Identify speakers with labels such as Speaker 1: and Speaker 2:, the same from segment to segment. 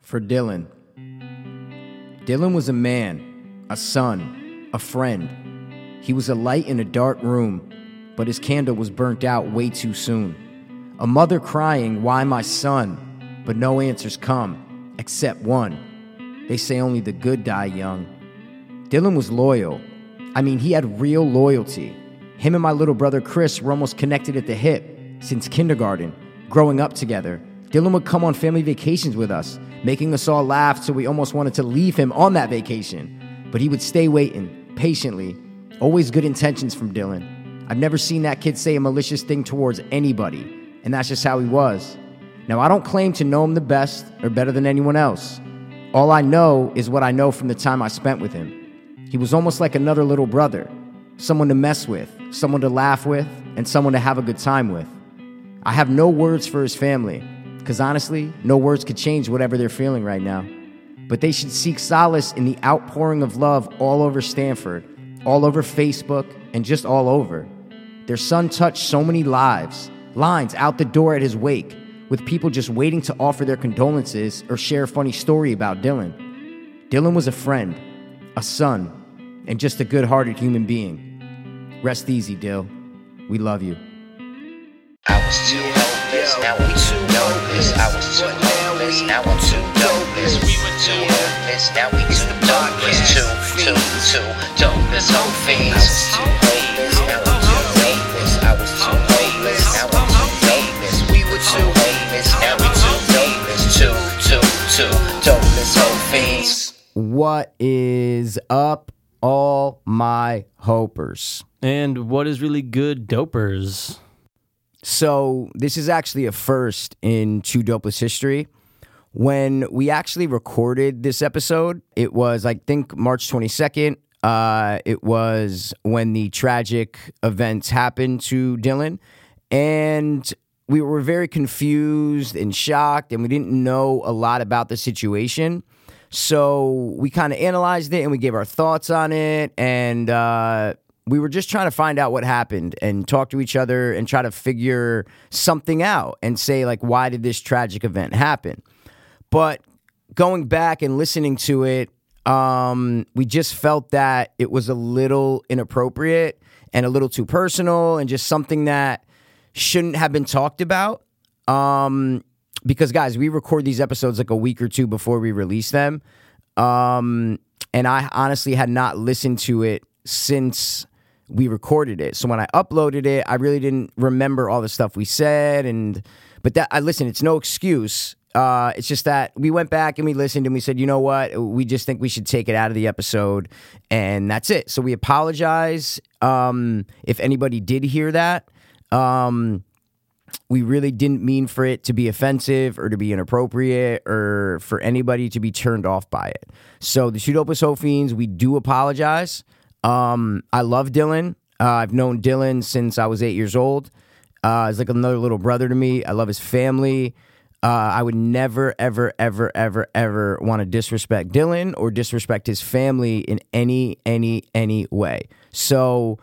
Speaker 1: for Dylan. Dylan was a man, a son, a friend. He was a light in a dark room, but his candle was burnt out way too soon. A mother crying, Why my son? But no answers come, except one. They say only the good die young. Dylan was loyal. I mean, he had real loyalty. Him and my little brother Chris were almost connected at the hip since kindergarten, growing up together. Dylan would come on family vacations with us, making us all laugh till we almost wanted to leave him on that vacation. But he would stay waiting, patiently. Always good intentions from Dylan. I've never seen that kid say a malicious thing towards anybody, and that's just how he was. Now, I don't claim to know him the best or better than anyone else. All I know is what I know from the time I spent with him. He was almost like another little brother, someone to mess with, someone to laugh with, and someone to have a good time with. I have no words for his family, because honestly, no words could change whatever they're feeling right now. But they should seek solace in the outpouring of love all over Stanford, all over Facebook, and just all over. Their son touched so many lives, lines out the door at his wake, with people just waiting to offer their condolences or share a funny story about Dylan. Dylan was a friend, a son, and just a good hearted human being. Rest easy, Dill. We love you.
Speaker 2: I was too hopeless, now we too hopeless. I was too hopeless, now I'm too dopeless. We were too hopeless, now we too dopeless. Two, two, two, dopeless, hope fiends. I was too hopeless, now I'm too hopeless. I was too hopeless, now I'm too dopeless. We were too hopeless, now we too dopeless. Two, two, two, dopeless, hope fiends.
Speaker 1: What is up, all my hopers?
Speaker 3: And what is really good dopers?
Speaker 1: So, this is actually a first in Two Dopeless history. When we actually recorded this episode, it was, I think, March 22nd. Uh, it was when the tragic events happened to Dylan. And we were very confused and shocked, and we didn't know a lot about the situation. So we kind of analyzed it and we gave our thoughts on it. And uh, we were just trying to find out what happened and talk to each other and try to figure something out and say, like, why did this tragic event happen? But going back and listening to it, um, we just felt that it was a little inappropriate and a little too personal and just something that shouldn't have been talked about. Um, because guys, we record these episodes like a week or two before we release them. Um, and I honestly had not listened to it since we recorded it. So when I uploaded it, I really didn't remember all the stuff we said and but that I listen, it's no excuse. Uh, it's just that we went back and we listened and we said, you know what, we just think we should take it out of the episode, and that's it. So we apologize um, if anybody did hear that. Um, we really didn't mean for it to be offensive or to be inappropriate or for anybody to be turned off by it. So the Pseudopus Hophians, we do apologize. Um, I love Dylan. Uh, I've known Dylan since I was eight years old. Uh, he's like another little brother to me. I love his family. Uh, I would never, ever, ever, ever, ever want to disrespect Dylan or disrespect his family in any, any, any way. So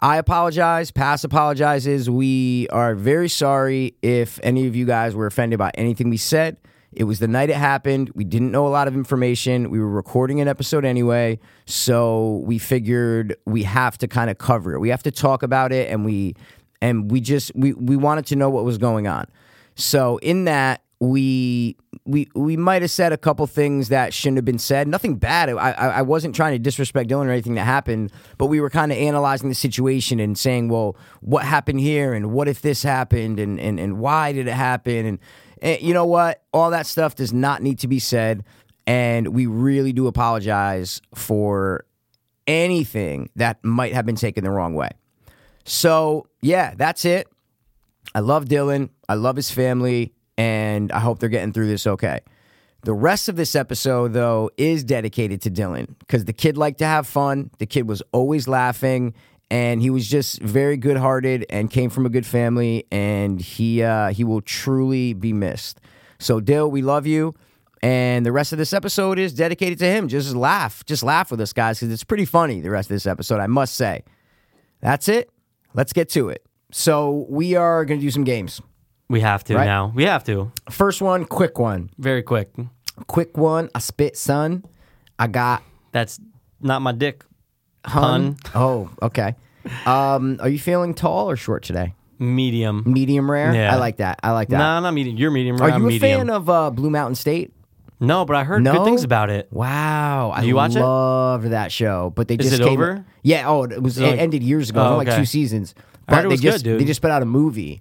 Speaker 1: I apologize. Pass apologizes. We are very sorry if any of you guys were offended by anything we said. It was the night it happened. We didn't know a lot of information. We were recording an episode anyway. So we figured we have to kind of cover it. We have to talk about it and we and we just we, we wanted to know what was going on. So in that we we we might have said a couple things that shouldn't have been said. Nothing bad. I I, I wasn't trying to disrespect Dylan or anything that happened, but we were kind of analyzing the situation and saying, well, what happened here and what if this happened and and and why did it happen and, and you know what? All that stuff does not need to be said, and we really do apologize for anything that might have been taken the wrong way. So yeah, that's it. I love Dylan. I love his family, and I hope they're getting through this okay. The rest of this episode, though, is dedicated to Dylan because the kid liked to have fun. The kid was always laughing, and he was just very good-hearted and came from a good family. And he uh, he will truly be missed. So, Dill, we love you. And the rest of this episode is dedicated to him. Just laugh, just laugh with us, guys, because it's pretty funny. The rest of this episode, I must say. That's it. Let's get to it. So we are going to do some games.
Speaker 3: We have to
Speaker 1: Right.
Speaker 3: now. We have to.
Speaker 1: First one, quick one.
Speaker 3: Very quick.
Speaker 1: Quick one, I spit sun. I got
Speaker 4: That's not my dick.
Speaker 1: hun. Oh, okay. Um, are you feeling tall or short today?
Speaker 4: Medium.
Speaker 1: Medium rare.
Speaker 4: Yeah.
Speaker 1: I like that. I like that.
Speaker 4: Nah, not medium. You're medium.
Speaker 1: are
Speaker 4: I'm
Speaker 1: you a
Speaker 4: medium.
Speaker 1: fan of uh, Blue Mountain State?
Speaker 4: no, but I heard
Speaker 1: No?
Speaker 4: good things about it.
Speaker 1: Wow, I
Speaker 4: you watch it?
Speaker 1: loved that show, but they
Speaker 4: Is
Speaker 1: just
Speaker 4: it
Speaker 1: came,
Speaker 4: over?
Speaker 1: Yeah, oh, it was it,
Speaker 4: it like-
Speaker 1: ended years ago,
Speaker 4: Oh,
Speaker 1: only, like
Speaker 4: okay.
Speaker 1: two seasons.
Speaker 4: I heard
Speaker 1: But
Speaker 4: it
Speaker 1: they
Speaker 4: was
Speaker 1: just
Speaker 4: good, dude.
Speaker 1: they just put out a movie.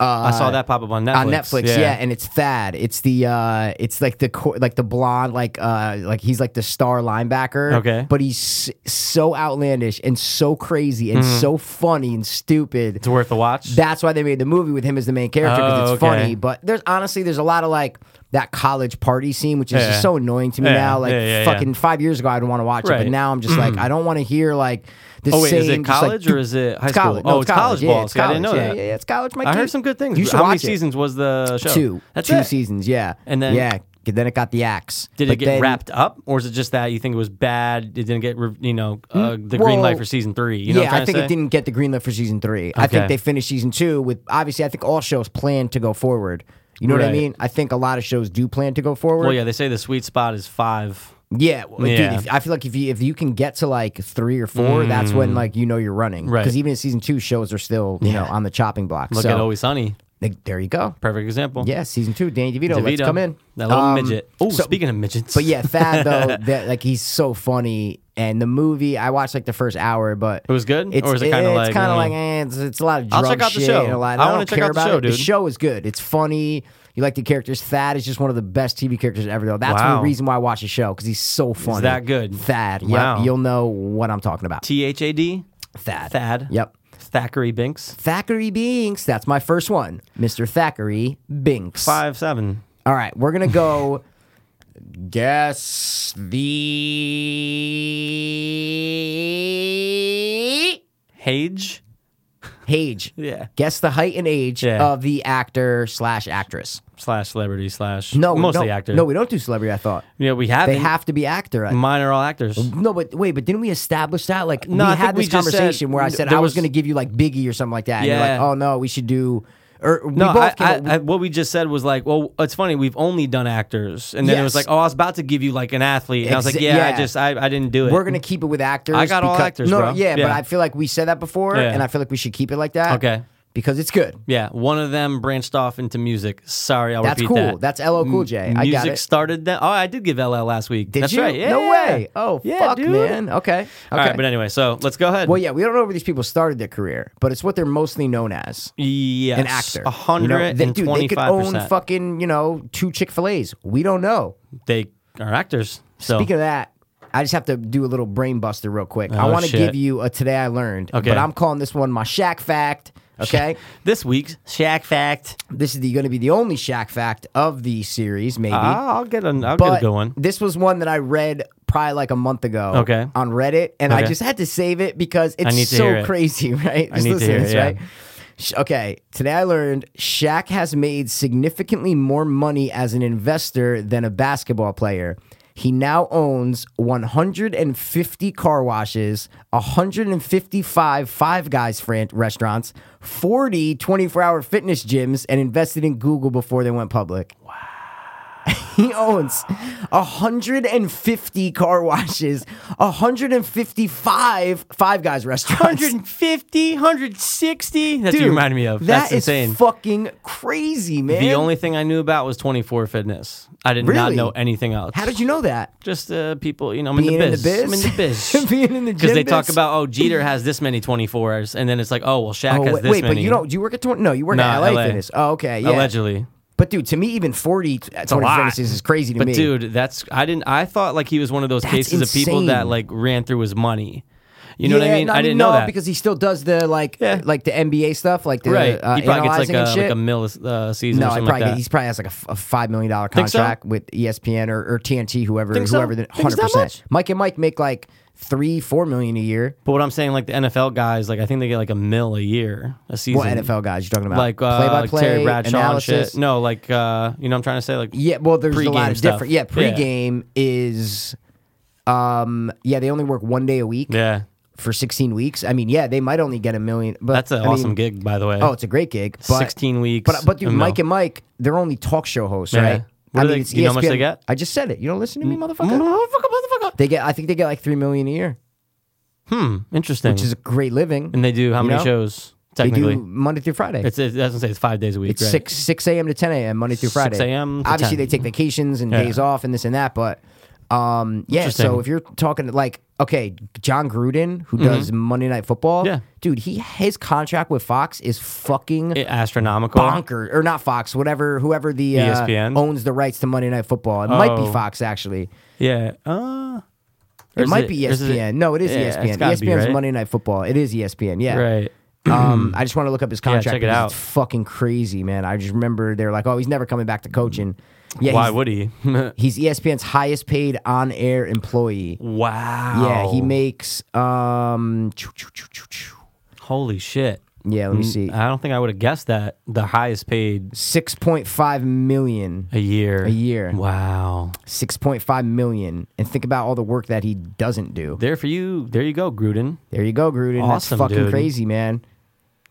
Speaker 1: Uh,
Speaker 4: I saw that pop up on Netflix.
Speaker 1: on Netflix, yeah. and it's Thad. It's the uh, it's like the co- like the blonde, like uh, like he's like the star linebacker.
Speaker 4: Okay.
Speaker 1: but he's s- so outlandish and so crazy and so funny and stupid.
Speaker 4: Mm-hmm. It's worth a watch.
Speaker 1: That's why they made the movie with him as the main character because
Speaker 4: Oh,
Speaker 1: it's
Speaker 4: okay.
Speaker 1: funny. But there's honestly there's a lot of like that college party scene, which is
Speaker 4: Yeah.
Speaker 1: just so annoying to me
Speaker 4: Yeah,
Speaker 1: now. Like
Speaker 4: yeah, yeah,
Speaker 1: fucking
Speaker 4: yeah.
Speaker 1: five years ago, I'd want to watch it,
Speaker 4: Right. Mm-hmm.
Speaker 1: but now I'm just like I don't want to hear like the
Speaker 4: oh wait,
Speaker 1: same.
Speaker 4: is it
Speaker 1: just, like,
Speaker 4: college or is it high
Speaker 1: it's
Speaker 4: school?
Speaker 1: college?
Speaker 4: Oh,
Speaker 1: No,
Speaker 4: it's college
Speaker 1: Yeah,
Speaker 4: ball.
Speaker 1: it's
Speaker 4: See, I didn't know
Speaker 1: college. yeah,
Speaker 4: that.
Speaker 1: Yeah, yeah, it's college. My
Speaker 4: I
Speaker 1: kid.
Speaker 4: heard some good things.
Speaker 1: You should
Speaker 4: How many
Speaker 1: watch it.
Speaker 4: seasons was the show?
Speaker 1: Two,
Speaker 4: That's
Speaker 1: two
Speaker 4: it.
Speaker 1: seasons. Yeah,
Speaker 4: And then-
Speaker 1: yeah, then it got the axe.
Speaker 4: Did
Speaker 1: But
Speaker 4: it get
Speaker 1: then-
Speaker 4: wrapped up, or is it just that you think it was bad? It didn't get, re- you know, uh, the
Speaker 1: Mm,
Speaker 4: green
Speaker 1: well,
Speaker 4: light for season three. You know,
Speaker 1: yeah,
Speaker 4: what I'm
Speaker 1: I
Speaker 4: trying
Speaker 1: think
Speaker 4: to
Speaker 1: it
Speaker 4: say?
Speaker 1: didn't get the green light for season three. I think
Speaker 4: Okay.
Speaker 1: they finished season two with obviously. I think all shows plan to go forward. You know what I
Speaker 4: Right.
Speaker 1: mean? I think a lot of shows do plan to go forward.
Speaker 4: Well, yeah, they say the sweet spot is five.
Speaker 1: Yeah, well,
Speaker 4: Yeah.
Speaker 1: dude. If, I feel like if you if you can get to like three or four, that's when like you know you're running.
Speaker 4: Mm. Right.
Speaker 1: Because even in season two, shows are still you know on the chopping block.
Speaker 4: Look
Speaker 1: so
Speaker 4: at Always Sunny,
Speaker 1: like, there you go.
Speaker 4: perfect example.
Speaker 1: Yeah, season two, Danny DeVito, let's
Speaker 4: DeVito,
Speaker 1: come in.
Speaker 4: That little
Speaker 1: Um,
Speaker 4: midget. Oh,
Speaker 1: so-
Speaker 4: speaking of midgets,
Speaker 1: But yeah, Thad though, that, like he's so funny, and the movie I watched like the first hour, but
Speaker 4: It was good?
Speaker 1: It's,
Speaker 4: Or is it kinda like,
Speaker 1: it's kind of
Speaker 4: mm.
Speaker 1: like eh, it's, it's a lot of
Speaker 4: I'll
Speaker 1: drug
Speaker 4: check out the
Speaker 1: shit
Speaker 4: show.
Speaker 1: and a lot.
Speaker 4: I
Speaker 1: don't
Speaker 4: wanna check
Speaker 1: care
Speaker 4: out the
Speaker 1: about
Speaker 4: show,
Speaker 1: it. The
Speaker 4: dude.
Speaker 1: show is good. It's funny. You like the characters. Thad is just one of the best TV characters ever. Though that's
Speaker 4: Wow.
Speaker 1: the reason why I watch the show because he's so funny.
Speaker 4: that good?
Speaker 1: Thad.
Speaker 4: Wow.
Speaker 1: Yep, you'll know what I'm talking about.
Speaker 4: T H A D,
Speaker 1: Thad.
Speaker 4: Thad.
Speaker 1: Yep.
Speaker 4: Thackeray Binks,
Speaker 1: Thackeray Binks. That's my first one. Mr. Thackeray Binks.
Speaker 4: five seven.
Speaker 1: All right, we're gonna go. guess the
Speaker 4: Hage.
Speaker 1: Hage.
Speaker 4: Yeah.
Speaker 1: Guess the height and age
Speaker 4: Yeah.
Speaker 1: of the actor slash actress.
Speaker 4: slash celebrity slash
Speaker 1: No, we
Speaker 4: mostly
Speaker 1: don't-
Speaker 4: actor.
Speaker 1: No, we don't do celebrity. I thought
Speaker 4: yeah, we have
Speaker 1: they have to be actor. I-
Speaker 4: mine are all actors.
Speaker 1: no, but wait, but didn't we establish that? Like
Speaker 4: No,
Speaker 1: we
Speaker 4: I think
Speaker 1: had
Speaker 4: we
Speaker 1: this
Speaker 4: just said-
Speaker 1: conversation where I said
Speaker 4: there
Speaker 1: I was,
Speaker 4: was-
Speaker 1: going to give you like Biggie or something like that. And you're
Speaker 4: Yeah.
Speaker 1: like, oh no, we should do. Or we
Speaker 4: No,
Speaker 1: both
Speaker 4: I,
Speaker 1: came
Speaker 4: I,
Speaker 1: up-
Speaker 4: I, what we just said was like, well, it's funny. We've only done actors, and then it was
Speaker 1: Yes.
Speaker 4: like, oh, I was about to give you like an athlete, and I was like,
Speaker 1: Exa-
Speaker 4: yeah,
Speaker 1: yeah.
Speaker 4: I just I, I didn't do it.
Speaker 1: We're gonna keep it with actors.
Speaker 4: I got all
Speaker 1: because-
Speaker 4: actors,
Speaker 1: no,
Speaker 4: bro.
Speaker 1: Yeah, but
Speaker 4: Yeah.
Speaker 1: I feel like we said that before,
Speaker 4: Yeah.
Speaker 1: and I feel like we should keep it like that.
Speaker 4: Okay.
Speaker 1: because it's good.
Speaker 4: yeah, one of them branched off into music. Sorry, I'll
Speaker 1: That's
Speaker 4: repeat
Speaker 1: cool.
Speaker 4: that.
Speaker 1: That's LL Cool J. I got
Speaker 4: music
Speaker 1: it.
Speaker 4: started that. Oh, I did give LL last week.
Speaker 1: Did
Speaker 4: That's
Speaker 1: you?
Speaker 4: right. Yeah.
Speaker 1: No way. Oh,
Speaker 4: Yeah,
Speaker 1: fuck,
Speaker 4: dude.
Speaker 1: man. Okay. Okay.
Speaker 4: All right, but anyway, so let's go ahead.
Speaker 1: well, yeah, we don't know where these people started their career, but it's what they're mostly known as.
Speaker 4: yes,
Speaker 1: An actor.
Speaker 4: a
Speaker 1: You know,
Speaker 4: hundred
Speaker 1: they-
Speaker 4: and
Speaker 1: dude, they could
Speaker 4: twenty-five
Speaker 1: own
Speaker 4: percent.
Speaker 1: fucking, you know, two Chick fil A's. We don't know.
Speaker 4: They are actors. So
Speaker 1: Speaking of that, I just have to do a little brain buster real quick. I
Speaker 4: Oh,
Speaker 1: want to
Speaker 4: shit.
Speaker 1: give you a today I learned,
Speaker 4: Okay.
Speaker 1: but I'm calling this one my Shack Fact. Okay.
Speaker 4: this week's Shaq fact.
Speaker 1: this is going to be the only Shack Fact of the series, maybe.
Speaker 4: I'll I'll get an. I'll
Speaker 1: Ah, but
Speaker 4: get a good one.
Speaker 1: This was one that I read probably like a month ago.
Speaker 4: Okay.
Speaker 1: On Reddit, and I
Speaker 4: Okay.
Speaker 1: just had to save it because it's
Speaker 4: need to
Speaker 1: so
Speaker 4: hear it.
Speaker 1: crazy, right? Just
Speaker 4: need to
Speaker 1: listen
Speaker 4: hear
Speaker 1: this,
Speaker 4: it, yeah.
Speaker 1: right? Sh- Okay, today I learned Shaq has made significantly more money as an investor than a basketball player. He now owns 150 car washes, 155 Five Guys fran- restaurants, 40 24 hour fitness gyms, and invested in Google before they went public. He owns 150 car washes, 155 Five Guys restaurants.
Speaker 4: 150, 160. That's what you reminded me of.
Speaker 1: That
Speaker 4: That's
Speaker 1: is
Speaker 4: insane.
Speaker 1: fucking crazy, man.
Speaker 4: the only thing I knew about was 24 Fitness. I did not
Speaker 1: Really?
Speaker 4: know anything else.
Speaker 1: How did you know that?
Speaker 4: Just uh, people, you know, I'm
Speaker 1: Being in
Speaker 4: in
Speaker 1: the
Speaker 4: the biz. I'm in the
Speaker 1: biz?
Speaker 4: biz.
Speaker 1: Being in the
Speaker 4: Because they
Speaker 1: gym
Speaker 4: talk
Speaker 1: biz?
Speaker 4: about, oh, Jeter has this many 24s. And then it's like, oh, well, Shaq
Speaker 1: Oh,
Speaker 4: has
Speaker 1: wait,
Speaker 4: this
Speaker 1: wait,
Speaker 4: many.
Speaker 1: but you don't. Do you work at 20? No, you work
Speaker 4: Nah,
Speaker 1: at LA,
Speaker 4: LA.
Speaker 1: Fitness. Oh, okay. Yeah.
Speaker 4: Allegedly.
Speaker 1: But dude, to me, even 40 at 20
Speaker 4: lot.
Speaker 1: Fitnesses is crazy to
Speaker 4: But
Speaker 1: me.
Speaker 4: dude, that's I didn't I thought like he was one of those
Speaker 1: That's
Speaker 4: cases of people that
Speaker 1: insane.
Speaker 4: like ran through his money. You know what I mean? I didn't
Speaker 1: no,
Speaker 4: know that.
Speaker 1: because he still does the like,
Speaker 4: Yeah.
Speaker 1: like the NBA stuff, like the
Speaker 4: right.
Speaker 1: uh,
Speaker 4: he probably gets like
Speaker 1: analyzing and
Speaker 4: a,
Speaker 1: shit.
Speaker 4: like a mil uh, season
Speaker 1: No,
Speaker 4: or
Speaker 1: I
Speaker 4: something
Speaker 1: probably
Speaker 4: like
Speaker 1: get-
Speaker 4: that.
Speaker 1: he's probably has like a, f- a five million dollar
Speaker 4: Think so?
Speaker 1: contract with E ESPN or, or TNT, whoever,
Speaker 4: Think so?
Speaker 1: whoever. the-
Speaker 4: Think it's that much?
Speaker 1: Mike and Mike make like three, four million a year.
Speaker 4: but what I'm saying, like the NFL guys, like I think they get like a mil a year a season.
Speaker 1: What NFL guys you talking about?
Speaker 4: like uh, like
Speaker 1: Play-by-play,
Speaker 4: Terry Bradshaw and
Speaker 1: analysis.
Speaker 4: shit. No, like uh, you know, what I'm trying to say like
Speaker 1: Yeah, well, there's a lot
Speaker 4: Pre-game
Speaker 1: of
Speaker 4: stuff.
Speaker 1: different. Yeah,
Speaker 4: Yeah.
Speaker 1: pregame is, um, yeah, they only work one day a week
Speaker 4: yeah.
Speaker 1: for 16 weeks. I mean, yeah, they might only get a million, but
Speaker 4: That's an
Speaker 1: I mean,
Speaker 4: awesome gig, by the way.
Speaker 1: Oh, it's a great gig. But,
Speaker 4: sixteen weeks.
Speaker 1: But but dude,
Speaker 4: a mil.
Speaker 1: Mike and Mike, they're only talk show hosts,
Speaker 4: Yeah.
Speaker 1: right? I
Speaker 4: What do
Speaker 1: mean,
Speaker 4: they-
Speaker 1: it's E
Speaker 4: you know how much
Speaker 1: ESPN.
Speaker 4: they get?
Speaker 1: I just said it. You don't listen to me, motherfucker.
Speaker 4: Motherfucker, motherfucker.
Speaker 1: They get. I think they get like three million a year,
Speaker 4: Hmm. Interesting.
Speaker 1: which is a great living.
Speaker 4: and they do how
Speaker 1: you
Speaker 4: many
Speaker 1: know?
Speaker 4: shows?
Speaker 1: They
Speaker 4: Technically,
Speaker 1: do Monday through Friday.
Speaker 4: it's it doesn't say it's five days a week.
Speaker 1: It's
Speaker 4: right?
Speaker 1: six six a.m. to ten a.m. Monday through
Speaker 4: 6
Speaker 1: Friday.
Speaker 4: a.m. to
Speaker 1: Obviously,
Speaker 4: 10.
Speaker 1: they take vacations and
Speaker 4: Yeah.
Speaker 1: days off and this and that. But um, yeah. So
Speaker 4: Interesting. Mm-hmm.
Speaker 1: if you're talking like okay, John Gruden, who does Monday Night Football,
Speaker 4: Yeah.
Speaker 1: dude, he his contract with Fox is fucking
Speaker 4: It- astronomical.
Speaker 1: bonkers, or not Fox, whatever, whoever the uh,
Speaker 4: ESPN?
Speaker 1: owns the rights to Monday Night Football. It might be
Speaker 4: Oh.
Speaker 1: Fox actually.
Speaker 4: Yeah. Uh, or
Speaker 1: It
Speaker 4: is
Speaker 1: might be E
Speaker 4: or is
Speaker 1: ESPN. no, it is
Speaker 4: Yeah, it's
Speaker 1: ESPN.
Speaker 4: gotta
Speaker 1: ESPN's
Speaker 4: be, right?
Speaker 1: Monday Night Football. It is E ESPN. Yeah.
Speaker 4: Right.
Speaker 1: Um, I just want to look up his contract.
Speaker 4: check it
Speaker 1: because
Speaker 4: out.
Speaker 1: It's fucking crazy, man. I just remember they're like, oh, he's never coming back to coaching. Yeah,
Speaker 4: Why
Speaker 1: he's,
Speaker 4: would he?
Speaker 1: he's E ESPN's highest paid on air employee.
Speaker 4: wow.
Speaker 1: Yeah, he makes um, choo, choo, choo, choo, choo.
Speaker 4: Holy shit. Mm,
Speaker 1: yeah. Let me see,
Speaker 4: I don't think I would have guessed that the highest paid
Speaker 1: six point five million.
Speaker 4: a year.
Speaker 1: A year.
Speaker 4: Wow.
Speaker 1: 6.5 million and think about all the work that he doesn't do.
Speaker 4: There for you. There you go, Gruden
Speaker 1: There you go, Gruden.
Speaker 4: Awesome,
Speaker 1: That's fucking
Speaker 4: dude.
Speaker 1: crazy, man.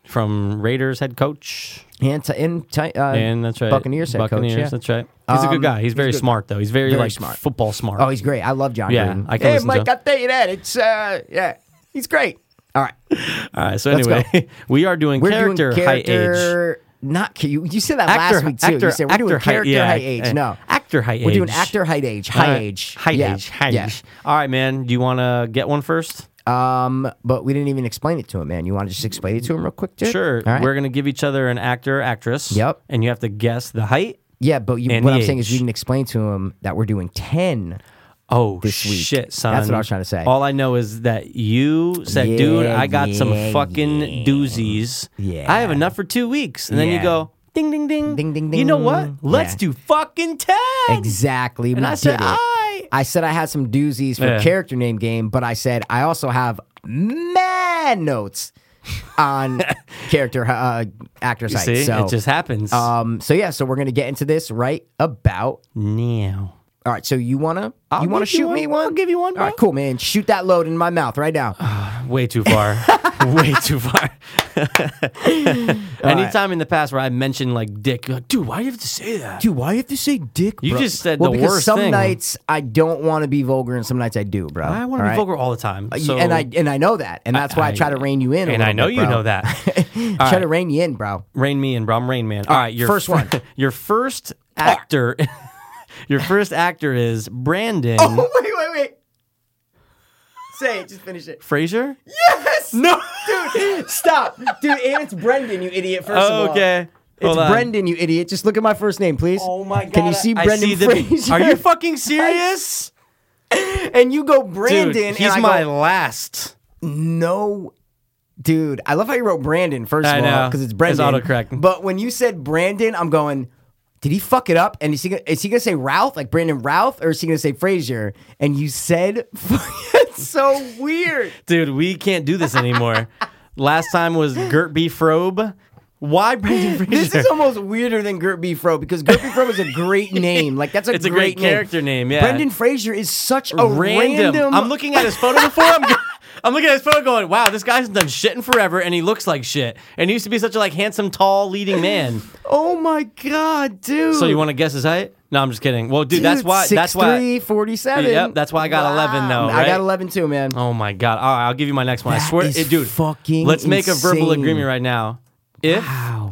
Speaker 4: from Raiders head coach.
Speaker 1: And, t- and, t- uh,
Speaker 4: And that's right.
Speaker 1: Buccaneers head coach,
Speaker 4: Buccaneers,
Speaker 1: yeah.
Speaker 4: That's right. He's a
Speaker 1: Um,
Speaker 4: good guy. He's very
Speaker 1: good
Speaker 4: smart though. He's very,
Speaker 1: Very
Speaker 4: like
Speaker 1: smart.
Speaker 4: football smart.
Speaker 1: Oh, he's great. I love John
Speaker 4: Yeah,
Speaker 1: Gruden.
Speaker 4: I can
Speaker 1: hey,
Speaker 4: listen to
Speaker 1: Mike,
Speaker 4: him.
Speaker 1: I'll tell you that. It's uh, yeah, he's great. All right,
Speaker 4: All right. Uh, So
Speaker 1: Mm. Let's go.
Speaker 4: anyway, we are doing
Speaker 1: we're
Speaker 4: character,
Speaker 1: doing
Speaker 4: high age.
Speaker 1: character. Not ca- you. You said that last week too.
Speaker 4: actor,
Speaker 1: you said we're
Speaker 4: actor
Speaker 1: doing
Speaker 4: height-
Speaker 1: character
Speaker 4: yeah,
Speaker 1: high
Speaker 4: I-
Speaker 1: age.
Speaker 4: I-
Speaker 1: no,
Speaker 4: actor high age. Uh,
Speaker 1: we're doing actor height age. High age.
Speaker 4: High
Speaker 1: Yeah,
Speaker 4: age. High
Speaker 1: yeah.
Speaker 4: age. All right, man. Do you want to get one first?
Speaker 1: Um, but we didn't even explain it to him, man. You want to just explain it to him real quick, dude?
Speaker 4: Sure.
Speaker 1: All right.
Speaker 4: We're gonna give each other an actor, actress.
Speaker 1: Yep.
Speaker 4: And you have to guess the height.
Speaker 1: yeah, but you,
Speaker 4: and
Speaker 1: what I'm
Speaker 4: the
Speaker 1: saying is we
Speaker 4: age.
Speaker 1: didn't explain to him that we're doing ten.
Speaker 4: Oh
Speaker 1: This week.
Speaker 4: shit, son!
Speaker 1: That's what I was trying to say.
Speaker 4: All I know is that you said,
Speaker 1: Yeah,
Speaker 4: "Dude, I got some
Speaker 1: yeah,
Speaker 4: fucking
Speaker 1: yeah.
Speaker 4: doozies.
Speaker 1: Yeah.
Speaker 4: I have enough for two weeks." And then
Speaker 1: Yeah.
Speaker 4: you go, "Ding, ding, ding,
Speaker 1: Ding, ding,
Speaker 4: You know
Speaker 1: ding.
Speaker 4: what? Let's
Speaker 1: Yeah.
Speaker 4: do fucking ten.
Speaker 1: Exactly.
Speaker 4: And
Speaker 1: we
Speaker 4: I said,
Speaker 1: did it.
Speaker 4: "I."
Speaker 1: I said I had some doozies for
Speaker 4: Yeah.
Speaker 1: character name game, but I said I also have mad notes on character uh, actor site.
Speaker 4: See,
Speaker 1: so,
Speaker 4: it just happens
Speaker 1: um, so yeah, so we're gonna get into this right about.
Speaker 4: now.
Speaker 1: All right, so you wanna
Speaker 4: I'll
Speaker 1: you wanna
Speaker 4: give you
Speaker 1: shoot
Speaker 4: one.
Speaker 1: me one?
Speaker 4: I'll give you one,
Speaker 1: All right,
Speaker 4: bro.
Speaker 1: cool, man. Shoot that load in my mouth right now.
Speaker 4: Way too far. Way too far. Anytime in the past where I mentioned like dick, you're like, dude, why do you have to say that?
Speaker 1: Dude, why do you have to say dick?
Speaker 4: You
Speaker 1: bro?
Speaker 4: just said
Speaker 1: well,
Speaker 4: the
Speaker 1: because
Speaker 4: worst
Speaker 1: some
Speaker 4: thing.
Speaker 1: nights I don't want to be vulgar, and some nights I do, bro.
Speaker 4: I want
Speaker 1: All
Speaker 4: to be
Speaker 1: right?
Speaker 4: vulgar all the time.
Speaker 1: You-
Speaker 4: So,
Speaker 1: and I and I know that, and that's why I,
Speaker 4: I-
Speaker 1: try to rein you in. a
Speaker 4: and I
Speaker 1: little
Speaker 4: know
Speaker 1: bit,
Speaker 4: you
Speaker 1: bro.
Speaker 4: know that.
Speaker 1: try to rein you in, bro.
Speaker 4: Rain Me and Bro, I'm Rain Man. All right, your
Speaker 1: first
Speaker 4: fir-
Speaker 1: one.
Speaker 4: Your first actor. your first actor is Brandon
Speaker 1: wait, wait, wait. Say it. Just finish it.
Speaker 4: Fraser.
Speaker 1: Yes. No, dude. Stop, dude. And it's Brendan, you idiot. First of all,
Speaker 4: okay.
Speaker 1: It's
Speaker 4: Hold on.
Speaker 1: Brendan, you idiot. Just look at my first name, please.
Speaker 4: Oh my god.
Speaker 1: Can you see
Speaker 4: I- I
Speaker 1: Brendan
Speaker 4: see the-
Speaker 1: Fraser?
Speaker 4: Are you fucking serious?
Speaker 1: and you go
Speaker 4: Dude,
Speaker 1: Brandon. and
Speaker 4: he's
Speaker 1: I
Speaker 4: my
Speaker 1: go,
Speaker 4: last.
Speaker 1: no. Dude, I love how you wrote Brandon first
Speaker 4: I
Speaker 1: of all
Speaker 4: know.
Speaker 1: because it's
Speaker 4: It's
Speaker 1: Brendan.
Speaker 4: autocorrect.
Speaker 1: But when you said Brandon, I'm going. Did he fuck it up? And is he gonna, is he gonna say Ralph like Brandon Ralph, or is he gonna say Frazier? And you said, it's so weird.
Speaker 4: Dude, we can't do this anymore. last time was Gert B. Frobe. Why Brendan Fraser?
Speaker 1: This is almost weirder than Gert B. Fro because Gert B. Fro is a great name. Like that's a
Speaker 4: It's a
Speaker 1: great,
Speaker 4: great character name, yeah.
Speaker 1: Brendan Fraser is such a
Speaker 4: random.
Speaker 1: random.
Speaker 4: I'm looking at his photo before. I'm, I'm looking at his photo, going, "Wow, this guy's done shit in forever, and he looks like shit. And he used to be such a like handsome, tall, leading man.
Speaker 1: Oh my god, dude.
Speaker 4: So you want to guess his height? No, I'm just kidding. Well, dude, that's why. that's why.
Speaker 1: 47.
Speaker 4: Yep, that's why I got 11 though,
Speaker 1: I got
Speaker 4: right?
Speaker 1: 11 too, man.
Speaker 4: Oh my god! All right, I'll give you my next one. I
Speaker 1: That
Speaker 4: swear,
Speaker 1: is
Speaker 4: eh, dude.
Speaker 1: fucking
Speaker 4: let's make a verbal
Speaker 1: insane.
Speaker 4: agreement right now. If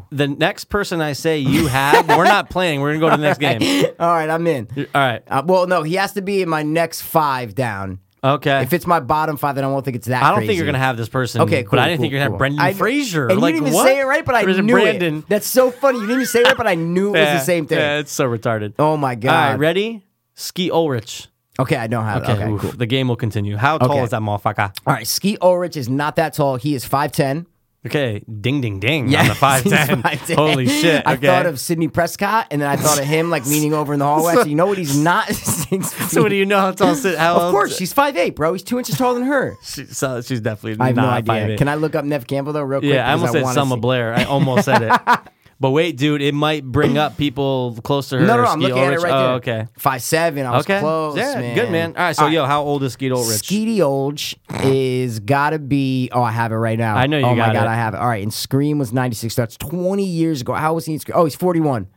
Speaker 4: the next person I say you have, we're not playing. We're gonna go to the next game.
Speaker 1: All right, I'm in.
Speaker 4: All right.
Speaker 1: Uh, well, no, he has to be in my next five down.
Speaker 4: Okay.
Speaker 1: If it's my bottom five, then I won't think it's that.
Speaker 4: I don't think
Speaker 1: crazy.
Speaker 4: you're gonna have this person.
Speaker 1: Okay, cool.
Speaker 4: But I didn't
Speaker 1: cool,
Speaker 4: think you're gonna
Speaker 1: cool.
Speaker 4: have Brendan
Speaker 1: I-
Speaker 4: Fraser.
Speaker 1: And
Speaker 4: like
Speaker 1: you didn't even
Speaker 4: what?
Speaker 1: say it right, but I
Speaker 4: Or is it
Speaker 1: knew
Speaker 4: Brandon?
Speaker 1: it. That's so funny. You didn't even say it right, but I knew it was the same thing.
Speaker 4: Yeah, it's so retarded.
Speaker 1: Oh my
Speaker 4: All right,
Speaker 1: god.
Speaker 4: ready? Ski Ulrich.
Speaker 1: okay, I don't have it. Okay,
Speaker 4: oof,
Speaker 1: cool.
Speaker 4: The game will continue. How tall
Speaker 1: Okay.
Speaker 4: is that motherfucker?
Speaker 1: All right, Skeet Ulrich is not that tall. He is 5'10.
Speaker 4: Okay, ding, ding, ding. Yeah, on the
Speaker 1: He's
Speaker 4: 5'10.
Speaker 1: 5'10.
Speaker 4: Holy shit.
Speaker 1: I
Speaker 4: okay.
Speaker 1: thought of Sidney Prescott, and then I thought of him like leaning over in the hallway. So, you know what? He's not six feet.
Speaker 4: So, what do you know how tall? Sid- How
Speaker 1: of course, she's 5'8, bro. He's two inches taller than her.
Speaker 4: she,
Speaker 1: uh,
Speaker 4: so she's definitely
Speaker 1: I have
Speaker 4: not
Speaker 1: no idea.
Speaker 4: 5'8".
Speaker 1: Can I look up Nev Campbell, though, real quick?
Speaker 4: yeah, I
Speaker 1: Because
Speaker 4: almost said
Speaker 1: wanna
Speaker 4: Selma
Speaker 1: see-
Speaker 4: Blair. I almost said it. But wait, dude, it might bring up people close to her.
Speaker 1: No, no, no, I'm
Speaker 4: Ski
Speaker 1: looking at it
Speaker 4: Ulrich.
Speaker 1: right
Speaker 4: oh,
Speaker 1: there.
Speaker 4: Okay.
Speaker 1: 5'7. I was
Speaker 4: Okay.
Speaker 1: close.
Speaker 4: yeah,
Speaker 1: man.
Speaker 4: good man. All right, so yo, how old is Skeet Ulrich?
Speaker 1: Skeety Olge is gotta be. Oh, I have it right now.
Speaker 4: I know you
Speaker 1: Oh my
Speaker 4: got
Speaker 1: god,
Speaker 4: it.
Speaker 1: I have it. All right, and Scream was ninety six. That's twenty years ago. How was he? In Scream? Oh, he's forty one.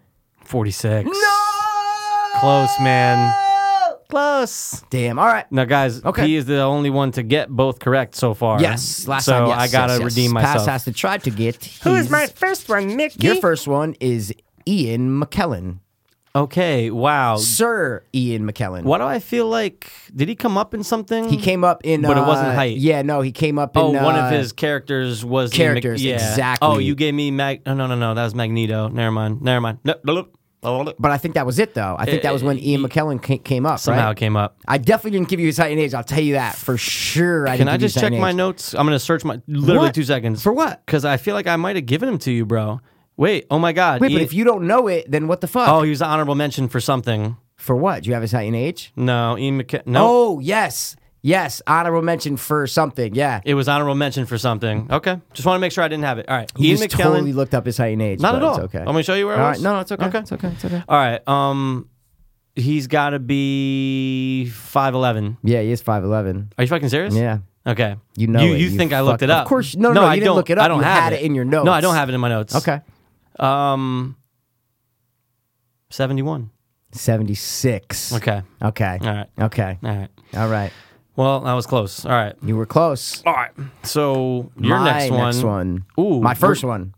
Speaker 4: 46.
Speaker 1: No,
Speaker 4: Close, man. Close.
Speaker 1: Damn. All right.
Speaker 4: Now, guys,
Speaker 1: Okay.
Speaker 4: he is the only one to get both correct so far.
Speaker 1: Yes. Last
Speaker 4: so
Speaker 1: time. Yes,
Speaker 4: I gotta
Speaker 1: yes, yes.
Speaker 4: redeem myself.
Speaker 1: Pass has to try to get.
Speaker 4: Who is my
Speaker 1: his-
Speaker 4: first one, Mickey?
Speaker 1: Your first one is Ian McKellen.
Speaker 4: Okay. Wow.
Speaker 1: Sir Ian McKellen.
Speaker 4: Why do I feel like? Did he come up in something?
Speaker 1: He came up in.
Speaker 4: But it wasn't
Speaker 1: uh,
Speaker 4: height.
Speaker 1: Yeah, no, he came up in.
Speaker 4: Oh, one of
Speaker 1: uh,
Speaker 4: his characters was the
Speaker 1: characters,
Speaker 4: Mc- yeah.
Speaker 1: exactly.
Speaker 4: Oh, you gave me Mag. Oh, no, no, no. That was Magneto. Never mind. Never mind. No, no, no, no.
Speaker 1: But I think that was it, though. I think that was when Ian McKellen ca- came up.
Speaker 4: Eh, Somehow
Speaker 1: right?
Speaker 4: it came up.
Speaker 1: I definitely didn't give you his height and age. I'll tell you that for sure. I
Speaker 4: Can
Speaker 1: didn't
Speaker 4: I
Speaker 1: give you his
Speaker 4: just
Speaker 1: height
Speaker 4: check
Speaker 1: and
Speaker 4: my
Speaker 1: age.
Speaker 4: notes? I'm gonna search my literally
Speaker 1: What?
Speaker 4: two seconds
Speaker 1: For what?
Speaker 4: Because I feel like I might have given him to you, bro. Wait. Oh my God.
Speaker 1: Wait, but
Speaker 4: Ian-
Speaker 1: if you don't know it, then what the fuck?
Speaker 4: oh, he was an honorable mention for something.
Speaker 1: For what? Do you have his height and age?
Speaker 4: No, Ian McKellen. No,
Speaker 1: Oh, yes. Yes. Honorable mention for something. Yeah.
Speaker 4: it was honorable mention for something. Okay, just want to make sure I didn't have it. All right,
Speaker 1: You
Speaker 4: Ian
Speaker 1: just
Speaker 4: McKellen.
Speaker 1: totally looked up his height and age.
Speaker 4: Not at
Speaker 1: but it's
Speaker 4: all.
Speaker 1: okay.
Speaker 4: I'm gonna show you where
Speaker 1: All
Speaker 4: I
Speaker 1: right.
Speaker 4: was.
Speaker 1: No, no, it's okay.
Speaker 4: Okay.
Speaker 1: It's okay. It's okay.
Speaker 4: All right. Um, he's got to be five eleven.
Speaker 1: Yeah, he is 5'11.
Speaker 4: Are you fucking serious?
Speaker 1: Yeah.
Speaker 4: Okay.
Speaker 1: You know
Speaker 4: You,
Speaker 1: it.
Speaker 4: you,
Speaker 1: You
Speaker 4: think I looked
Speaker 1: fuck-
Speaker 4: it up?
Speaker 1: of course- no, no, no,
Speaker 4: I
Speaker 1: you didn't
Speaker 4: don't-
Speaker 1: look it up.
Speaker 4: I don't
Speaker 1: You
Speaker 4: have
Speaker 1: had it in your
Speaker 4: No, I
Speaker 1: notes.
Speaker 4: don't have it in my notes.
Speaker 1: Okay.
Speaker 4: Um, seventy-one.
Speaker 1: 76.
Speaker 4: Okay.
Speaker 1: Okay.
Speaker 4: All right.
Speaker 1: Okay.
Speaker 4: All right.
Speaker 1: All right.
Speaker 4: Well, that was close. All right.
Speaker 1: You were close.
Speaker 4: All right. So your
Speaker 1: my
Speaker 4: next one.
Speaker 1: one.
Speaker 4: Ooh,
Speaker 1: my 1st
Speaker 4: we're-
Speaker 1: one.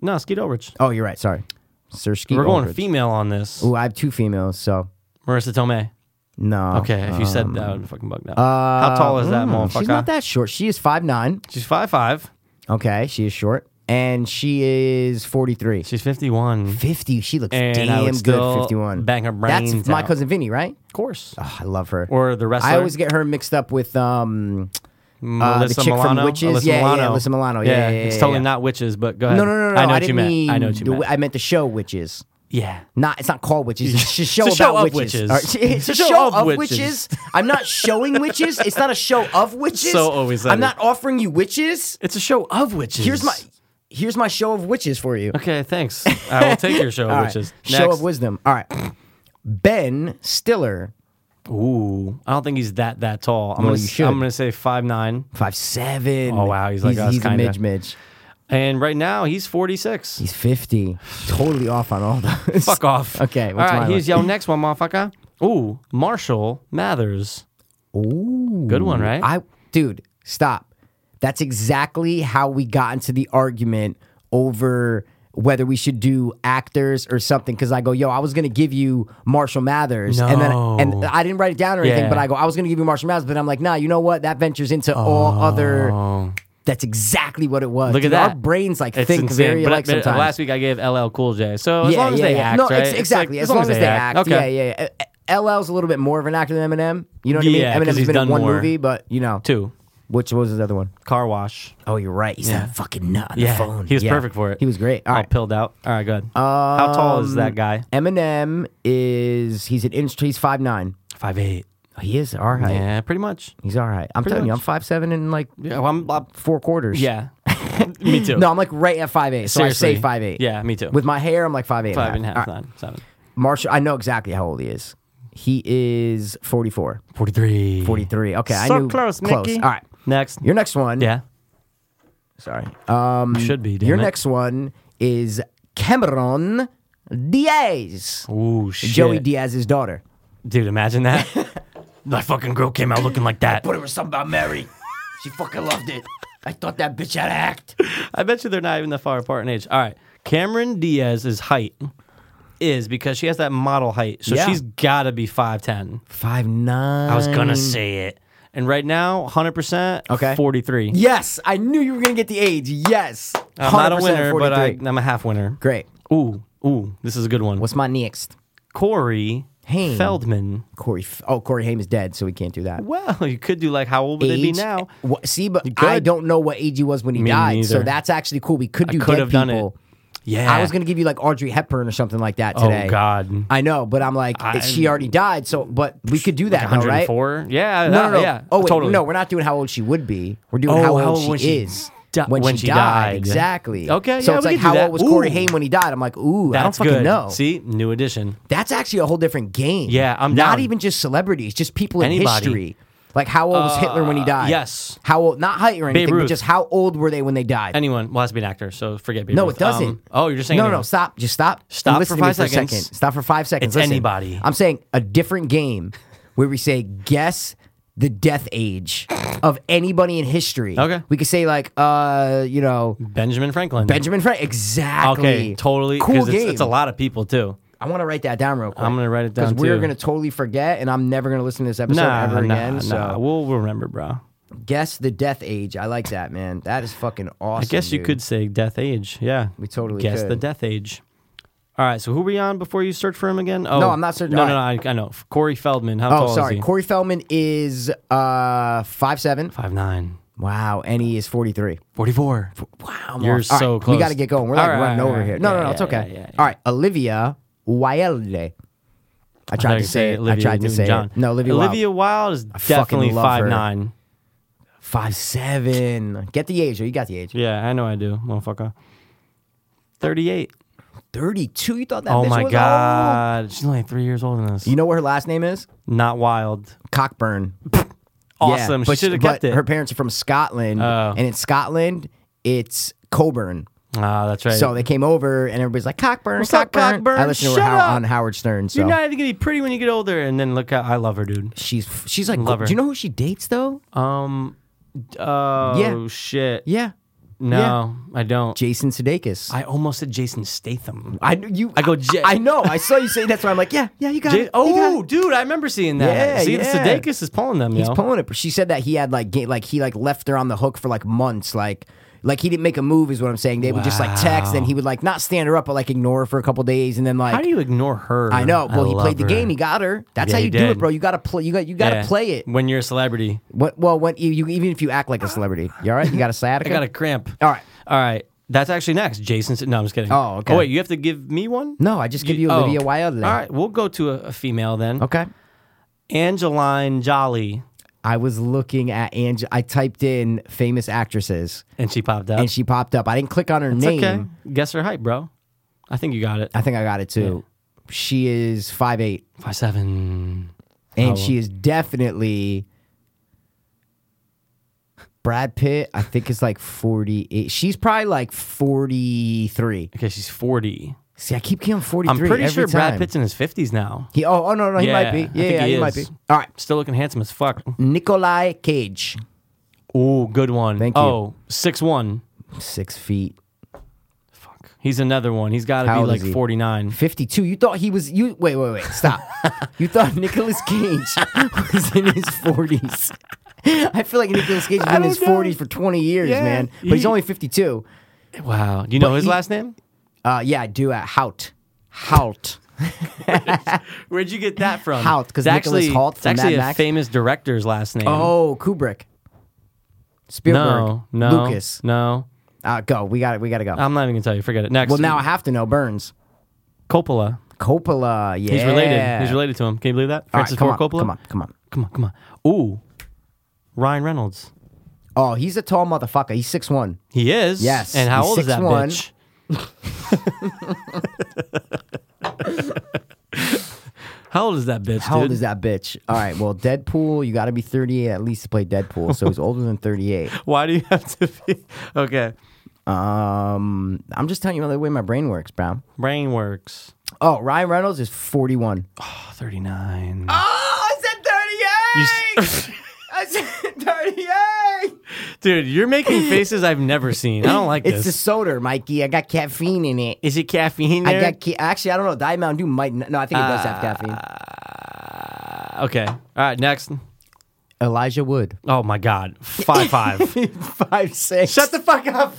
Speaker 4: No, Skeet Ulrich.
Speaker 1: Oh, you're right. Sorry. Sir Skeet
Speaker 4: We're going
Speaker 1: Ulrich.
Speaker 4: female on this.
Speaker 1: Ooh, I have two females, so
Speaker 4: Marissa Tomei.
Speaker 1: no.
Speaker 4: Okay, if you said that, I would fucking bug that. How tall is that
Speaker 1: Mm,
Speaker 4: motherfucker?
Speaker 1: she's not that short. She is 5'9.
Speaker 4: She's five five.
Speaker 1: Okay, she is short. And she is 43.
Speaker 4: She's fifty one.
Speaker 1: 50. She looks
Speaker 4: And I
Speaker 1: damn
Speaker 4: would
Speaker 1: good.
Speaker 4: still
Speaker 1: 51.
Speaker 4: bang her brains
Speaker 1: That's my
Speaker 4: out.
Speaker 1: cousin Vinny, right?
Speaker 4: Of course.
Speaker 1: Oh, I love her.
Speaker 4: Or the wrestler.
Speaker 1: I always get her mixed up with um.
Speaker 4: Melissa
Speaker 1: the chick from
Speaker 4: Milano.
Speaker 1: Witches?
Speaker 4: Alyssa
Speaker 1: Yeah, yeah,
Speaker 4: Milano.
Speaker 1: Alyssa Milano. Yeah, yeah, yeah,
Speaker 4: It's
Speaker 1: yeah,
Speaker 4: totally
Speaker 1: yeah.
Speaker 4: not witches, but go ahead.
Speaker 1: No, no, no, no.
Speaker 4: I know what
Speaker 1: didn't
Speaker 4: you meant.
Speaker 1: mean.
Speaker 4: I know what you
Speaker 1: the-
Speaker 4: meant.
Speaker 1: I meant the show witches.
Speaker 4: yeah.
Speaker 1: Not. It's not called witches. It's a show
Speaker 4: It's a show
Speaker 1: about
Speaker 4: of witches.
Speaker 1: All right, It's a show of witches. I'm not showing witches. It's not a show of witches.
Speaker 4: So always said
Speaker 1: I'm
Speaker 4: it.
Speaker 1: not offering you witches.
Speaker 4: It's a show of witches.
Speaker 1: Here's my. Here's my show of witches for you.
Speaker 4: Okay, thanks. I will take your show
Speaker 1: All
Speaker 4: of
Speaker 1: right.
Speaker 4: witches.
Speaker 1: Show
Speaker 4: Next.
Speaker 1: of wisdom. All right. Ben Stiller,
Speaker 4: Ooh, I don't think he's that that tall. I'm gonna
Speaker 1: you
Speaker 4: s-
Speaker 1: should.
Speaker 4: I'm gonna say five nine.
Speaker 1: five seven.
Speaker 4: Oh, wow, he's like
Speaker 1: he's,
Speaker 4: us,
Speaker 1: he's a
Speaker 4: kinda.
Speaker 1: midge midge.
Speaker 4: And right now he's 46.
Speaker 1: He's 50. Totally off on all those.
Speaker 4: Fuck off.
Speaker 1: Okay, what's
Speaker 4: All
Speaker 1: my
Speaker 4: right, here's
Speaker 1: one?
Speaker 4: your next one, motherfucker. Ooh, Marshall Mathers.
Speaker 1: Ooh.
Speaker 4: Good one, right?
Speaker 1: Mm, I dude, stop. That's exactly how we got into the argument over whether we should do actors or something. Cause I go, yo, I was gonna give you Marshall Mathers. And then
Speaker 4: No.
Speaker 1: and I didn't write it down or anything,
Speaker 4: Yeah.
Speaker 1: but I go, I was gonna give you Marshall Mathers, but I'm like, nah, you know what? That ventures into all other that's exactly what it was.
Speaker 4: Oh. Look at
Speaker 1: Dude, Our
Speaker 4: that.
Speaker 1: brains like
Speaker 4: It's
Speaker 1: think
Speaker 4: insane.
Speaker 1: very
Speaker 4: but
Speaker 1: alike
Speaker 4: but uh,
Speaker 1: sometimes.
Speaker 4: last week I gave LL Cool J. So as long as they act,
Speaker 1: no,
Speaker 4: right?
Speaker 1: ex-
Speaker 4: It's
Speaker 1: exactly.
Speaker 4: like,
Speaker 1: as, long as, they act.
Speaker 4: Okay.
Speaker 1: Yeah, yeah. yeah. Uh, LL's a little bit more of an actor than Eminem. You know what
Speaker 4: Yeah,
Speaker 1: I mean?
Speaker 4: 'cause
Speaker 1: Eminem's
Speaker 4: he's
Speaker 1: been in
Speaker 4: done
Speaker 1: one
Speaker 4: more.
Speaker 1: movie, but you know.
Speaker 4: Two
Speaker 1: Which was his other one?
Speaker 4: car wash.
Speaker 1: Oh, you're right. He's that fucking nut on
Speaker 4: Yeah,
Speaker 1: the phone.
Speaker 4: he was
Speaker 1: Yeah.
Speaker 4: perfect for it.
Speaker 1: He was great. All
Speaker 4: All
Speaker 1: right. Um,
Speaker 4: pilled out. All right, Um, good. How tall is that guy?
Speaker 1: Eminem is he's an inch. He's five nine.
Speaker 4: Five eight.
Speaker 1: Oh, He is all right.
Speaker 4: Yeah, pretty much.
Speaker 1: He's all right. I'm telling you, I'm
Speaker 4: much.
Speaker 1: five seven and like
Speaker 4: Yeah, well, I'm, I'm-
Speaker 1: four quarters.
Speaker 4: yeah. me too.
Speaker 1: No, I'm like right at five eight. So I say
Speaker 4: Seriously.
Speaker 1: five eight.
Speaker 4: Yeah, me too.
Speaker 1: With my hair, I'm like five eight.
Speaker 4: five and a half,
Speaker 1: All right.
Speaker 4: nine, seven.
Speaker 1: Marshall, I know exactly how old he is. He is 44.
Speaker 4: 43.
Speaker 1: 43. Okay, I
Speaker 4: So
Speaker 1: knew
Speaker 4: close, Mickey.
Speaker 1: All right.
Speaker 4: Next.
Speaker 1: Your next one.
Speaker 4: yeah.
Speaker 1: Sorry. Um
Speaker 4: Should be. Damn
Speaker 1: your
Speaker 4: it.
Speaker 1: next one is Cameron Diaz.
Speaker 4: Ooh, shit.
Speaker 1: Joey Diaz's daughter.
Speaker 4: Dude, imagine that. My fucking girl came out looking like that.
Speaker 1: it was something about Mary. she fucking loved it. I thought that bitch had act.
Speaker 4: I bet you they're not even that far apart in age. All right. Cameron Diaz's height is because she has that model height. So
Speaker 1: Yeah.
Speaker 4: she's got to be 5'10.
Speaker 1: Five nine.
Speaker 4: I was going to say it. And right now, 100%,
Speaker 1: Okay.
Speaker 4: 43.
Speaker 1: Yes, I knew you were gonna get the age. Yes.
Speaker 4: I'm not a
Speaker 1: 100%
Speaker 4: winner, but I,
Speaker 1: 43.
Speaker 4: I'm a half winner.
Speaker 1: Great.
Speaker 4: Ooh, ooh, this is a good one.
Speaker 1: What's my next?
Speaker 4: Corey
Speaker 1: Haim.
Speaker 4: Feldman?
Speaker 1: Corey. F- Oh, Corey Haim is dead, so we can't do that.
Speaker 4: Well, you could do like how old would they be
Speaker 1: age.
Speaker 4: now?
Speaker 1: Wha- see, but
Speaker 4: could.
Speaker 1: I don't know what age he was when he
Speaker 4: Me
Speaker 1: died. So
Speaker 4: neither.
Speaker 1: that's actually cool. We could do
Speaker 4: could
Speaker 1: dead
Speaker 4: have done it.
Speaker 1: people.
Speaker 4: Yeah,
Speaker 1: I was gonna give you like Audrey Hepburn or something like that today.
Speaker 4: Oh God,
Speaker 1: I know, but I'm like,
Speaker 4: I-
Speaker 1: she already died. So, but we could do that, though, right?
Speaker 4: 104. Yeah, uh,
Speaker 1: No, no, no.
Speaker 4: yeah.
Speaker 1: oh, wait,
Speaker 4: totally.
Speaker 1: no, we're not doing how old she would be. We're doing
Speaker 4: Oh,
Speaker 1: how
Speaker 4: how
Speaker 1: old
Speaker 4: old when
Speaker 1: she
Speaker 4: she
Speaker 1: is
Speaker 4: di-
Speaker 1: when,
Speaker 4: when
Speaker 1: she
Speaker 4: she
Speaker 1: died.
Speaker 4: died.
Speaker 1: Exactly.
Speaker 4: Okay,
Speaker 1: So
Speaker 4: yeah,
Speaker 1: it's
Speaker 4: we
Speaker 1: like
Speaker 4: could do
Speaker 1: how
Speaker 4: that.
Speaker 1: old was Corey
Speaker 4: Ooh.
Speaker 1: Haim when he died? I'm like, ooh, I don't
Speaker 4: That's
Speaker 1: fucking
Speaker 4: good.
Speaker 1: know.
Speaker 4: See, new edition.
Speaker 1: That's actually a whole different game.
Speaker 4: Yeah, I'm
Speaker 1: not
Speaker 4: down.
Speaker 1: even just celebrities, just people in
Speaker 4: Anybody. Uh,
Speaker 1: history. Like, how old was Hitler when he died?
Speaker 4: yes.
Speaker 1: How old? Not height or anything, but
Speaker 4: Ruth.
Speaker 1: just how old were they when they died?
Speaker 4: Anyone well, it has to be an actor, so forget. Babe
Speaker 1: no,
Speaker 4: Ruth.
Speaker 1: it doesn't.
Speaker 4: Um, oh, you're just saying
Speaker 1: No, no,
Speaker 4: anyone.
Speaker 1: no. Stop. Just stop. and
Speaker 4: Stop
Speaker 1: listen
Speaker 4: for
Speaker 1: to me
Speaker 4: five seconds.
Speaker 1: a second. Stop for five seconds.
Speaker 4: It's
Speaker 1: Listen,
Speaker 4: anybody.
Speaker 1: I'm saying a different game where we say guess the death age of anybody in history.
Speaker 4: Okay.
Speaker 1: We could say like, uh, you know,
Speaker 4: Benjamin Franklin.
Speaker 1: Benjamin Franklin. Exactly.
Speaker 4: Okay, totally. 'cause
Speaker 1: Cool
Speaker 4: it's,
Speaker 1: game.
Speaker 4: It's a lot of people too.
Speaker 1: I want to write that down real quick.
Speaker 4: I'm gonna write it down,
Speaker 1: because we're
Speaker 4: too.
Speaker 1: gonna totally forget, and I'm never gonna listen to this episode
Speaker 4: Nah,
Speaker 1: ever
Speaker 4: nah,
Speaker 1: again.
Speaker 4: nah.
Speaker 1: so
Speaker 4: We'll remember, bro.
Speaker 1: guess the death age. I like that, man. That is fucking awesome.
Speaker 4: I guess you
Speaker 1: dude.
Speaker 4: could say death age. Yeah.
Speaker 1: We totally
Speaker 4: guess the
Speaker 1: could.
Speaker 4: death age. All right. So who were you on before you search for him again? Oh
Speaker 1: No, I'm not searching-
Speaker 4: No,
Speaker 1: all
Speaker 4: no, no. I, I know. Corey Feldman. How
Speaker 1: Oh,
Speaker 4: tall is
Speaker 1: sorry.
Speaker 4: he?
Speaker 1: Corey Feldman is uh five seven.
Speaker 4: Five nine.
Speaker 1: Wow, and he is forty three.
Speaker 4: Forty four.
Speaker 1: Wow, I'm
Speaker 4: You're
Speaker 1: off. All
Speaker 4: so
Speaker 1: right,
Speaker 4: close.
Speaker 1: We got to get going. We're
Speaker 4: All
Speaker 1: like
Speaker 4: right,
Speaker 1: running
Speaker 4: all
Speaker 1: over
Speaker 4: right,
Speaker 1: here.
Speaker 4: yeah,
Speaker 1: No, no,
Speaker 4: yeah,
Speaker 1: no. It's
Speaker 4: yeah,
Speaker 1: okay.
Speaker 4: yeah, yeah.
Speaker 1: All right, Olivia Wilde. I tried to say it. I tried to say
Speaker 4: John.
Speaker 1: it. No, Olivia.
Speaker 4: Olivia Wilde is
Speaker 1: fucking
Speaker 4: definitely
Speaker 1: love
Speaker 4: five
Speaker 1: her.
Speaker 4: nine.
Speaker 1: five seven. Get the age. Or you got the age.
Speaker 4: Yeah, I know. I do, motherfucker. Thirty eight.
Speaker 1: Thirty two. You thought that?
Speaker 4: Oh
Speaker 1: bitch
Speaker 4: my
Speaker 1: was old?
Speaker 4: god, she's only three years older than us.
Speaker 1: You know what her last name is?
Speaker 4: Not wild.
Speaker 1: Cockburn.
Speaker 4: Awesome.
Speaker 1: but
Speaker 4: she should have
Speaker 1: but
Speaker 4: kept it.
Speaker 1: Her parents are from Scotland,
Speaker 4: Oh.
Speaker 1: and in Scotland, it's Coburn.
Speaker 4: Ah, that's right.
Speaker 1: So they came over, and everybody's like Cockburn.
Speaker 4: What's up, Cockburn?
Speaker 1: I listened to her
Speaker 4: Shut
Speaker 1: how-
Speaker 4: up.
Speaker 1: on Howard Stern. So
Speaker 4: you're not even gonna be pretty when you get older. And then look, how, I love her, dude.
Speaker 1: she's she's like.
Speaker 4: Love her.
Speaker 1: Do you know who she dates though?
Speaker 4: Um. Oh
Speaker 1: Yeah.
Speaker 4: shit.
Speaker 1: Uh, yeah,
Speaker 4: No, I don't.
Speaker 1: Jason Sudeikis.
Speaker 4: I almost said Jason Statham.
Speaker 1: I kn- you.
Speaker 4: I go, J-
Speaker 1: I know. I saw you say that's why I'm like, yeah, yeah, you got
Speaker 4: Ja-
Speaker 1: it. you got
Speaker 4: oh,
Speaker 1: it.
Speaker 4: dude, I remember seeing that.
Speaker 1: Yeah,
Speaker 4: See,
Speaker 1: yeah.
Speaker 4: Sudeikis is pulling them.
Speaker 1: he's
Speaker 4: yo.
Speaker 1: pulling it. But she said that he had like, ga- like he like left her on the hook for like months, like. Like he didn't make a move, is what I'm saying. They would just like text, and he would like not stand her up, but like ignore her for a couple days, and then like
Speaker 4: How do you ignore her?
Speaker 1: I know. Well, he
Speaker 4: love
Speaker 1: played the
Speaker 4: her.
Speaker 1: game. He got her. That's
Speaker 4: Yeah,
Speaker 1: how
Speaker 4: he
Speaker 1: you do
Speaker 4: did.
Speaker 1: it, bro. You gotta play. You got. You gotta
Speaker 4: Yeah.
Speaker 1: play it.
Speaker 4: when you're a celebrity.
Speaker 1: What? Well, when you, you even if you act like a celebrity, you all right? You got a
Speaker 4: I
Speaker 1: sciatica.
Speaker 4: got a cramp.
Speaker 1: All right.
Speaker 4: All right. That's actually next. Jason. Sta- No, I'm just kidding.
Speaker 1: Oh, okay.
Speaker 4: Oh, wait, you have to give me one.
Speaker 1: No, I just give you
Speaker 4: oh.
Speaker 1: Olivia Wilde.
Speaker 4: All right, we'll go to a, a female then.
Speaker 1: Okay.
Speaker 4: Angeline Jolly,
Speaker 1: I was looking at Ange. I typed in famous actresses,
Speaker 4: and she popped up.
Speaker 1: and she popped up. I didn't click on her name.
Speaker 4: okay. Guess her height, bro. I think you got it.
Speaker 1: I think I got it too. She is five eight,
Speaker 4: Five seven.
Speaker 1: and she is definitely. Brad Pitt, I think is like 48. She's probably like 43.
Speaker 4: Okay, she's forty.
Speaker 1: See, I keep getting 43
Speaker 4: I'm pretty
Speaker 1: every
Speaker 4: sure Brad
Speaker 1: time.
Speaker 4: Pitt's in his fifties now.
Speaker 1: He oh oh no no he
Speaker 4: Yeah,
Speaker 1: might
Speaker 4: I
Speaker 1: be yeah,
Speaker 4: think
Speaker 1: yeah,
Speaker 4: he
Speaker 1: he, might be
Speaker 4: is.
Speaker 1: all right
Speaker 4: Still looking handsome as fuck.
Speaker 1: Nikolai Cage
Speaker 4: Ooh, good one.
Speaker 1: Thank you.
Speaker 4: Oh, six one.
Speaker 1: six feet
Speaker 4: Fuck. He's another one. He's got to
Speaker 1: How
Speaker 4: be
Speaker 1: old
Speaker 4: like
Speaker 1: is he?
Speaker 4: forty nine.
Speaker 1: fifty two you thought he was you wait wait wait stop you thought Nicolas Cage was in his forties I feel like Nicolas Cage has been in his
Speaker 4: don't know.
Speaker 1: forties for twenty years
Speaker 4: Yeah,
Speaker 1: man but he's
Speaker 4: he-
Speaker 1: only fifty two
Speaker 4: Wow. Do you know his
Speaker 1: he-
Speaker 4: last name?
Speaker 1: uh yeah I do at Hout Hout
Speaker 4: Where'd you get that from?
Speaker 1: Hout, 'cause
Speaker 4: It's actually,
Speaker 1: Nicholas Holt
Speaker 4: it's
Speaker 1: from Mad
Speaker 4: actually a
Speaker 1: Max.
Speaker 4: famous director's last name.
Speaker 1: oh Kubrick Spielberg
Speaker 4: no, no, Um,
Speaker 1: Lucas
Speaker 4: no.
Speaker 1: uh, go we got it we got to go
Speaker 4: I'm not even gonna tell you. Forget it. Next.
Speaker 1: well now I have to know Burns
Speaker 4: Coppola.
Speaker 1: Coppola yeah
Speaker 4: He's related. He's related to him. Can you believe that?
Speaker 1: all right
Speaker 4: Francis
Speaker 1: come on
Speaker 4: Ford Coppola.
Speaker 1: come on come on.
Speaker 4: Come on. Come on. Ooh. Ryan Reynolds.
Speaker 1: Oh, he's a tall motherfucker. He's six one.
Speaker 4: He is.
Speaker 1: Yes,
Speaker 4: And how
Speaker 1: he's
Speaker 4: old is that
Speaker 1: 6'1".
Speaker 4: bitch? how old is that bitch?
Speaker 1: How
Speaker 4: dude?
Speaker 1: old is that bitch? All right, well, Deadpool, you got to be 38 at least to play Deadpool. So he's older than 38.
Speaker 4: Why do you have to be? Okay.
Speaker 1: Um, I'm just telling you the way my brain works, Brown.
Speaker 4: Brain works.
Speaker 1: Oh, Ryan Reynolds is 41.
Speaker 4: Oh, 39.
Speaker 1: Oh, I said
Speaker 4: You s-
Speaker 1: I said 38.
Speaker 4: Dude, you're making faces I've never seen. I don't like
Speaker 1: It's
Speaker 4: this.
Speaker 1: the soda, Mikey. I got caffeine in it.
Speaker 4: is it caffeine?
Speaker 1: I
Speaker 4: There?
Speaker 1: got ca- actually, I don't know. Diet Mountain Dew might n- no. I think it does have caffeine.
Speaker 4: Uh, okay. All right. Next.
Speaker 1: Elijah Wood,
Speaker 4: Oh my God. Five five.
Speaker 1: five six.
Speaker 4: Shut the fuck up.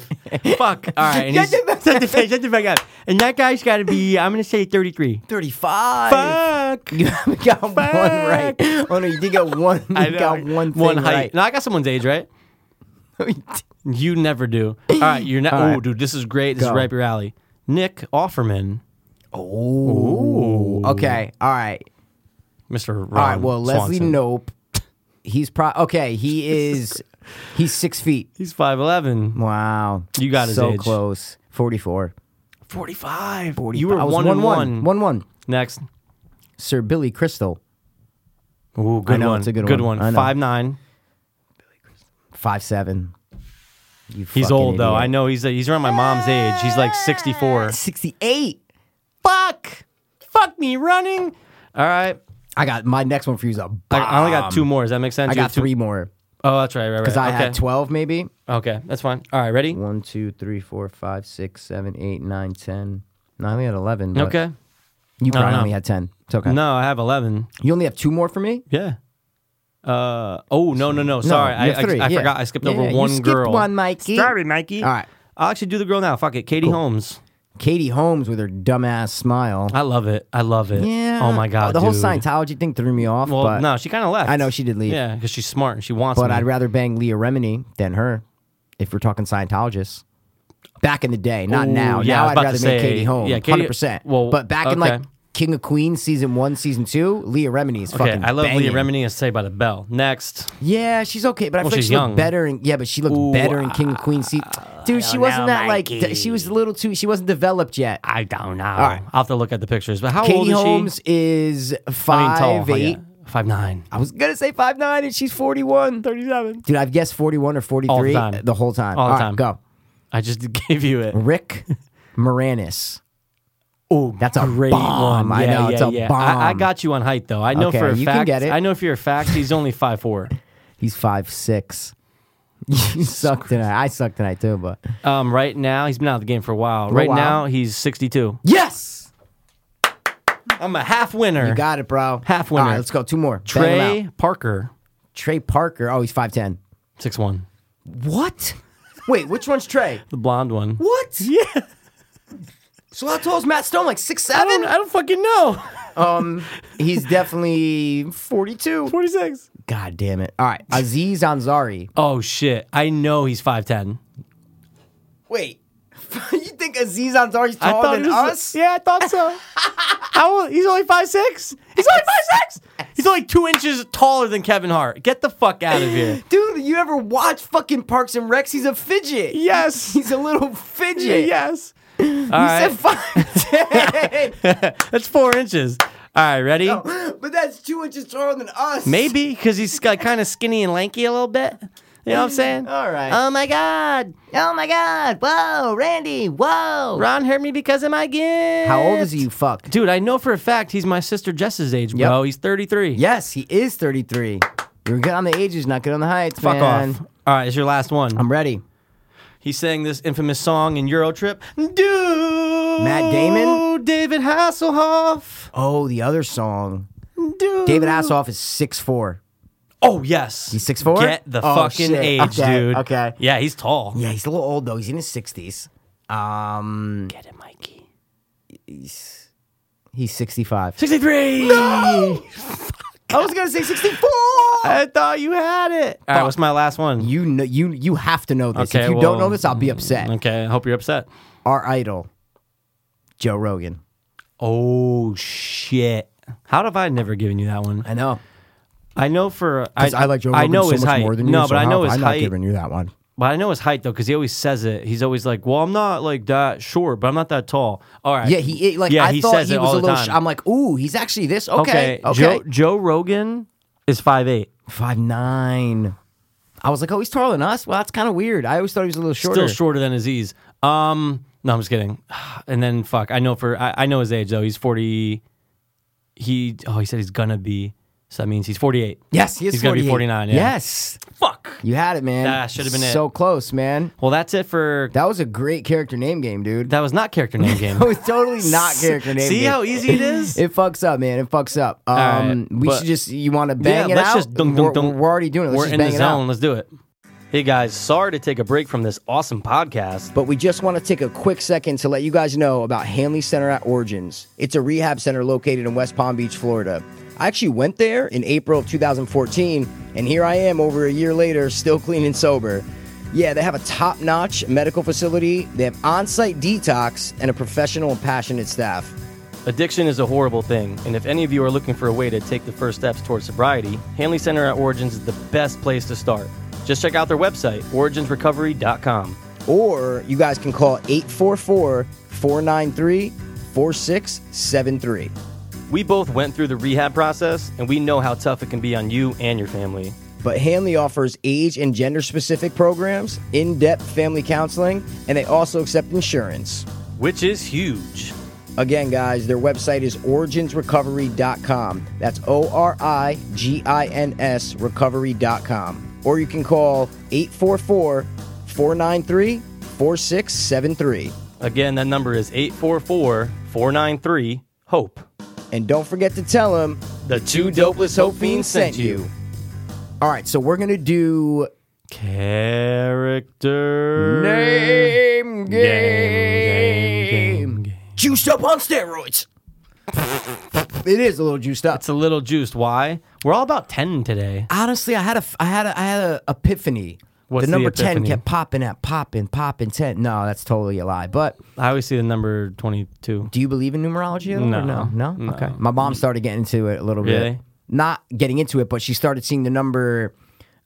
Speaker 4: Fuck. All right. and
Speaker 1: Shut
Speaker 4: he's-
Speaker 1: the fuck
Speaker 4: shut, the, fuck- shut the fuck up. And that guy's got to be, I'm going to say 33.
Speaker 1: 35.
Speaker 4: Fuck.
Speaker 1: You haven't got one right. Oh no, you did get one. You
Speaker 4: I know.
Speaker 1: got one thing
Speaker 4: One height.
Speaker 1: right.
Speaker 4: No, I got someone's age, right? You never do. All right. You're not.
Speaker 1: All
Speaker 4: Oh,
Speaker 1: right.
Speaker 4: dude, this is great. This is
Speaker 1: Go.
Speaker 4: right up your alley. Nick Offerman,
Speaker 1: oh. Okay. All right.
Speaker 4: Mr. Ron
Speaker 1: All right. Well, Leslie
Speaker 4: Swanson.
Speaker 1: Nope. He's pro. Okay. He is. he's six feet.
Speaker 4: He's 5'11.
Speaker 1: Wow.
Speaker 4: You got his
Speaker 1: so
Speaker 4: age.
Speaker 1: close. Forty-four.
Speaker 4: 45. You were
Speaker 1: I was
Speaker 4: one, and one.
Speaker 1: One one.
Speaker 4: Next.
Speaker 1: Sir Billy Crystal.
Speaker 4: Ooh, good
Speaker 1: I know,
Speaker 4: one.
Speaker 1: it's a good
Speaker 4: good
Speaker 1: one.
Speaker 4: one.
Speaker 1: I know.
Speaker 4: Five nine.
Speaker 1: Five seven. You
Speaker 4: He's
Speaker 1: fucking
Speaker 4: old though.
Speaker 1: idiot.
Speaker 4: I know he's he's around my mom's age. He's like sixty four.
Speaker 1: Sixty-eight.
Speaker 4: Fuck. Fuck me running. All right.
Speaker 1: I got my next one for you is a bomb.
Speaker 4: I, I only got two more. Does that make sense?
Speaker 1: I
Speaker 4: You
Speaker 1: got
Speaker 4: have two-
Speaker 1: three more
Speaker 4: Oh, that's right. Right.
Speaker 1: because
Speaker 4: right.
Speaker 1: I
Speaker 4: okay.
Speaker 1: had twelve maybe.
Speaker 4: Okay, that's fine. All right, ready?
Speaker 1: One, two, three, four, five, six, seven, eight, nine, ten. No, I only had eleven. but
Speaker 4: Okay.
Speaker 1: You probably
Speaker 4: no.
Speaker 1: only had ten. It's okay.
Speaker 4: No, I have eleven.
Speaker 1: You only have two more for me.
Speaker 4: Yeah. Uh oh no no no sorry
Speaker 1: you have
Speaker 4: I,
Speaker 1: three,
Speaker 4: I, I
Speaker 1: yeah.
Speaker 4: forgot I skipped
Speaker 1: Yeah,
Speaker 4: over
Speaker 1: yeah, you
Speaker 4: one
Speaker 1: skipped
Speaker 4: girl
Speaker 1: one, Mikey.
Speaker 4: sorry Mikey
Speaker 1: All right.
Speaker 4: I'll actually do the girl now fuck it Katie Holmes
Speaker 1: Katie Holmes with her dumbass smile.
Speaker 4: I love it I love it
Speaker 1: yeah.
Speaker 4: oh my god
Speaker 1: The whole
Speaker 4: dude.
Speaker 1: Scientology thing threw me off.
Speaker 4: well
Speaker 1: but,
Speaker 4: no she kind of left
Speaker 1: I know she did leave.
Speaker 4: yeah because she's smart and she wants
Speaker 1: But
Speaker 4: me.
Speaker 1: I'd rather bang Leah Remini than her. If we're talking Scientologists. Back in the day, not
Speaker 4: Ooh,
Speaker 1: now.
Speaker 4: yeah, I
Speaker 1: now
Speaker 4: was
Speaker 1: I'd
Speaker 4: about
Speaker 1: rather
Speaker 4: to
Speaker 1: make
Speaker 4: say,
Speaker 1: Katie Holmes.
Speaker 4: yeah, Katie-
Speaker 1: hundred percent.
Speaker 4: well,
Speaker 1: but back in like
Speaker 4: okay.
Speaker 1: King of Queens season one, season two, Leah Remini's
Speaker 4: okay
Speaker 1: fucking.
Speaker 4: I love
Speaker 1: banging.
Speaker 4: Leah Remini and Say by the Bell next
Speaker 1: Yeah, she's okay, but I
Speaker 4: Well,
Speaker 1: feel like
Speaker 4: she's
Speaker 1: she looked
Speaker 4: young.
Speaker 1: better in yeah, but she looked
Speaker 4: Ooh, uh,
Speaker 1: better in King of Queens. See, dude, she wasn't that like d- she was a little too she wasn't developed yet.
Speaker 4: I don't know
Speaker 1: right.
Speaker 4: I'll have to look at the pictures but how old
Speaker 1: Katie
Speaker 4: is
Speaker 1: Holmes is
Speaker 4: she I mean
Speaker 1: five
Speaker 4: tall
Speaker 1: eight.
Speaker 4: Oh, yeah. five nine
Speaker 1: I was gonna say five nine, and she's forty one.
Speaker 4: thirty seven
Speaker 1: Dude, I've guessed forty one or forty
Speaker 4: All the
Speaker 1: three
Speaker 4: time.
Speaker 1: the whole time.
Speaker 4: All the
Speaker 1: right,
Speaker 4: time.
Speaker 1: go,
Speaker 4: I just gave you it
Speaker 1: Rick Moranis.
Speaker 4: Oh,
Speaker 1: That's a
Speaker 4: great
Speaker 1: bomb.
Speaker 4: one.
Speaker 1: I
Speaker 4: Yeah,
Speaker 1: know,
Speaker 4: yeah,
Speaker 1: it's a
Speaker 4: yeah.
Speaker 1: bomb.
Speaker 4: I, I got you on height though. I know
Speaker 1: Okay,
Speaker 4: for a
Speaker 1: you can
Speaker 4: fact.
Speaker 1: get it.
Speaker 4: I know for a fact he's only five four.
Speaker 1: He's five six. You suck tonight. I suck tonight too, but
Speaker 4: Um, right now he's been out of the game for a while. Right
Speaker 1: while.
Speaker 4: now he's sixty two.
Speaker 1: yes,
Speaker 4: I'm a half winner.
Speaker 1: you got it, bro.
Speaker 4: Half
Speaker 1: All
Speaker 4: winner.
Speaker 1: right, let's go. Two more. Bang 'em out.
Speaker 4: Trey Parker,
Speaker 1: Trey Parker. Oh, he's five ten.
Speaker 4: six one,
Speaker 1: What? Wait, which one's Trey?
Speaker 4: the blonde one.
Speaker 1: What?
Speaker 4: Yeah,
Speaker 1: So how tall is Matt Stone? Like six
Speaker 4: I don't,
Speaker 1: seven?
Speaker 4: I don't fucking know.
Speaker 1: Um, he's definitely forty two.
Speaker 4: Forty six.
Speaker 1: God damn it! All right, Aziz Ansari.
Speaker 4: Oh shit! I know he's five ten.
Speaker 1: Wait, you think Aziz Ansari's
Speaker 4: I
Speaker 1: taller than
Speaker 4: he was-
Speaker 1: us?
Speaker 4: Yeah, I thought so. How old? He's only five six. He's only five six. He's only two inches taller than Kevin Hart. Get the fuck out of here.
Speaker 1: Dude, you ever watch fucking Parks and Recs? He's a fidget.
Speaker 4: Yes.
Speaker 1: he's a little fidget.
Speaker 4: Yes.
Speaker 1: you
Speaker 4: right.
Speaker 1: said five ten,
Speaker 4: That's four inches. All right, ready?
Speaker 1: but that's two inches taller than us.
Speaker 4: Maybe because he's like, kind of skinny and lanky a little bit. You know what I'm saying?
Speaker 1: All right.
Speaker 4: Oh my God,
Speaker 1: Oh my God! Whoa, Randy! Whoa!
Speaker 4: Ron hurt me because of my gift.
Speaker 1: How old is he? You fuck.
Speaker 4: Dude, I know for a fact he's my sister Jess's age, bro.
Speaker 1: Yep.
Speaker 4: He's 33.
Speaker 1: Yes, he is 33. You're good on the ages, not good on the heights,
Speaker 4: Fuck
Speaker 1: man.
Speaker 4: off. All right, it's your last one.
Speaker 1: I'm ready.
Speaker 4: he sang this infamous song in Eurotrip. Dude.
Speaker 1: Matt Damon?
Speaker 4: David Hasselhoff.
Speaker 1: Oh, the other song.
Speaker 4: Dude.
Speaker 1: David Hasselhoff is 6'4".
Speaker 4: Oh, yes.
Speaker 1: He's 6'4"?
Speaker 4: Get the
Speaker 1: Oh,
Speaker 4: fucking
Speaker 1: shit.
Speaker 4: age,
Speaker 1: Okay,
Speaker 4: dude.
Speaker 1: okay.
Speaker 4: Yeah, he's tall.
Speaker 1: Yeah, he's a little old, though. He's in his 60s. Um,
Speaker 4: Get it, Mikey.
Speaker 1: He's 65.
Speaker 4: 63.
Speaker 1: I was going to say 64!
Speaker 4: I thought you had it. All right, what's my last one?
Speaker 1: You know, you you have to know this. if
Speaker 4: Okay,
Speaker 1: you
Speaker 4: well,
Speaker 1: don't know this, I'll be upset.
Speaker 4: Okay, I hope you're upset.
Speaker 1: Our idol, Joe Rogan.
Speaker 4: Oh shit! How have I never given you that one?
Speaker 1: I know.
Speaker 4: I know for
Speaker 1: 'Cause I, like Joe Rogan
Speaker 4: I know
Speaker 1: so
Speaker 4: his
Speaker 1: much
Speaker 4: height.
Speaker 1: more than you.
Speaker 4: no,
Speaker 1: so
Speaker 4: but I
Speaker 1: how
Speaker 4: know
Speaker 1: have
Speaker 4: his
Speaker 1: I not
Speaker 4: height.
Speaker 1: giving you that one.
Speaker 4: But I know his height though, because he always says it. He's always like, "Well, I'm not like that short, but I'm not that tall." All right.
Speaker 1: Yeah, he like
Speaker 4: Yeah,
Speaker 1: I
Speaker 4: he
Speaker 1: thought
Speaker 4: says
Speaker 1: he
Speaker 4: it
Speaker 1: was
Speaker 4: all
Speaker 1: a
Speaker 4: the
Speaker 1: little.
Speaker 4: time.
Speaker 1: Sh- I'm like, ooh, he's actually this. Okay, okay.
Speaker 4: Joe Joe Rogan is five eight.
Speaker 1: Five nine. I was like, oh, he's taller than us. Well, that's kind of weird. I always thought he was a little shorter.
Speaker 4: Still shorter than Aziz. Um, no, I'm just kidding. And then fuck, I know for I, I know his age though. He's forty. He oh he said he's gonna be so that means he's forty eight.
Speaker 1: Yes, he is.
Speaker 4: He's gonna be 49, yeah.
Speaker 1: Yes,
Speaker 4: Fuck.
Speaker 1: you had it, man.
Speaker 4: That should've been it.
Speaker 1: So close, man.
Speaker 4: Well, that's it for
Speaker 1: That was a great character name game, dude.
Speaker 4: that was not character name game.
Speaker 1: That was totally not character name.
Speaker 4: See
Speaker 1: game.
Speaker 4: how easy it is.
Speaker 1: It fucks up, man. It fucks up. Um,
Speaker 4: right,
Speaker 1: we
Speaker 4: but-
Speaker 1: should just. You want to bang
Speaker 4: yeah,
Speaker 1: it
Speaker 4: let's
Speaker 1: out?
Speaker 4: just dunk,
Speaker 1: we're,
Speaker 4: dunk, dunk.
Speaker 1: we're already doing it. Let's
Speaker 4: We're
Speaker 1: just
Speaker 4: in
Speaker 1: bang
Speaker 4: the
Speaker 1: it
Speaker 4: zone.
Speaker 1: out.
Speaker 4: Let's do it. Hey guys, sorry to take a break from this awesome podcast.
Speaker 1: But we just want to take a quick second to let you guys know about Hanley Center at Origins. It's a rehab center located in West Palm Beach, Florida. I actually went there in April of 2014, and here I am over a year later, still clean and sober. Yeah, they have a top notch medical facility, they have on site detox, and a professional and passionate staff.
Speaker 4: Addiction is a horrible thing, and if any of you are looking for a way to take the first steps towards sobriety, Hanley Center at Origins is the best place to start. Just check out their website, originsrecovery.com.
Speaker 1: Or you guys can call 844 493 4673.
Speaker 3: We both went through the rehab process, and we know how tough it can be on you and your family.
Speaker 1: But Hanley offers age and gender specific programs, in depth family counseling, and they also accept insurance.
Speaker 3: which is huge.
Speaker 1: Again, guys, their website is originsrecovery.com. That's O R I G I N S recovery.com. Or you can call 844 493 4673.
Speaker 3: Again, that number is 844 493 HOPE.
Speaker 1: And don't forget to tell them
Speaker 3: E. The two dopeless Hope E Fiends sent you.
Speaker 1: All right, so we're going to do
Speaker 3: Character.
Speaker 1: Name Game.
Speaker 3: game, game.
Speaker 1: Juiced up on steroids. it is a little juiced up.
Speaker 3: It's a little juiced. Why? We're all about 10 today.
Speaker 1: honestly, I had a, I had a, I had a epiphany.
Speaker 3: What's
Speaker 1: the
Speaker 3: the
Speaker 1: number ten
Speaker 3: epiphany?
Speaker 1: kept popping up, popping, popping ten. No, that's totally a lie. But
Speaker 3: I always see the number 22.
Speaker 1: do you believe in numerology? At all, or
Speaker 3: No.
Speaker 1: no, no, Okay, my mom started getting into it a little bit.
Speaker 3: Really?
Speaker 1: Not getting into it, but she started seeing the number.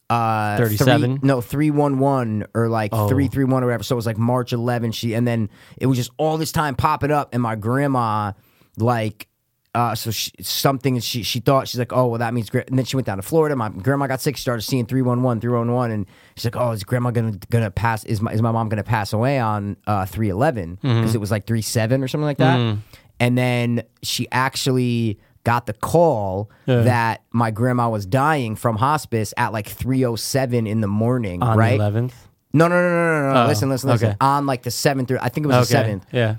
Speaker 1: Uh, three-
Speaker 3: 37?
Speaker 1: no, three one one or like three three one or whatever. So it was like March 11. She and then it was just all this time popping up, and my grandma like. Uh, so she, something she she thought she's like oh well that means gra-. and then she went down to Florida my grandma got sick she started seeing 311 311 and she's like oh is grandma gonna gonna pass is my is my mom gonna pass away on uh 311 because it was like 37 or something like that and then she actually got the call that my grandma was dying from hospice at like 307 in the morning
Speaker 3: On
Speaker 1: right
Speaker 3: the 11th.
Speaker 1: no, no, no, no, no, no.
Speaker 3: Oh,
Speaker 1: listen, listen, listen.
Speaker 3: okay.
Speaker 1: On like the seventh, or I think it was the seventh.
Speaker 3: Yeah.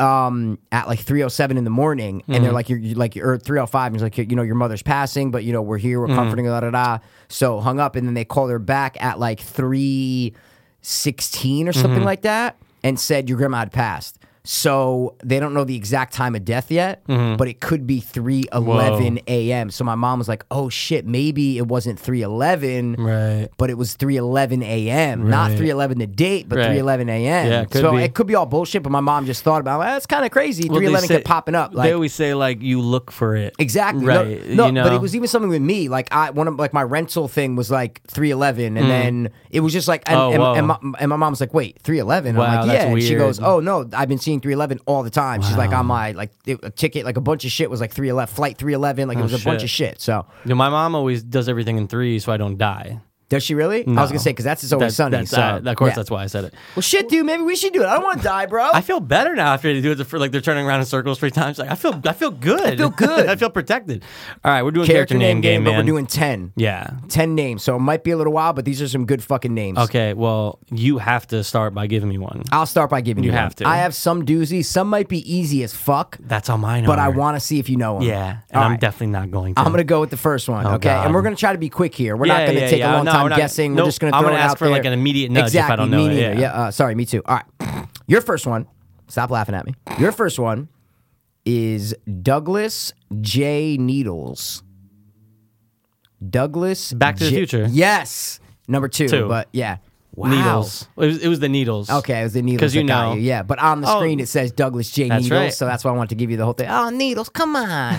Speaker 1: Um, at like three oh seven in the morning, and
Speaker 3: Mm-hmm.
Speaker 1: they're like, you're, you're like, or three oh five, and it's like, you know, your mother's passing, but you know, we're
Speaker 3: Mm-hmm.
Speaker 1: here, we're comforting, her, da da da. So hung up, and then they called her back at like three sixteen or something
Speaker 3: Mm-hmm.
Speaker 1: like that, and said your grandma had passed. So they don't know the exact time of death yet,
Speaker 3: Mm-hmm.
Speaker 1: but it could be three eleven a.m. So my mom was like, "Oh shit, maybe it wasn't three eleven,
Speaker 3: Right.
Speaker 1: but it was 3:11 a.m. Not 3:11 the date, but
Speaker 3: Right.
Speaker 1: 3:11 a.m.
Speaker 3: Yeah, it could
Speaker 1: so
Speaker 3: be.
Speaker 1: it could be all bullshit. But my mom just thought about it. Well, that's kind of crazy. 3:11 kept popping up. Like,
Speaker 4: they always say like you look for it.
Speaker 1: Exactly. No-
Speaker 4: Right.
Speaker 1: No,
Speaker 4: you know?
Speaker 1: but it was even something with me. Like I one of like my rental thing was like three eleven, and then it was just like and,
Speaker 4: Hmm. Oh,
Speaker 1: and,
Speaker 4: whoa.
Speaker 1: and, my, and my mom's like, wait, three eleven. I'm
Speaker 4: Wow,
Speaker 1: like,
Speaker 4: that's
Speaker 1: yeah. And she
Speaker 4: weird.
Speaker 1: goes, oh no, I've been seeing three eleven all the time. She's like on my like it- a ticket, like a bunch of shit was like three eleven, flight three eleven. Like it was a bunch
Speaker 4: Oh, shit.
Speaker 1: of shit. So
Speaker 4: You know, my mom always does everything in three, so I don't die.
Speaker 1: does she really? I was gonna say because that's it's always
Speaker 4: That's,
Speaker 1: Oh, sunny.
Speaker 4: that's
Speaker 1: so,
Speaker 4: uh, of course
Speaker 1: yeah.
Speaker 4: that's why I said it.
Speaker 1: Well, shit, dude. Maybe we should do it. I don't want to die, bro.
Speaker 4: I feel better now after they do it. For like they're turning around in circles three times. Like I feel, I feel good. I
Speaker 1: feel good.
Speaker 4: I feel protected. All right, we're doing character, name, game,
Speaker 1: but
Speaker 4: man.
Speaker 1: we're doing 10.
Speaker 4: yeah.
Speaker 1: 10 names. So it might be a little while, but these are some good fucking names.
Speaker 4: Okay. Well, you have to start by giving me one.
Speaker 1: I'll start by giving you,
Speaker 4: You
Speaker 1: one.
Speaker 4: have to.
Speaker 1: I have some doozies. Some might be easy as fuck,
Speaker 4: That's all mine.
Speaker 1: but
Speaker 4: are.
Speaker 1: I want to see if you know them.
Speaker 4: Yeah, and
Speaker 1: All
Speaker 4: I'm
Speaker 1: right.
Speaker 4: definitely not going to.
Speaker 1: I'm going to go with the first one. okay.
Speaker 4: Oh, God.
Speaker 1: And we're going to try to be quick here. We're
Speaker 4: Yeah,
Speaker 1: not going to
Speaker 4: yeah,
Speaker 1: take
Speaker 4: yeah.
Speaker 1: a long
Speaker 4: No,
Speaker 1: time
Speaker 4: we're not-
Speaker 1: guessing.
Speaker 4: nope.
Speaker 1: We're just going to
Speaker 4: I'm
Speaker 1: throw
Speaker 4: gonna
Speaker 1: it
Speaker 4: ask
Speaker 1: out
Speaker 4: for, like,
Speaker 1: there.
Speaker 4: an immediate nudge if I
Speaker 1: exactly,
Speaker 4: don't know
Speaker 1: me
Speaker 4: it,
Speaker 1: neither.
Speaker 4: yeah.
Speaker 1: Yeah. uh, sorry, me too. All right. Your first one. Stop laughing at me. Your first one is Douglas J. Needles. Douglas
Speaker 4: Back to the
Speaker 1: J-
Speaker 4: Future.
Speaker 1: Yes. Number two,
Speaker 4: Two.
Speaker 1: But yeah. Wow.
Speaker 4: needles. It was, it was the needles.
Speaker 1: Okay, it was the needles.
Speaker 4: 'Cause you
Speaker 1: that got
Speaker 4: know.
Speaker 1: you. yeah. But on the
Speaker 4: Oh,
Speaker 1: screen, it says Douglas J.
Speaker 4: that's
Speaker 1: Needles,
Speaker 4: right.
Speaker 1: so that's why I wanted to give you the whole thing. Oh, needles, come on.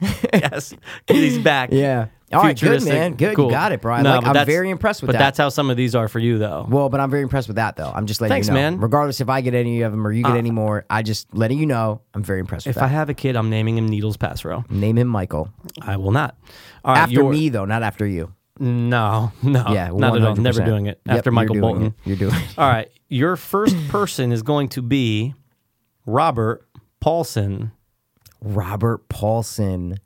Speaker 4: yes. He's back.
Speaker 1: Yeah. All right, good,
Speaker 4: Futuristic.
Speaker 1: man. Good, you
Speaker 4: Cool.
Speaker 1: got it, Brian.
Speaker 4: No,
Speaker 1: Like,
Speaker 4: but
Speaker 1: I'm
Speaker 4: that's-
Speaker 1: very impressed with
Speaker 4: But
Speaker 1: that.
Speaker 4: that's how some of these are for you, though.
Speaker 1: Well, but I'm very impressed with that, though. I'm just letting
Speaker 4: Thanks,
Speaker 1: you know.
Speaker 4: man. Uh,
Speaker 1: Regardless if I get any of them or you get any more, I just letting you know I'm very impressed with
Speaker 4: If
Speaker 1: that.
Speaker 4: I have a kid, I'm naming him Needles Passrow.
Speaker 1: Name him Michael.
Speaker 4: I will not. All right,
Speaker 1: After
Speaker 4: your-
Speaker 1: me, though, not after you.
Speaker 4: No, no.
Speaker 1: Yeah,
Speaker 4: Uh, not at all.
Speaker 1: 100%.
Speaker 4: Never doing it.
Speaker 1: Yep,
Speaker 4: After
Speaker 1: you're
Speaker 4: Michael
Speaker 1: doing
Speaker 4: Bolton.
Speaker 1: it. You're doing it.
Speaker 4: All right, your first person is going to be Robert Paulson.
Speaker 1: Robert Paulson.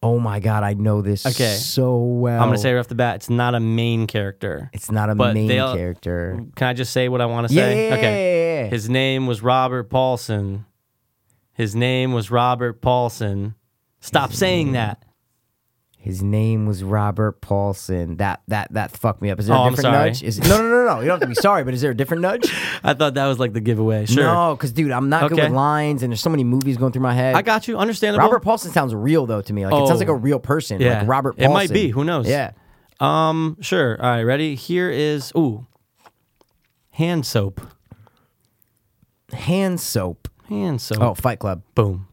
Speaker 1: Oh my God, I know this
Speaker 4: Okay.
Speaker 1: so well.
Speaker 4: I'm going to say right off the bat, it's not a main character.
Speaker 1: it's not a
Speaker 4: but
Speaker 1: main
Speaker 4: they'll-
Speaker 1: character.
Speaker 4: Can I just say what I want to
Speaker 1: Yeah,
Speaker 4: say?
Speaker 1: yeah,
Speaker 4: okay.
Speaker 1: yeah, yeah, yeah.
Speaker 4: His name was Robert Paulson. His name was Robert Paulson. Stop saying that.
Speaker 1: His name was Robert Paulson. That that that fucked me up. Is there
Speaker 4: Oh,
Speaker 1: a
Speaker 4: I'm
Speaker 1: different
Speaker 4: sorry.
Speaker 1: nudge? Is, no, no, no, no. You don't have to be sorry, but is there a different nudge?
Speaker 4: I thought that was like the giveaway. Sure.
Speaker 1: No, because dude, I'm not good
Speaker 4: Okay.
Speaker 1: with lines, and there's so many movies going through my head.
Speaker 4: I got you. Understandable.
Speaker 1: Robert Paulson sounds real though to me. Like it sounds like
Speaker 4: Oh.
Speaker 1: a real person.
Speaker 4: Yeah.
Speaker 1: Like Robert
Speaker 4: It
Speaker 1: Paulson.
Speaker 4: might be. Who knows?
Speaker 1: Yeah.
Speaker 4: Um, sure. All right, ready? Here is ooh. Hand soap.
Speaker 1: Hand soap.
Speaker 4: Hand soap.
Speaker 1: Oh, Fight Club.
Speaker 4: boom.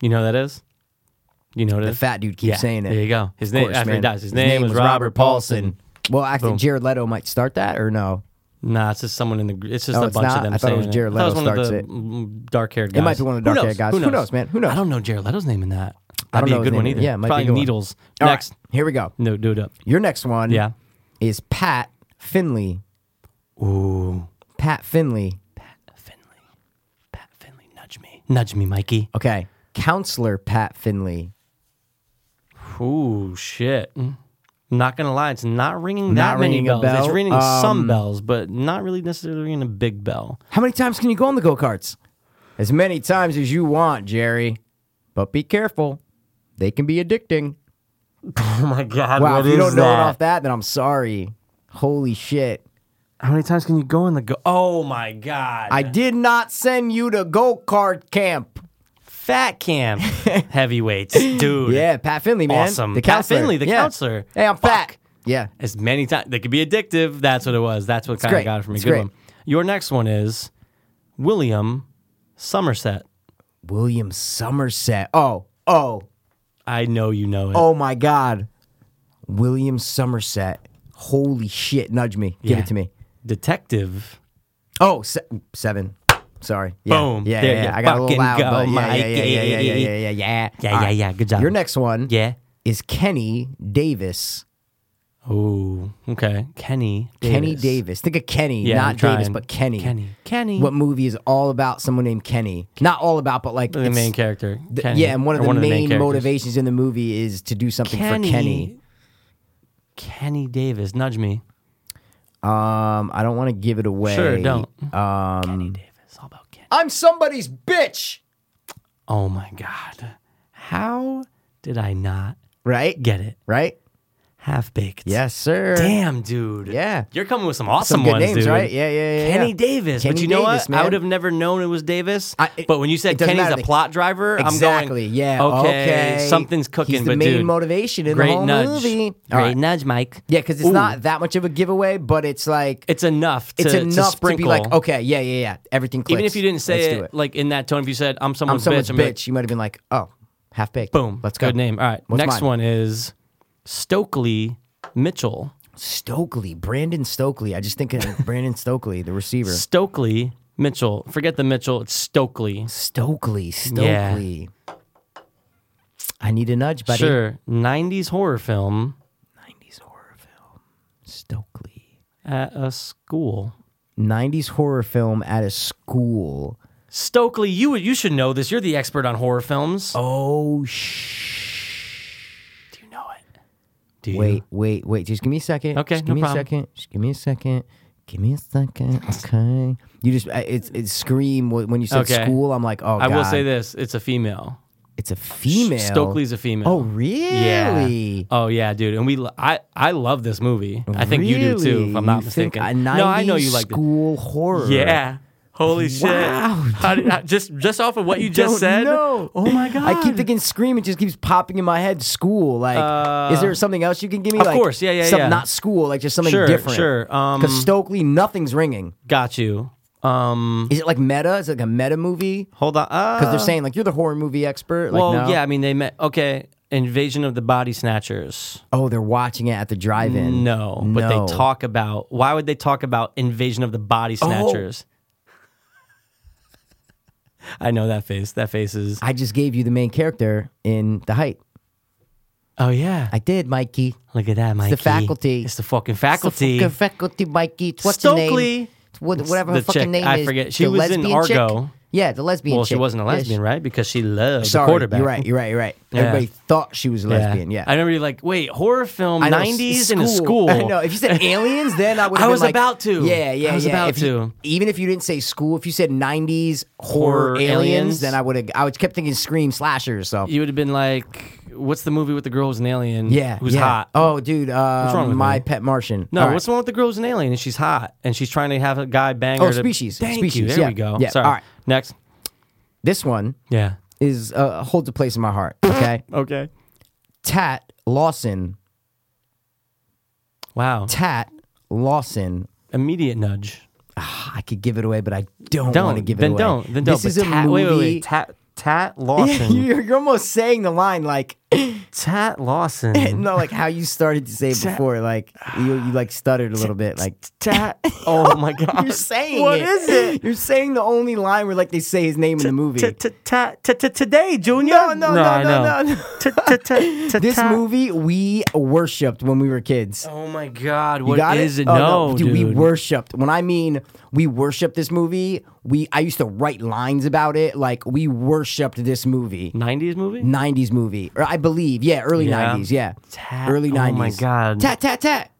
Speaker 4: You know who that is? You know what it
Speaker 1: The
Speaker 4: is?
Speaker 1: fat dude keeps
Speaker 4: Yeah,
Speaker 1: saying it.
Speaker 4: there you go. His
Speaker 1: Of
Speaker 4: name-
Speaker 1: course,
Speaker 4: after he
Speaker 1: man.
Speaker 4: dies, his name was Robert Paulson.
Speaker 1: Well, I think Jared Leto might start that or no?
Speaker 4: Nah, it's just someone in the. gr- It's just
Speaker 1: Oh,
Speaker 4: a
Speaker 1: it's
Speaker 4: bunch
Speaker 1: not?
Speaker 4: of them
Speaker 1: I thought it
Speaker 4: saying
Speaker 1: was Jared
Speaker 4: I
Speaker 1: Leto
Speaker 4: thought it was one of
Speaker 1: starts it.
Speaker 4: the mm, dark-haired guys.
Speaker 1: It might be one of the
Speaker 4: Who
Speaker 1: dark-haired
Speaker 4: knows?
Speaker 1: guys. Who knows, man? Who knows?
Speaker 4: I don't know Jared Leto's name in that. That'd
Speaker 1: don't
Speaker 4: be
Speaker 1: know
Speaker 4: a
Speaker 1: his
Speaker 4: good one
Speaker 1: name.
Speaker 4: either.
Speaker 1: Yeah, it might be a
Speaker 4: Probably
Speaker 1: good one.
Speaker 4: Needles.
Speaker 1: All right,
Speaker 4: Next,
Speaker 1: here we go.
Speaker 4: no, do it up.
Speaker 1: Your next one
Speaker 4: Yeah.
Speaker 1: is Pat Finley.
Speaker 4: Ooh,
Speaker 1: Pat Finley.
Speaker 4: Finley. Pat Finley, nudge me, nudge me, Mikey.
Speaker 1: Okay. Counselor Pat Finley.
Speaker 4: Ooh, shit. I'm Mm. not gonna lie, it's not ringing that
Speaker 1: Not
Speaker 4: many
Speaker 1: ringing a
Speaker 4: bells. It's
Speaker 1: bell?
Speaker 4: ringing
Speaker 1: Um,
Speaker 4: some bells, but not really necessarily ringing a big bell.
Speaker 1: How many times can you go on the go karts? As many times as you want, Jerry. But be careful. They can be addicting.
Speaker 4: Oh my god!
Speaker 1: Wow, if you don't know it off that, then I'm sorry. Holy shit.
Speaker 4: How many times can you go in the go? Oh my god!
Speaker 1: I did not send you to go kart camp.
Speaker 4: Fat Cam, heavyweights, dude.
Speaker 1: Yeah, Pat Finley, man.
Speaker 4: Awesome.
Speaker 1: The
Speaker 4: Pat
Speaker 1: counselor.
Speaker 4: Finley, the
Speaker 1: Yeah.
Speaker 4: counselor.
Speaker 1: Hey, I'm
Speaker 4: Fuck.
Speaker 1: fat. Yeah.
Speaker 4: As many times they could be addictive. That's what it was. That's what kind
Speaker 1: great.
Speaker 4: of got it for me.
Speaker 1: It's
Speaker 4: Good
Speaker 1: great.
Speaker 4: one. Your next one is William Somerset.
Speaker 1: William Somerset. Oh, oh,
Speaker 4: I know you know it.
Speaker 1: oh my God. William Somerset. Holy shit. Nudge me. Give
Speaker 4: Yeah.
Speaker 1: it to me.
Speaker 4: Detective.
Speaker 1: Oh, se- seven. Sorry. Yeah.
Speaker 4: Boom.
Speaker 1: Yeah,
Speaker 4: There
Speaker 1: yeah,
Speaker 4: you
Speaker 1: yeah. I got a little
Speaker 4: fucking
Speaker 1: loud.
Speaker 4: go,
Speaker 1: but yeah, yeah,
Speaker 4: Mike.
Speaker 1: yeah, yeah, yeah, yeah, yeah, yeah,
Speaker 4: Yeah,
Speaker 1: All
Speaker 4: yeah,
Speaker 1: right.
Speaker 4: yeah. Good job.
Speaker 1: Your next one
Speaker 4: Yeah.
Speaker 1: is Kenny Davis.
Speaker 4: Oh, okay. Kenny. Davis.
Speaker 1: Kenny Davis. Think of Kenny,
Speaker 4: Yeah,
Speaker 1: not
Speaker 4: I'm trying.
Speaker 1: Davis, but Kenny.
Speaker 4: Kenny. Kenny.
Speaker 1: What movie is all about someone named Kenny? Not all about, but like
Speaker 4: the
Speaker 1: it's-
Speaker 4: main character?
Speaker 1: th-
Speaker 4: Kenny.
Speaker 1: yeah, and one of
Speaker 4: Or
Speaker 1: the main,
Speaker 4: characters.
Speaker 1: motivations in the movie is to do something for Kenny.
Speaker 4: Kenny Davis. Nudge me.
Speaker 1: Um, I don't want to give it away.
Speaker 4: Sure, don't.
Speaker 1: Um,
Speaker 4: Kenny Davis. All about Kenny.
Speaker 1: I'm somebody's bitch,
Speaker 4: Oh my God. How did I not
Speaker 1: right?
Speaker 4: get it?
Speaker 1: Right?
Speaker 4: Half baked.
Speaker 1: Yes, sir.
Speaker 4: Damn, dude.
Speaker 1: Yeah.
Speaker 4: You're coming with some awesome
Speaker 1: Some good
Speaker 4: ones,
Speaker 1: names,
Speaker 4: dude.
Speaker 1: right? Yeah, yeah, yeah.
Speaker 4: Kenny
Speaker 1: yeah.
Speaker 4: Davis.
Speaker 1: Kenny
Speaker 4: but you know
Speaker 1: Davis,
Speaker 4: what? I would
Speaker 1: man.
Speaker 4: have never known it was Davis.
Speaker 1: I- it-
Speaker 4: but when you
Speaker 1: it
Speaker 4: said
Speaker 1: doesn't
Speaker 4: Kenny's
Speaker 1: matter.
Speaker 4: a plot driver,
Speaker 1: Exactly.
Speaker 4: I'm going,
Speaker 1: yeah.
Speaker 4: okay, something's cooking.
Speaker 1: He's the
Speaker 4: but
Speaker 1: main
Speaker 4: dude,
Speaker 1: motivation in
Speaker 4: great
Speaker 1: the whole
Speaker 4: nudge,
Speaker 1: movie. All
Speaker 4: great
Speaker 1: right.
Speaker 4: nudge, Mike.
Speaker 1: Yeah, because it's
Speaker 4: Ooh.
Speaker 1: not that much of a giveaway, but it's like
Speaker 4: It's enough. To,
Speaker 1: it's
Speaker 4: to
Speaker 1: enough to, be
Speaker 4: sprinkle.
Speaker 1: like, okay, yeah, yeah, yeah, everything clicks.
Speaker 4: even if you didn't say
Speaker 1: Let's
Speaker 4: it,
Speaker 1: do
Speaker 4: like in that tone, if you said I'm
Speaker 1: I'm
Speaker 4: someone's
Speaker 1: someone's
Speaker 4: bitch, I'm
Speaker 1: bitch,
Speaker 4: like,
Speaker 1: you might have been like, oh, half baked.
Speaker 4: boom,
Speaker 1: let's go.
Speaker 4: Good name. All right,
Speaker 1: What's
Speaker 4: next
Speaker 1: mine?
Speaker 4: one is Stokely Mitchell.
Speaker 1: Stokely, Brandon Stokely. I just think of Brandon Stokely, the receiver.
Speaker 4: Stokely Mitchell. Forget the Mitchell. It's Stokely.
Speaker 1: Stokely,
Speaker 4: Yeah.
Speaker 1: Stokely. I need a nudge, buddy.
Speaker 4: Sure, '90s horror film
Speaker 1: 90s horror film. Stokely.
Speaker 4: at a school.
Speaker 1: 90s horror film at a school.
Speaker 4: Stokely, you you should know this. You're the expert on horror films.
Speaker 1: Oh, shh.
Speaker 4: Do you know it? Do you?
Speaker 1: Wait, wait, wait. Just give me a second.
Speaker 4: Okay,
Speaker 1: Just give
Speaker 4: no
Speaker 1: me
Speaker 4: problem.
Speaker 1: a second. Just give me a second. Give me a second. Okay. You just, I- it's, it's scream wh- when you said
Speaker 4: Okay.
Speaker 1: school. I'm like, oh,
Speaker 4: I will
Speaker 1: God.
Speaker 4: say this: it's a female.
Speaker 1: It's a female.
Speaker 4: Stokely's a female.
Speaker 1: Oh, really?
Speaker 4: Yeah. Oh yeah, dude. And we, I, I love this movie. I think you do too, if I'm not
Speaker 1: You think
Speaker 4: mistaken.
Speaker 1: a
Speaker 4: no, I know
Speaker 1: 90s
Speaker 4: you like. The,
Speaker 1: school horror.
Speaker 4: yeah. Holy
Speaker 1: Wow,
Speaker 4: shit! How did, how, just just off of what you
Speaker 1: Don't
Speaker 4: just said.
Speaker 1: know.
Speaker 4: Oh my god!
Speaker 1: I keep thinking Scream. It just keeps popping in my head. School. Like, is there something else you can give me?
Speaker 4: Uh, of
Speaker 1: like,
Speaker 4: course, yeah, yeah,
Speaker 1: some-
Speaker 4: yeah.
Speaker 1: Not school. Like just something
Speaker 4: Sure,
Speaker 1: different.
Speaker 4: sure. Um,
Speaker 1: Because Stokely, nothing's ringing.
Speaker 4: Got you. Um,
Speaker 1: Is it like meta? Is it like a meta movie?
Speaker 4: hold on. Uh,
Speaker 1: Because they're saying like you're the horror movie expert. Like,
Speaker 4: well,
Speaker 1: no.
Speaker 4: yeah. I mean, they met. Okay, Invasion of the Body Snatchers.
Speaker 1: Oh, they're watching it at the drive-in.
Speaker 4: No, but
Speaker 1: No. Oh.
Speaker 4: they talk about. Why would they talk about Invasion of the Body Snatchers? I know that face. That face is.
Speaker 1: I just gave you the main character in The Height.
Speaker 4: Oh yeah.
Speaker 1: I did, Mikey.
Speaker 4: Look at that, Mikey.
Speaker 1: faculty.
Speaker 4: It's the fucking
Speaker 1: It's the
Speaker 4: faculty.
Speaker 1: fucking faculty, Mikey. It's What's the
Speaker 4: Stokely.
Speaker 1: name? It's what- whatever
Speaker 4: the
Speaker 1: her fucking
Speaker 4: chick.
Speaker 1: name
Speaker 4: I
Speaker 1: is.
Speaker 4: forget. She
Speaker 1: The
Speaker 4: was in
Speaker 1: lesbian chick?
Speaker 4: Argo.
Speaker 1: Yeah, the lesbian.
Speaker 4: well, she
Speaker 1: chick.
Speaker 4: wasn't a
Speaker 1: Yeah, she-
Speaker 4: lesbian, right? Because she loved
Speaker 1: Sorry,
Speaker 4: the quarterback.
Speaker 1: You're right. You're right. You're right.
Speaker 4: Yeah.
Speaker 1: Everybody thought she was a lesbian. Yeah.
Speaker 4: I remember you're like, wait, horror film,
Speaker 1: I know,
Speaker 4: '90s in a school.
Speaker 1: I know. If you said aliens, then I would.
Speaker 4: I was about to.
Speaker 1: Yeah, yeah,
Speaker 4: I was
Speaker 1: yeah.
Speaker 4: about
Speaker 1: If you-
Speaker 4: to.
Speaker 1: even if you didn't say school, if you said '90s horror,
Speaker 4: Horror
Speaker 1: aliens,
Speaker 4: aliens?
Speaker 1: then I would have. I would kept thinking Scream slashers. So
Speaker 4: You would have been like, what's the movie with the girl who's an alien?
Speaker 1: yeah,
Speaker 4: who's
Speaker 1: yeah.
Speaker 4: hot.
Speaker 1: Oh, dude. Uh,
Speaker 4: wrong with
Speaker 1: my
Speaker 4: me?
Speaker 1: pet Martian.
Speaker 4: No,
Speaker 1: All right.
Speaker 4: what's the one with the girl who's an alien and she's hot and she's trying to have a guy bang
Speaker 1: Oh,
Speaker 4: her? to-
Speaker 1: Species.
Speaker 4: Thank you.
Speaker 1: Species,
Speaker 4: There
Speaker 1: yeah.
Speaker 4: we go.
Speaker 1: Yeah,
Speaker 4: Sorry.
Speaker 1: all right.
Speaker 4: Next.
Speaker 1: this one?
Speaker 4: Yeah.
Speaker 1: Is uh, holds a place in my heart. Okay.
Speaker 4: Okay.
Speaker 1: Tat Lawson.
Speaker 4: Wow.
Speaker 1: Tat Lawson.
Speaker 4: Immediate nudge.
Speaker 1: I could give it away, but I don't,
Speaker 4: Don't
Speaker 1: want to give
Speaker 4: then
Speaker 1: it away.
Speaker 4: don't then
Speaker 1: This
Speaker 4: don't. But
Speaker 1: is a
Speaker 4: tat,
Speaker 1: movie.
Speaker 4: Wait, wait, wait. Tat Tat
Speaker 1: Yeah,
Speaker 4: Lawson.
Speaker 1: you're, you're almost saying the line like
Speaker 4: Tat Lawson.
Speaker 1: no, like how you started to say it before, like you, you like stuttered a little bit, like
Speaker 4: Tat. Oh my God.
Speaker 1: you're saying
Speaker 4: What
Speaker 1: it.
Speaker 4: is it?
Speaker 1: You're saying the only line where like they say his name in the movie.
Speaker 4: T- t- ta- t- t- Today, Junior.
Speaker 1: No, no, no,
Speaker 4: I
Speaker 1: no,
Speaker 4: know.
Speaker 1: no, no.
Speaker 4: T- t- t- t-
Speaker 1: This
Speaker 4: ta-
Speaker 1: movie we worshipped when we were kids.
Speaker 4: Oh my God!
Speaker 1: You
Speaker 4: What
Speaker 1: got
Speaker 4: is it?
Speaker 1: Oh,
Speaker 4: No, dude.
Speaker 1: we worshipped. When I mean we worshipped this movie, we I used to write lines about it. Like we worshipped this movie,
Speaker 4: '90s movie.
Speaker 1: '90s movie, or I believe, yeah, early
Speaker 4: Yeah.
Speaker 1: '90s, yeah,
Speaker 4: Tat-
Speaker 1: early
Speaker 4: oh
Speaker 1: '90s.
Speaker 4: my God.
Speaker 1: Tat tat tat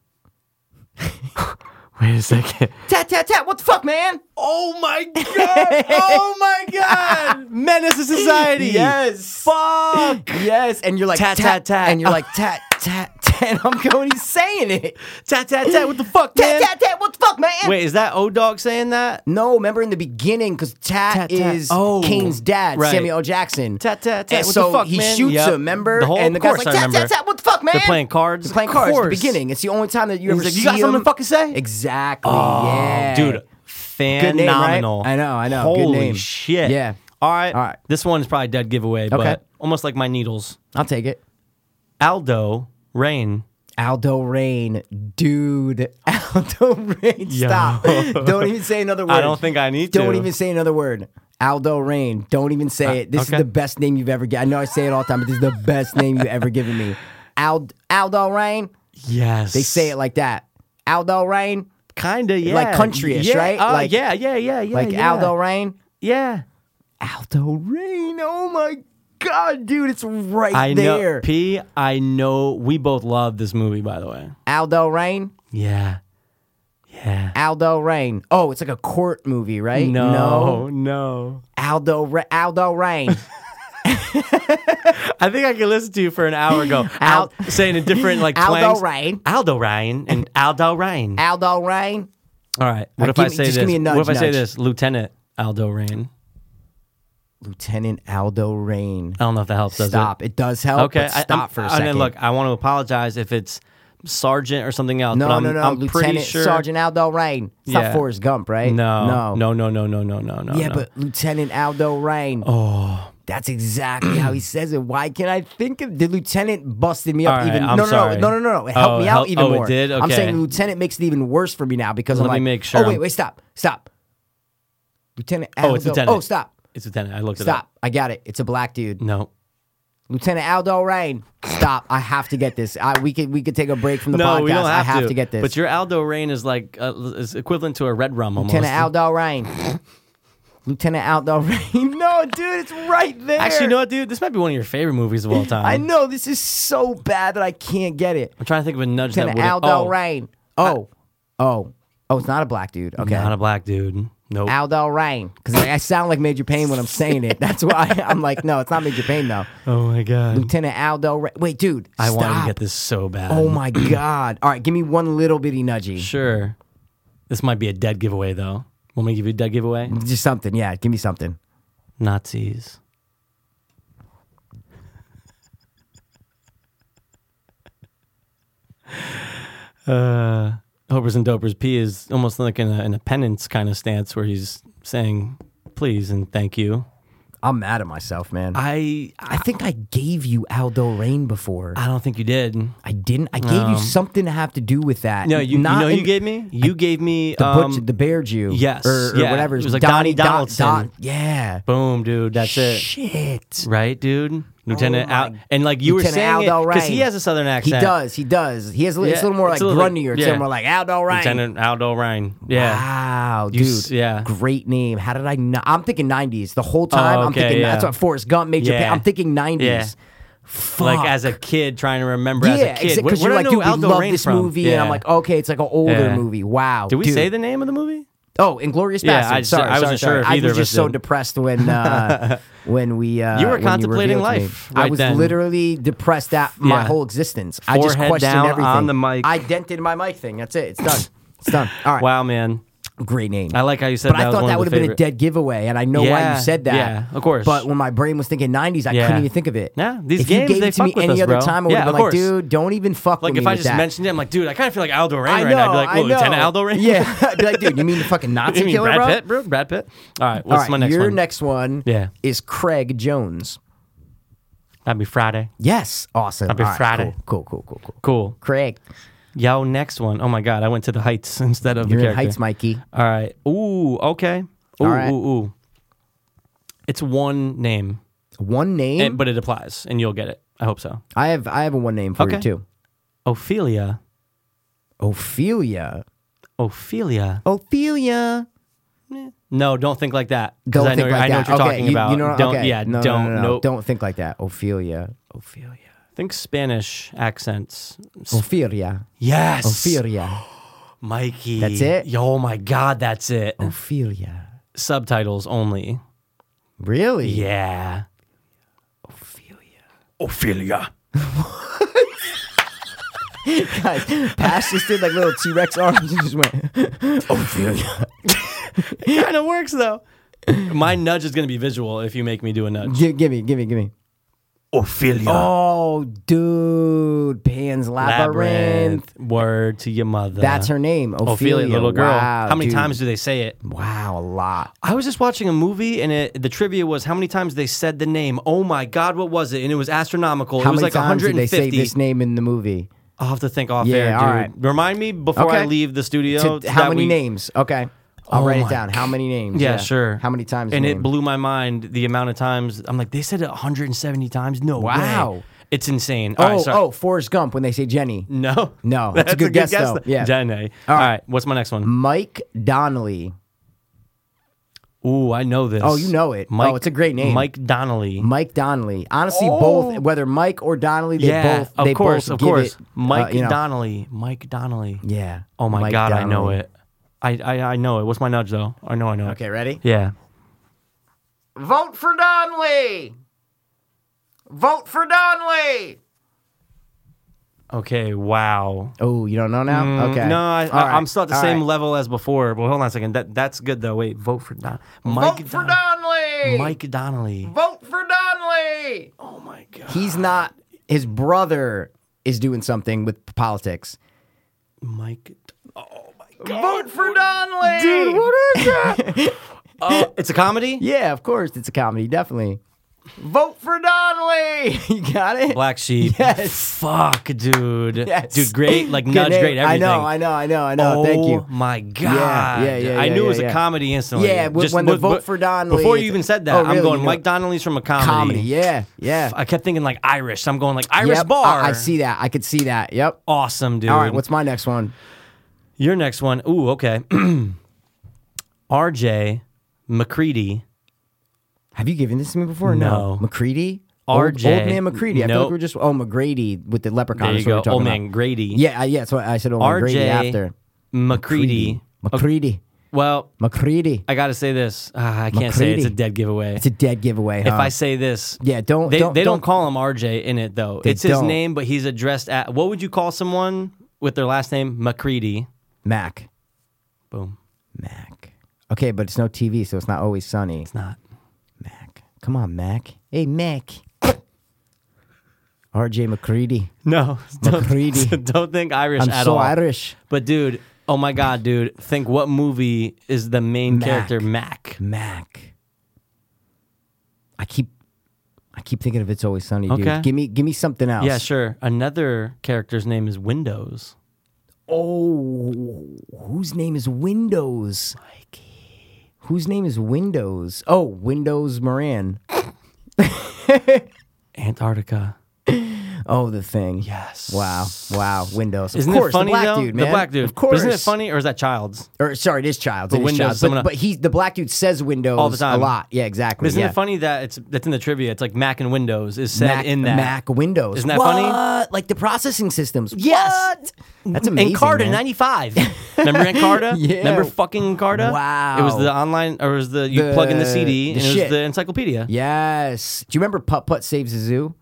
Speaker 4: Wait a second.
Speaker 1: tat tat tat. What the fuck, man?
Speaker 4: Oh my God! Oh my God! Menace to society.
Speaker 1: Yes.
Speaker 4: Fuck.
Speaker 1: Yes, and you're like
Speaker 4: Tat, tat, tat.
Speaker 1: and you're like tat tat tat. And I'm going, he's saying it.
Speaker 4: Tat tat tat. What the fuck,
Speaker 1: Tat
Speaker 4: man?
Speaker 1: tat tat. What the fuck, man?
Speaker 4: Wait, is that O Dog saying that?
Speaker 1: No, remember in the beginning because Tat,
Speaker 4: Tat, Tat.
Speaker 1: is
Speaker 4: Oh.
Speaker 1: Kane's dad,
Speaker 4: Right.
Speaker 1: Samuel L. Jackson.
Speaker 4: Tat, tat, tat.
Speaker 1: And
Speaker 4: What
Speaker 1: so
Speaker 4: the fuck,
Speaker 1: he
Speaker 4: man?
Speaker 1: shoots
Speaker 4: Yep.
Speaker 1: him, remember?
Speaker 4: The whole-
Speaker 1: and the
Speaker 4: of
Speaker 1: guy's like,
Speaker 4: course I
Speaker 1: Tat, Tat,
Speaker 4: remember.
Speaker 1: Tat. What the fuck, man?
Speaker 4: They're playing cards.
Speaker 1: They're playing
Speaker 4: Of
Speaker 1: cards. At the
Speaker 4: course.
Speaker 1: beginning. It's the only time that you ever
Speaker 4: He's like,
Speaker 1: see
Speaker 4: you got
Speaker 1: him.
Speaker 4: something to fucking say?
Speaker 1: Exactly.
Speaker 4: Oh,
Speaker 1: yeah,
Speaker 4: dude,
Speaker 1: Good name, right?
Speaker 4: phenomenal.
Speaker 1: I know, I know.
Speaker 4: Holy
Speaker 1: Good name.
Speaker 4: shit.
Speaker 1: Yeah,
Speaker 4: All right.
Speaker 1: All right.
Speaker 4: This one's probably dead giveaway,
Speaker 1: Okay.
Speaker 4: but almost like my needles.
Speaker 1: I'll take it.
Speaker 4: Aldo Rain.
Speaker 1: Aldo Rain, dude. Aldo Rain,
Speaker 4: Yo.
Speaker 1: stop. Don't even say another word.
Speaker 4: I don't think I need to.
Speaker 1: Don't even say another word. Aldo Rain. Don't even say it. This
Speaker 4: Uh, okay.
Speaker 1: is the best name you've ever given. I know I say it all the time, but this is the best name you've ever given me. Ald- Aldo Rain.
Speaker 4: Yes.
Speaker 1: They say it like that. Aldo Rain.
Speaker 4: kinda, yeah.
Speaker 1: like country-ish,
Speaker 4: yeah.
Speaker 1: right?
Speaker 4: Uh,
Speaker 1: Like-
Speaker 4: yeah, yeah, yeah, yeah.
Speaker 1: Like
Speaker 4: yeah.
Speaker 1: Aldo Rain.
Speaker 4: Yeah.
Speaker 1: Aldo Rain. Oh my God, dude. It's right
Speaker 4: I know.
Speaker 1: there.
Speaker 4: P. I know. We both love this movie, by the way.
Speaker 1: Aldo Rain.
Speaker 4: Yeah. Yeah.
Speaker 1: Aldo Rain. Oh, it's like a court movie, right?
Speaker 4: No, no.
Speaker 1: Aldo Ra- Aldo Rain.
Speaker 4: I think I could listen to you for an hour. and Go
Speaker 1: Al-
Speaker 4: out saying a different like
Speaker 1: Aldo
Speaker 4: twangs.
Speaker 1: Rain.
Speaker 4: Aldo Ryan, and Aldo Ryan.
Speaker 1: Aldo Rain.
Speaker 4: All right.
Speaker 1: Uh,
Speaker 4: What if
Speaker 1: give
Speaker 4: I
Speaker 1: me-
Speaker 4: say
Speaker 1: just
Speaker 4: this?
Speaker 1: give me a nudge,
Speaker 4: what if I say
Speaker 1: nudge.
Speaker 4: this? Lieutenant Aldo Rain.
Speaker 1: Lieutenant Aldo Rain.
Speaker 4: I don't know if that helps. Does
Speaker 1: Stop. It? does help.
Speaker 4: It? Okay.
Speaker 1: but
Speaker 4: I-
Speaker 1: stop
Speaker 4: I'm-
Speaker 1: for a
Speaker 4: and
Speaker 1: second.
Speaker 4: then look, I want to apologize if it's sergeant or something else.
Speaker 1: no,
Speaker 4: but I'm,
Speaker 1: no, no,
Speaker 4: I'm pretty
Speaker 1: Lieutenant
Speaker 4: sure.
Speaker 1: Sergeant Aldo Rain. It's
Speaker 4: Yeah.
Speaker 1: not Forrest Gump, right?
Speaker 4: No,
Speaker 1: no,
Speaker 4: no, no, no, no, no, no, no.
Speaker 1: Yeah,
Speaker 4: no.
Speaker 1: but Lieutenant Aldo Rain. Oh, that's exactly how he says it. Why can't I think of the lieutenant busted me up
Speaker 4: All right,
Speaker 1: even?
Speaker 4: I'm
Speaker 1: no, no,
Speaker 4: sorry.
Speaker 1: no, no, no, no, no. It helped
Speaker 4: Oh,
Speaker 1: me
Speaker 4: it
Speaker 1: out
Speaker 4: helped-
Speaker 1: even
Speaker 4: oh, it
Speaker 1: more.
Speaker 4: did?
Speaker 1: I'm saying
Speaker 4: Okay.
Speaker 1: the lieutenant makes it even worse for me now because I'm
Speaker 4: Let me
Speaker 1: like,
Speaker 4: make sure.
Speaker 1: Oh wait, wait, stop, stop. Lieutenant Aldo.
Speaker 4: Oh, it's lieutenant.
Speaker 1: Oh, stop,
Speaker 4: it's lieutenant. I looked it up.
Speaker 1: stop. I got it. It's a black dude.
Speaker 4: No.
Speaker 1: Lieutenant Aldo Rain. Stop. I have to get this. I, we could we could take a break from the
Speaker 4: No,
Speaker 1: podcast.
Speaker 4: we don't have,
Speaker 1: I have to. get this.
Speaker 4: But your Aldo Rain is like uh, is equivalent to a red rum almost.
Speaker 1: Lieutenant Aldo Rain. Lieutenant Aldo Rain. No, dude, it's right there.
Speaker 4: Actually, you know what, dude? This might be one of your favorite movies of all time.
Speaker 1: I know this is so bad that I can't get it.
Speaker 4: I'm trying to think of a nudge that
Speaker 1: Lieutenant
Speaker 4: would.
Speaker 1: Aldo
Speaker 4: oh,
Speaker 1: Rain. Oh, oh, oh, it's not a black dude. Okay.
Speaker 4: Not a black dude. Nope.
Speaker 1: Aldo Rain, because I sound like Major Payne when I'm saying it. That's why I'm like, no, it's not Major Payne though.
Speaker 4: oh my god.
Speaker 1: Lieutenant Aldo Rain. Wait, dude,
Speaker 4: I
Speaker 1: stop.
Speaker 4: wanted to get this so bad.
Speaker 1: Oh my god! All right, give me one little bitty nudgy.
Speaker 4: Sure. This might be a dead giveaway, though. Want me to give you a dead giveaway?
Speaker 1: Just something, yeah. Give me something.
Speaker 4: Nazis. uh, Hopers and Dopers. P is almost like in a, in a penance kind of stance where he's saying please and thank you.
Speaker 1: I'm mad at myself, man. I,
Speaker 4: I I,
Speaker 1: think I gave you Aldo Rain before. I,
Speaker 4: I don't think you did.
Speaker 1: didn't. I gave you something to have to do with that.
Speaker 4: No, you, you
Speaker 1: Not
Speaker 4: know what you
Speaker 1: in-
Speaker 4: gave me. You gave me
Speaker 1: the
Speaker 4: um,
Speaker 1: butch- the bear Jew.
Speaker 4: yes,
Speaker 1: or, or
Speaker 4: yeah.
Speaker 1: whatever.
Speaker 4: It
Speaker 1: his-
Speaker 4: was like Donnie
Speaker 1: Don-
Speaker 4: Donaldson.
Speaker 1: Don- yeah.
Speaker 4: boom, dude. That's it.
Speaker 1: Shit.
Speaker 4: Right, dude? Oh Lieutenant
Speaker 1: my-
Speaker 4: Al- and like you
Speaker 1: Lieutenant
Speaker 4: were saying
Speaker 1: Aldo
Speaker 4: because he
Speaker 1: Rain.
Speaker 4: has a southern
Speaker 1: He
Speaker 4: accent.
Speaker 1: does. He does. He has. A, li- It's
Speaker 4: Yeah,
Speaker 1: a little more like
Speaker 4: it's a little like-
Speaker 1: grunnier. It's a
Speaker 4: yeah.
Speaker 1: little more like Aldo Rain.
Speaker 4: Lieutenant Aldo Ryan. Yeah.
Speaker 1: Wow,
Speaker 4: You s-
Speaker 1: dude.
Speaker 4: yeah. Oh,
Speaker 1: Great name. How did I not? I'm thinking 90s the whole time. I'm
Speaker 4: okay,
Speaker 1: thinking
Speaker 4: yeah.
Speaker 1: that's what Forrest Gump, Major
Speaker 4: Yeah.
Speaker 1: Payne. I'm thinking 90s.
Speaker 4: Yeah.
Speaker 1: Fuck.
Speaker 4: Like as a kid trying to remember as a
Speaker 1: yeah,
Speaker 4: kid.
Speaker 1: because
Speaker 4: Where-
Speaker 1: you're
Speaker 4: where
Speaker 1: like,
Speaker 4: do
Speaker 1: dude,
Speaker 4: I know
Speaker 1: we
Speaker 4: Aldo
Speaker 1: love
Speaker 4: Rain
Speaker 1: this
Speaker 4: from?
Speaker 1: movie, and I'm
Speaker 4: Yeah.
Speaker 1: like, okay, it's like an older
Speaker 4: Yeah.
Speaker 1: movie. Wow.
Speaker 4: Did we
Speaker 1: dude.
Speaker 4: say the name of the movie?
Speaker 1: Oh, Inglorious
Speaker 4: Yeah,
Speaker 1: Bastards.
Speaker 4: I just-
Speaker 1: sorry,
Speaker 4: I wasn't
Speaker 1: sorry,
Speaker 4: sure if
Speaker 1: sorry. I
Speaker 4: either
Speaker 1: was
Speaker 4: of
Speaker 1: just
Speaker 4: us
Speaker 1: so
Speaker 4: did.
Speaker 1: depressed when uh, when we uh,
Speaker 4: You were
Speaker 1: when
Speaker 4: contemplating
Speaker 1: revealed to me.
Speaker 4: life right
Speaker 1: I was
Speaker 4: then.
Speaker 1: literally depressed at my
Speaker 4: Yeah.
Speaker 1: whole existence. I just
Speaker 4: Forehead
Speaker 1: questioned
Speaker 4: down
Speaker 1: everything.
Speaker 4: on the mic.
Speaker 1: I dented my mic thing. That's it. It's done. it's done. All right.
Speaker 4: Wow, man.
Speaker 1: Great name.
Speaker 4: I like how you said
Speaker 1: but
Speaker 4: that
Speaker 1: I
Speaker 4: was
Speaker 1: thought
Speaker 4: one
Speaker 1: that
Speaker 4: of
Speaker 1: would
Speaker 4: the
Speaker 1: have been a
Speaker 4: favorite.
Speaker 1: dead giveaway, and I know why
Speaker 4: Yeah,
Speaker 1: you said that.
Speaker 4: yeah, of course.
Speaker 1: But when my brain was thinking '90s, I
Speaker 4: Yeah.
Speaker 1: couldn't even think of it.
Speaker 4: Yeah, these
Speaker 1: if
Speaker 4: games,
Speaker 1: you gave
Speaker 4: they
Speaker 1: it to me
Speaker 4: fuck with
Speaker 1: any
Speaker 4: us,
Speaker 1: other
Speaker 4: bro.
Speaker 1: time, I would
Speaker 4: Yeah,
Speaker 1: have been
Speaker 4: of
Speaker 1: like,
Speaker 4: course.
Speaker 1: dude, don't even fuck
Speaker 4: Like
Speaker 1: with
Speaker 4: if
Speaker 1: me
Speaker 4: I
Speaker 1: with
Speaker 4: just
Speaker 1: that.
Speaker 4: mentioned it, I'm like, dude, I kind of feel like Aldo Rain
Speaker 1: I
Speaker 4: right now. I'd
Speaker 1: know,
Speaker 4: be like,
Speaker 1: I
Speaker 4: whoa, Lieutenant
Speaker 1: know.
Speaker 4: Aldo Rain?
Speaker 1: Yeah, I'd be like, dude, you mean the fucking Nazi
Speaker 4: you mean
Speaker 1: killer,
Speaker 4: Brad
Speaker 1: bro?
Speaker 4: Pitt, bro? Brad Pitt. All right, what's
Speaker 1: All right,
Speaker 4: my next
Speaker 1: your
Speaker 4: one?
Speaker 1: next one
Speaker 4: Yeah.
Speaker 1: is Craig Jones.
Speaker 4: Happy Friday.
Speaker 1: Yes. Awesome.
Speaker 4: Happy
Speaker 1: All right,
Speaker 4: Friday.
Speaker 1: Cool, cool, cool, cool, cool.
Speaker 4: Cool.
Speaker 1: Craig,
Speaker 4: Yo, next one. Oh my God, I went to the heights instead of
Speaker 1: you're
Speaker 4: the
Speaker 1: in
Speaker 4: character.
Speaker 1: Heights, Mikey.
Speaker 4: All right. Ooh, okay. Ooh,
Speaker 1: All right.
Speaker 4: ooh, ooh. It's one name,
Speaker 1: One name.
Speaker 4: and, but it applies, and you'll get it. I hope so.
Speaker 1: I have I have a one name for you
Speaker 4: Okay.
Speaker 1: too.
Speaker 4: Ophelia.
Speaker 1: Ophelia.
Speaker 4: Ophelia.
Speaker 1: Ophelia.
Speaker 4: No, don't think like that. 'cause
Speaker 1: Don't
Speaker 4: I know,
Speaker 1: think like
Speaker 4: I know
Speaker 1: that.
Speaker 4: what you're
Speaker 1: okay,
Speaker 4: talking
Speaker 1: you,
Speaker 4: about.
Speaker 1: You know,
Speaker 4: don't,
Speaker 1: okay.
Speaker 4: Yeah,
Speaker 1: no, no,
Speaker 4: don't.
Speaker 1: no, no,
Speaker 4: nope.
Speaker 1: Don't think like that. Ophelia. Ophelia.
Speaker 4: Think Spanish accents. S-
Speaker 1: Ophelia.
Speaker 4: Yes.
Speaker 1: Ophelia.
Speaker 4: Mikey.
Speaker 1: That's it?
Speaker 4: Yo, Oh my God, that's it.
Speaker 1: Ophelia.
Speaker 4: Subtitles only.
Speaker 1: Really?
Speaker 4: Yeah. Ophelia.
Speaker 1: Guys, Pash just did like little T Rex arms and just went, Ophelia.
Speaker 4: Ophelia. kind of works though. My nudge is going to be visual if you make me do a nudge.
Speaker 1: Give, give me, give me, give me.
Speaker 4: Ophelia.
Speaker 1: Oh, dude. Pan's Labyrinth.
Speaker 4: Labyrinth. Word to your mother.
Speaker 1: That's her name. Ophelia.
Speaker 4: Ophelia, little girl.
Speaker 1: Wow,
Speaker 4: how many
Speaker 1: dude.
Speaker 4: times do they say it?
Speaker 1: Wow, a lot.
Speaker 4: I was just watching a movie, and it, the trivia was how many times they said the name. Oh my God, what was it? And it was astronomical.
Speaker 1: How
Speaker 4: it was
Speaker 1: many
Speaker 4: like
Speaker 1: times did
Speaker 4: 150.
Speaker 1: they say this name in the movie?
Speaker 4: I'll have to think off
Speaker 1: Yeah,
Speaker 4: air, dude.
Speaker 1: all right.
Speaker 4: Remind me before I
Speaker 1: Okay.
Speaker 4: leave the studio.
Speaker 1: To- how
Speaker 4: that
Speaker 1: many
Speaker 4: we-
Speaker 1: names? Okay. I'll
Speaker 4: Oh
Speaker 1: write it
Speaker 4: my
Speaker 1: down. How many names?
Speaker 4: Yeah, sure.
Speaker 1: How many times?
Speaker 4: And
Speaker 1: the
Speaker 4: it
Speaker 1: name?
Speaker 4: blew my mind the amount of times. I'm like, they said it 170 times. No way.
Speaker 1: Wow.
Speaker 4: It's insane.
Speaker 1: Oh,
Speaker 4: All right, sorry.
Speaker 1: oh, Forrest Gump when they say Jenny.
Speaker 4: No.
Speaker 1: No, that's a good guess, though. Yeah.
Speaker 4: Jenny. All right. What's my next one?
Speaker 1: Mike Donnelly.
Speaker 4: Ooh, I know this.
Speaker 1: Oh, you know it. Oh, it's a great name.
Speaker 4: Mike Donnelly.
Speaker 1: Mike Donnelly. Honestly,
Speaker 4: Oh.
Speaker 1: both whether Mike or Donnelly, they
Speaker 4: yeah,
Speaker 1: both
Speaker 4: of
Speaker 1: they
Speaker 4: course,
Speaker 1: both
Speaker 4: of
Speaker 1: give
Speaker 4: course.
Speaker 1: it, uh,
Speaker 4: Mike
Speaker 1: you know.
Speaker 4: Donnelly. Mike Donnelly.
Speaker 1: Yeah.
Speaker 4: Oh my
Speaker 1: Mike
Speaker 4: god, I know
Speaker 1: Donnelly.
Speaker 4: it. I, I I know it. What's my nudge though? I know I know
Speaker 1: Okay,
Speaker 4: it.
Speaker 1: ready?
Speaker 4: Yeah.
Speaker 1: Vote for Donnelly. Vote for Donnelly.
Speaker 4: Okay. Wow.
Speaker 1: Oh, you don't know now?
Speaker 4: Mm,
Speaker 1: okay.
Speaker 4: No, I,
Speaker 1: All
Speaker 4: I, I'm
Speaker 1: right,
Speaker 4: still at the
Speaker 1: all
Speaker 4: same
Speaker 1: right.
Speaker 4: level as before. But hold on a second. That that's good though. Wait, vote for Don. Mike
Speaker 1: Vote for
Speaker 4: Don-
Speaker 1: Donnelly.
Speaker 4: Mike Donnelly.
Speaker 1: Vote for Donnelly.
Speaker 4: Oh my god.
Speaker 1: He's not. His brother is doing something with politics.
Speaker 4: Mike.
Speaker 1: Vote for Donnelly.
Speaker 4: is that? Oh, it's a comedy.
Speaker 1: Yeah, of course. It's a comedy, definitely. Vote for Donnelly. You got it?
Speaker 4: Black Sheep.
Speaker 1: Yes.
Speaker 4: Fuck, dude.
Speaker 1: Yes.
Speaker 4: Dude, great. Like
Speaker 1: Good
Speaker 4: nudge,
Speaker 1: name.
Speaker 4: great. Everything.
Speaker 1: I know, I know, I know, I know.
Speaker 4: oh,
Speaker 1: Thank you.
Speaker 4: my god.
Speaker 1: yeah, yeah,
Speaker 4: I
Speaker 1: yeah,
Speaker 4: knew it was
Speaker 1: yeah,
Speaker 4: a
Speaker 1: yeah.
Speaker 4: comedy instantly.
Speaker 1: Yeah, w- when the
Speaker 4: with-
Speaker 1: vote
Speaker 4: but-
Speaker 1: for Donnelly-
Speaker 4: Before you even said that,
Speaker 1: Oh, really?
Speaker 4: I'm going.
Speaker 1: You
Speaker 4: Mike
Speaker 1: know-
Speaker 4: Donnelly's from a comedy.
Speaker 1: Comedy. Yeah, yeah.
Speaker 4: Oh, F- I kept thinking like Irish. So I'm going like Irish
Speaker 1: Yep, I-
Speaker 4: bar.
Speaker 1: I, see that. I could see that. Yep.
Speaker 4: Awesome, dude.
Speaker 1: All right, what's my next one?
Speaker 4: your next one? Ooh, okay. R.J. McCready.
Speaker 1: Have you given this to me before? or
Speaker 4: No.
Speaker 1: McCready?
Speaker 4: RJ.
Speaker 1: Old, old man McCready. I feel like
Speaker 4: Nope.
Speaker 1: we we're just. Oh, McGrady with the leprechaun.
Speaker 4: There you
Speaker 1: is what
Speaker 4: go.
Speaker 1: we're talking
Speaker 4: Old
Speaker 1: about.
Speaker 4: man Grady.
Speaker 1: Yeah, I- yeah. So I said old man Grady
Speaker 4: R.J.
Speaker 1: after.
Speaker 4: McCready.
Speaker 1: McCready.
Speaker 4: Well,
Speaker 1: McCready.
Speaker 4: I gotta say this. Ah, I can't say it. it's a
Speaker 1: McCready.
Speaker 4: dead giveaway.
Speaker 1: It's a dead giveaway. Huh?
Speaker 4: if I say this,
Speaker 1: Yeah, don't-
Speaker 4: they
Speaker 1: don't-
Speaker 4: they don't,
Speaker 1: don't-
Speaker 4: call him RJ in it though. It's his
Speaker 1: don't.
Speaker 4: name, but he's addressed at what would you call someone with their last name McCready?
Speaker 1: Mac.
Speaker 4: Boom,
Speaker 1: Mac. Okay, but it's no TV, so it's not always sunny.
Speaker 4: it's not.
Speaker 1: Mac. Come on, Mac. Hey, Mac. R.J. McCready.
Speaker 4: No,
Speaker 1: McCready.
Speaker 4: don't, don't think Irish
Speaker 1: I'm
Speaker 4: at
Speaker 1: so
Speaker 4: all.
Speaker 1: Irish.
Speaker 4: But dude, oh my god, dude, think what movie is the main
Speaker 1: Mac.
Speaker 4: character Mac?
Speaker 1: Mac. I keep, I keep thinking of It's Always Sunny, dude.
Speaker 4: Okay.
Speaker 1: Give me, give me something else.
Speaker 4: Yeah, sure. Another character's name is Windows.
Speaker 1: Oh, whose name is Windows? Mikey. Whose name is Windows? Oh, Windows Moran.
Speaker 4: Antarctica.
Speaker 1: Oh, the thing.
Speaker 4: Yes.
Speaker 1: Wow. Wow. Windows.
Speaker 4: Isn't
Speaker 1: of course,
Speaker 4: it funny
Speaker 1: the black
Speaker 4: though?
Speaker 1: dude, man.
Speaker 4: The black dude.
Speaker 1: Of course.
Speaker 4: But isn't it funny or is that Child's?
Speaker 1: Or sorry, it is Childs. It is
Speaker 4: Windows,
Speaker 1: Childs.
Speaker 4: someone-
Speaker 1: But, but he's the black dude says Windows
Speaker 4: All the time.
Speaker 1: a lot. Yeah, exactly.
Speaker 4: Isn't
Speaker 1: yeah.
Speaker 4: it funny that it's that's in the trivia? It's like Mac and Windows is said
Speaker 1: Mac,
Speaker 4: in that.
Speaker 1: Mac Windows.
Speaker 4: Isn't that
Speaker 1: What?
Speaker 4: funny?
Speaker 1: Like the processing systems.
Speaker 4: Yes.
Speaker 1: What? That's amazing.
Speaker 4: Mm-hmm. Encarta
Speaker 1: man.
Speaker 4: '95. Remember Encarta?
Speaker 1: Yeah.
Speaker 4: Remember fucking Encarta?
Speaker 1: Wow.
Speaker 4: It was the online, or it was the you
Speaker 1: The-
Speaker 4: plug in the CD
Speaker 1: the
Speaker 4: and it was
Speaker 1: shit.
Speaker 4: the encyclopedia.
Speaker 1: Yes. Do you remember Putt Putt Saves the Zoo?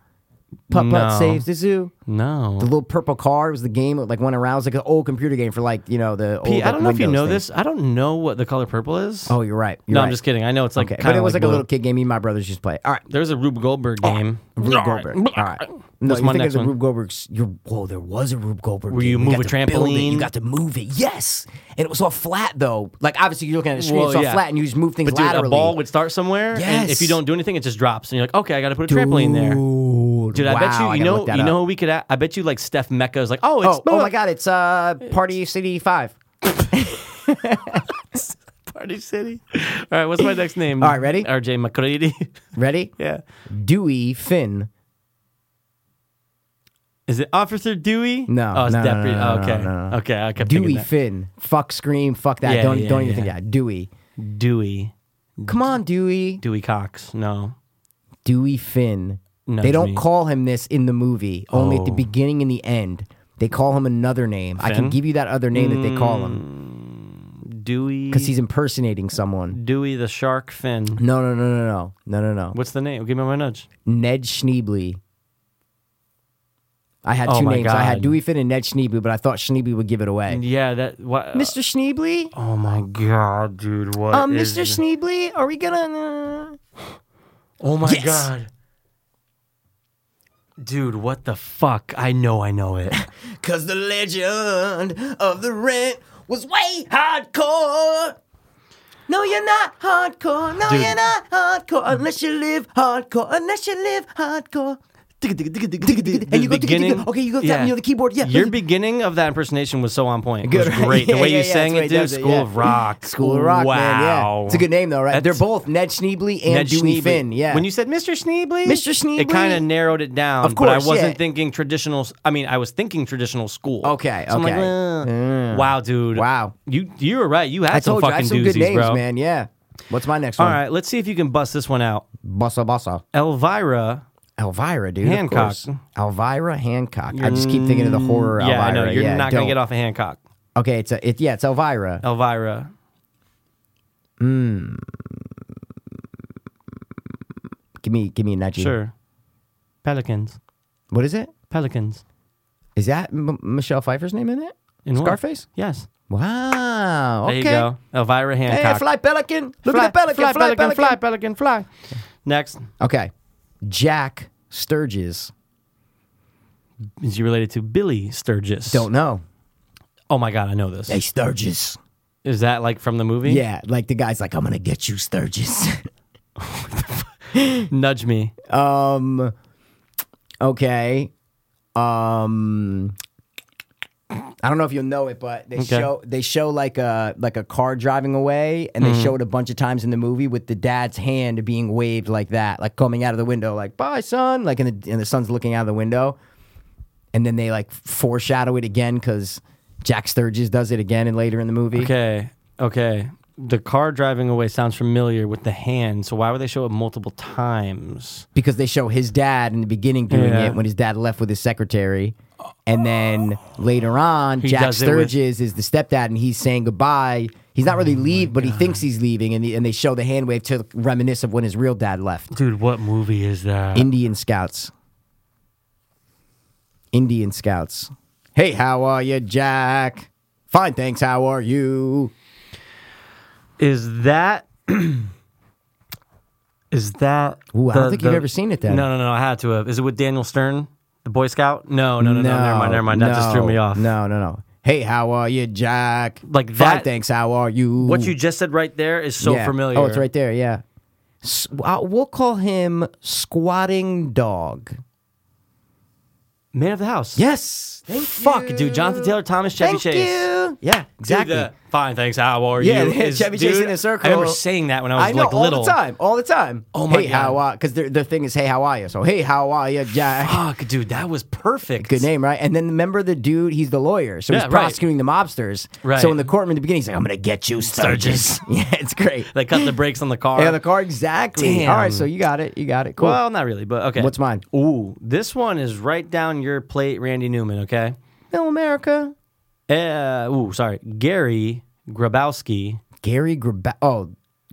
Speaker 1: Putt
Speaker 4: No.
Speaker 1: Putt Saves the Zoo.
Speaker 4: No.
Speaker 1: The little purple car was the game, like went around. It was like an old computer game for like you know the. Old,
Speaker 4: Pete, I
Speaker 1: like,
Speaker 4: don't know if you
Speaker 1: Windows
Speaker 4: know
Speaker 1: thing.
Speaker 4: this. I don't know what the color purple is.
Speaker 1: Oh, you're right. You're
Speaker 4: no,
Speaker 1: right.
Speaker 4: I'm just kidding. I know it's like
Speaker 1: Okay, but
Speaker 4: kinda
Speaker 1: it was like, a
Speaker 4: blue.
Speaker 1: little kid game. Me and my brothers used to play. All right,
Speaker 4: There was a Rube Goldberg game.
Speaker 1: Rube Goldberg. All right. No,
Speaker 4: What's
Speaker 1: you
Speaker 4: my
Speaker 1: think
Speaker 4: next
Speaker 1: of the
Speaker 4: one?
Speaker 1: Rube Goldberg's. You're, whoa, there was a Rube Goldberg.
Speaker 4: Where
Speaker 1: game.
Speaker 4: you
Speaker 1: We
Speaker 4: move
Speaker 1: got
Speaker 4: a
Speaker 1: to build it.
Speaker 4: trampoline.
Speaker 1: You got to move it. Yes, and it was all flat though. Like obviously you're looking at a screen,
Speaker 4: Well,
Speaker 1: it's all
Speaker 4: yeah.
Speaker 1: flat, and you just move things
Speaker 4: But dude,
Speaker 1: laterally.
Speaker 4: a ball would start somewhere, and if
Speaker 1: Yes.
Speaker 4: you don't do anything, it just drops, and you're like, okay, I got to put a trampoline there.
Speaker 1: Ooh, Dude,
Speaker 3: Dude, I bet
Speaker 1: wow,
Speaker 3: you, you
Speaker 1: gotta
Speaker 3: know,
Speaker 1: look that
Speaker 3: you
Speaker 1: up.
Speaker 3: know, who we could. a- I bet you, like Steph Mecca is like, oh, it's
Speaker 1: Oh, oh my God, it's uh, Party City Five.
Speaker 4: Party City. All right, what's my next name?
Speaker 1: All right, ready?
Speaker 4: RJ McCready.
Speaker 1: Ready?
Speaker 4: yeah.
Speaker 1: Dewey Finn.
Speaker 4: Is it Officer Dewey?
Speaker 1: No,
Speaker 4: Oh, it's
Speaker 1: no, no,
Speaker 4: Deputy.
Speaker 1: no,
Speaker 4: oh,
Speaker 1: no,
Speaker 4: okay.
Speaker 1: no, no.
Speaker 4: Okay. I kept
Speaker 1: Dewey
Speaker 4: thinking
Speaker 1: Finn. Fuck scream. Fuck that.
Speaker 4: Yeah,
Speaker 1: don't
Speaker 4: yeah,
Speaker 1: don't even
Speaker 4: yeah.
Speaker 1: think that. Dewey.
Speaker 4: that. Dewey.
Speaker 1: Come on, Dewey.
Speaker 4: Dewey Cox. No.
Speaker 1: Dewey Finn.
Speaker 4: No,
Speaker 1: they
Speaker 4: it's
Speaker 1: don't
Speaker 4: me.
Speaker 1: call him this in the movie. Only at the
Speaker 4: Oh.
Speaker 1: beginning and the end, they call him another name. I can
Speaker 4: Finn? Mm.
Speaker 1: give you that other name that they call him
Speaker 4: Dewey.
Speaker 1: because he's impersonating someone.
Speaker 4: Dewey the Shark Fin.
Speaker 1: No, no, no, no, no, no, no, no.
Speaker 4: What's the name? Give me my nudge.
Speaker 1: Ned Schneebly. I had
Speaker 4: Oh
Speaker 1: two
Speaker 4: my
Speaker 1: names. I had
Speaker 4: God.
Speaker 1: Dewey Finn and Ned Schneebly, but I thought Schneebly would give it away.
Speaker 4: Yeah. That. What? uh,
Speaker 1: Mr. Schneebly?
Speaker 4: oh my God, dude. What?
Speaker 1: Um,
Speaker 4: is-
Speaker 1: Mr. Schneebly, are we gonna? uh,
Speaker 4: Oh my
Speaker 1: Yes.
Speaker 4: God. Dude, what the fuck? I know. I know it.
Speaker 1: Cause the legend of the rent was way hardcore. No, you're not hardcore. No,
Speaker 4: Dude.
Speaker 1: you're not hardcore. Unless you live hardcore. Unless you live hardcore.
Speaker 4: and
Speaker 1: you go, okay, you go tap, you know, the keyboard, yeah.
Speaker 4: Your beginning of that impersonation was so on point. It
Speaker 1: Good,
Speaker 4: was
Speaker 1: right?
Speaker 4: great. The
Speaker 1: Yeah,
Speaker 4: way
Speaker 1: yeah,
Speaker 4: you
Speaker 1: yeah, that's
Speaker 4: sang it,
Speaker 1: what it
Speaker 4: dude.
Speaker 1: does it,
Speaker 4: School
Speaker 1: yeah.
Speaker 4: of Rock.
Speaker 1: School of Rock,
Speaker 4: wow.
Speaker 1: man. Yeah, it's a good name though, right?
Speaker 4: That's-
Speaker 1: Uh, They're both Ned Schneebly and
Speaker 4: Ned
Speaker 1: Dewey
Speaker 4: Schneebly.
Speaker 1: Finn. Yeah.
Speaker 4: When you said Mr. Schneebly,
Speaker 1: Mr.
Speaker 4: it
Speaker 1: Schneebly?
Speaker 4: kind of narrowed it down.
Speaker 1: Of
Speaker 4: but I
Speaker 1: course, yeah.
Speaker 4: wasn't thinking traditional. s- I mean, I was thinking traditional school.
Speaker 1: Okay,
Speaker 4: So I'm like,
Speaker 1: okay. Mm.
Speaker 4: "Eh." wow, dude.
Speaker 1: Wow.
Speaker 4: you you were right. You had
Speaker 1: I
Speaker 4: some
Speaker 1: told you, I
Speaker 4: fucking
Speaker 1: have some
Speaker 4: doozies,
Speaker 1: good names,
Speaker 4: bro.
Speaker 1: man. Yeah. What's my next
Speaker 4: All
Speaker 1: one?
Speaker 4: right, let's see if you can bust this one out.
Speaker 1: Bossa Bossa.
Speaker 4: Elvira
Speaker 1: Elvira, dude. of
Speaker 4: Hancock.
Speaker 1: course. Elvira Hancock. I just keep thinking of the horror
Speaker 4: Mm, yeah,
Speaker 1: Elvira.
Speaker 4: I know. You're
Speaker 1: yeah,
Speaker 4: not
Speaker 1: don't.
Speaker 4: going to get Oh. off of Hancock.
Speaker 1: Okay, it's a, it, yeah, it's Elvira.
Speaker 4: Elvira.
Speaker 1: Give me give me a nudge.
Speaker 4: Sure. Pelicans.
Speaker 1: What is it?
Speaker 4: Pelicans.
Speaker 1: Is that M- Michelle Pfeiffer's name in it?
Speaker 4: In what?
Speaker 1: Scarface?
Speaker 4: Yes.
Speaker 1: Wow. Okay.
Speaker 4: There you go. Elvira
Speaker 1: Hey,
Speaker 4: Hancock.
Speaker 1: fly pelican. Look
Speaker 4: Fly,
Speaker 1: at the pelican.
Speaker 4: fly,
Speaker 1: Fly,
Speaker 4: pelican, fly, pelican, fly. Next.
Speaker 1: Okay. Jack Sturgis.
Speaker 4: Is you related to Billy Sturgis?
Speaker 1: Don't know.
Speaker 4: Oh my God, I know this.
Speaker 1: Sturgis.
Speaker 4: Is that like from the movie?
Speaker 1: Yeah, like the guy's like, I'm gonna get you, Sturgis.
Speaker 4: Nudge me.
Speaker 1: um. Okay. Um. I don't know if you'll know it, but they
Speaker 4: Okay.
Speaker 1: show they show like a like a car driving away, and
Speaker 4: Mm-hmm.
Speaker 1: they show it a bunch of times in the movie with the dad's hand being waved like that, like coming out of the window, like "bye, son," like and the and the son's looking out of the window, and then they like foreshadow it again because Jack Sturgis does it again and later in the movie.
Speaker 4: Okay. Okay. The car driving away sounds familiar with the hand, so why would they show it multiple times?
Speaker 1: because they show his dad in the beginning doing
Speaker 4: Oh, Yeah.
Speaker 1: it when his dad left with his secretary. And then later on, Jack
Speaker 4: does it with- Oh
Speaker 1: Sturgis is the stepdad and he's saying goodbye. He's not really leave, but he thinks he's leaving. And, the, and they show the hand wave to reminisce of when his real dad left.
Speaker 4: Dude, what movie is that?
Speaker 1: Indian Scouts. Indian Scouts. Hey, how are you, Jack? Fine, thanks. How are you?
Speaker 4: Is that is that
Speaker 1: Ooh, I don't think you've ever seen it then.
Speaker 4: No, no, no, I had to have. Is it with Daniel Stern, the Boy Scout? No, no, no, no, never mind, never mind. That just threw me
Speaker 1: no,
Speaker 4: off.
Speaker 1: No, no, no. Hey, how are you, Jack?
Speaker 4: Like
Speaker 1: Fine,
Speaker 4: that-
Speaker 1: thanks. How are you?
Speaker 4: What you just said right there is so
Speaker 1: Yeah.
Speaker 4: familiar.
Speaker 1: Oh, it's right there. Yeah. S- uh, We'll call him Squatting Dog.
Speaker 4: Man of the House.
Speaker 1: Yes. Thank
Speaker 4: Fuck,
Speaker 1: you.
Speaker 4: dude. Jonathan Taylor Thomas, Chevy
Speaker 1: Thank
Speaker 4: Chase.
Speaker 1: you. Yeah, exactly.
Speaker 4: Dude, the- fine, thanks. How are
Speaker 1: Yeah,
Speaker 4: you?
Speaker 1: yeah, Chevy Chase in a circle.
Speaker 4: I remember saying that when I was
Speaker 1: I know
Speaker 4: like
Speaker 1: all
Speaker 4: little.
Speaker 1: the time, all the time.
Speaker 4: Oh my
Speaker 1: hey, how
Speaker 4: God.
Speaker 1: are? Because their their thing is hey, how are you? So hey, how are you, Jack?
Speaker 4: Fuck, dude, that was perfect.
Speaker 1: Good name, right? And then remember the dude, he's the lawyer. So
Speaker 4: Yeah,
Speaker 1: he's
Speaker 4: right.
Speaker 1: prosecuting the mobsters.
Speaker 4: Right.
Speaker 1: So in the courtroom in the beginning, he's like, I'm going to get you, Sturgis. yeah, it's great.
Speaker 4: They cut the brakes on the car.
Speaker 1: yeah, the car, exactly.
Speaker 4: Damn.
Speaker 1: All right, so you got it. You got it. Cool.
Speaker 4: Well, not really, but okay.
Speaker 1: What's mine?
Speaker 4: Ooh, this one is right down your plate, Randy Newman. Okay.
Speaker 1: Middle America.
Speaker 4: Uh, ooh, sorry, Gary Grabowski.
Speaker 1: Gary Graba- oh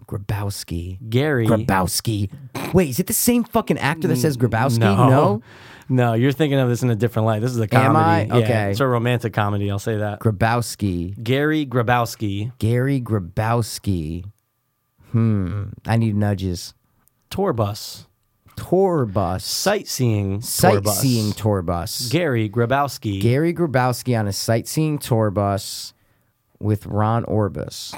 Speaker 1: Grabowski.
Speaker 4: Gary.
Speaker 1: Grabowski. Wait, is it the same fucking actor that says Grabowski?
Speaker 3: Mm,
Speaker 4: No. No, you're thinking of this in a different light. This is a
Speaker 1: Am I?
Speaker 4: comedy. Yeah,
Speaker 1: Okay.
Speaker 4: it's a romantic comedy. I'll say that.
Speaker 1: Grabowski.
Speaker 4: Gary Grabowski,
Speaker 1: Gary Grabowski. Hmm. I need nudges.
Speaker 4: tour bus,
Speaker 1: Tour bus.
Speaker 4: sightseeing, tour bus.
Speaker 1: sightseeing tour bus.
Speaker 4: Gary Grabowski.
Speaker 1: Gary Grabowski on a sightseeing tour bus with Ron Orbis.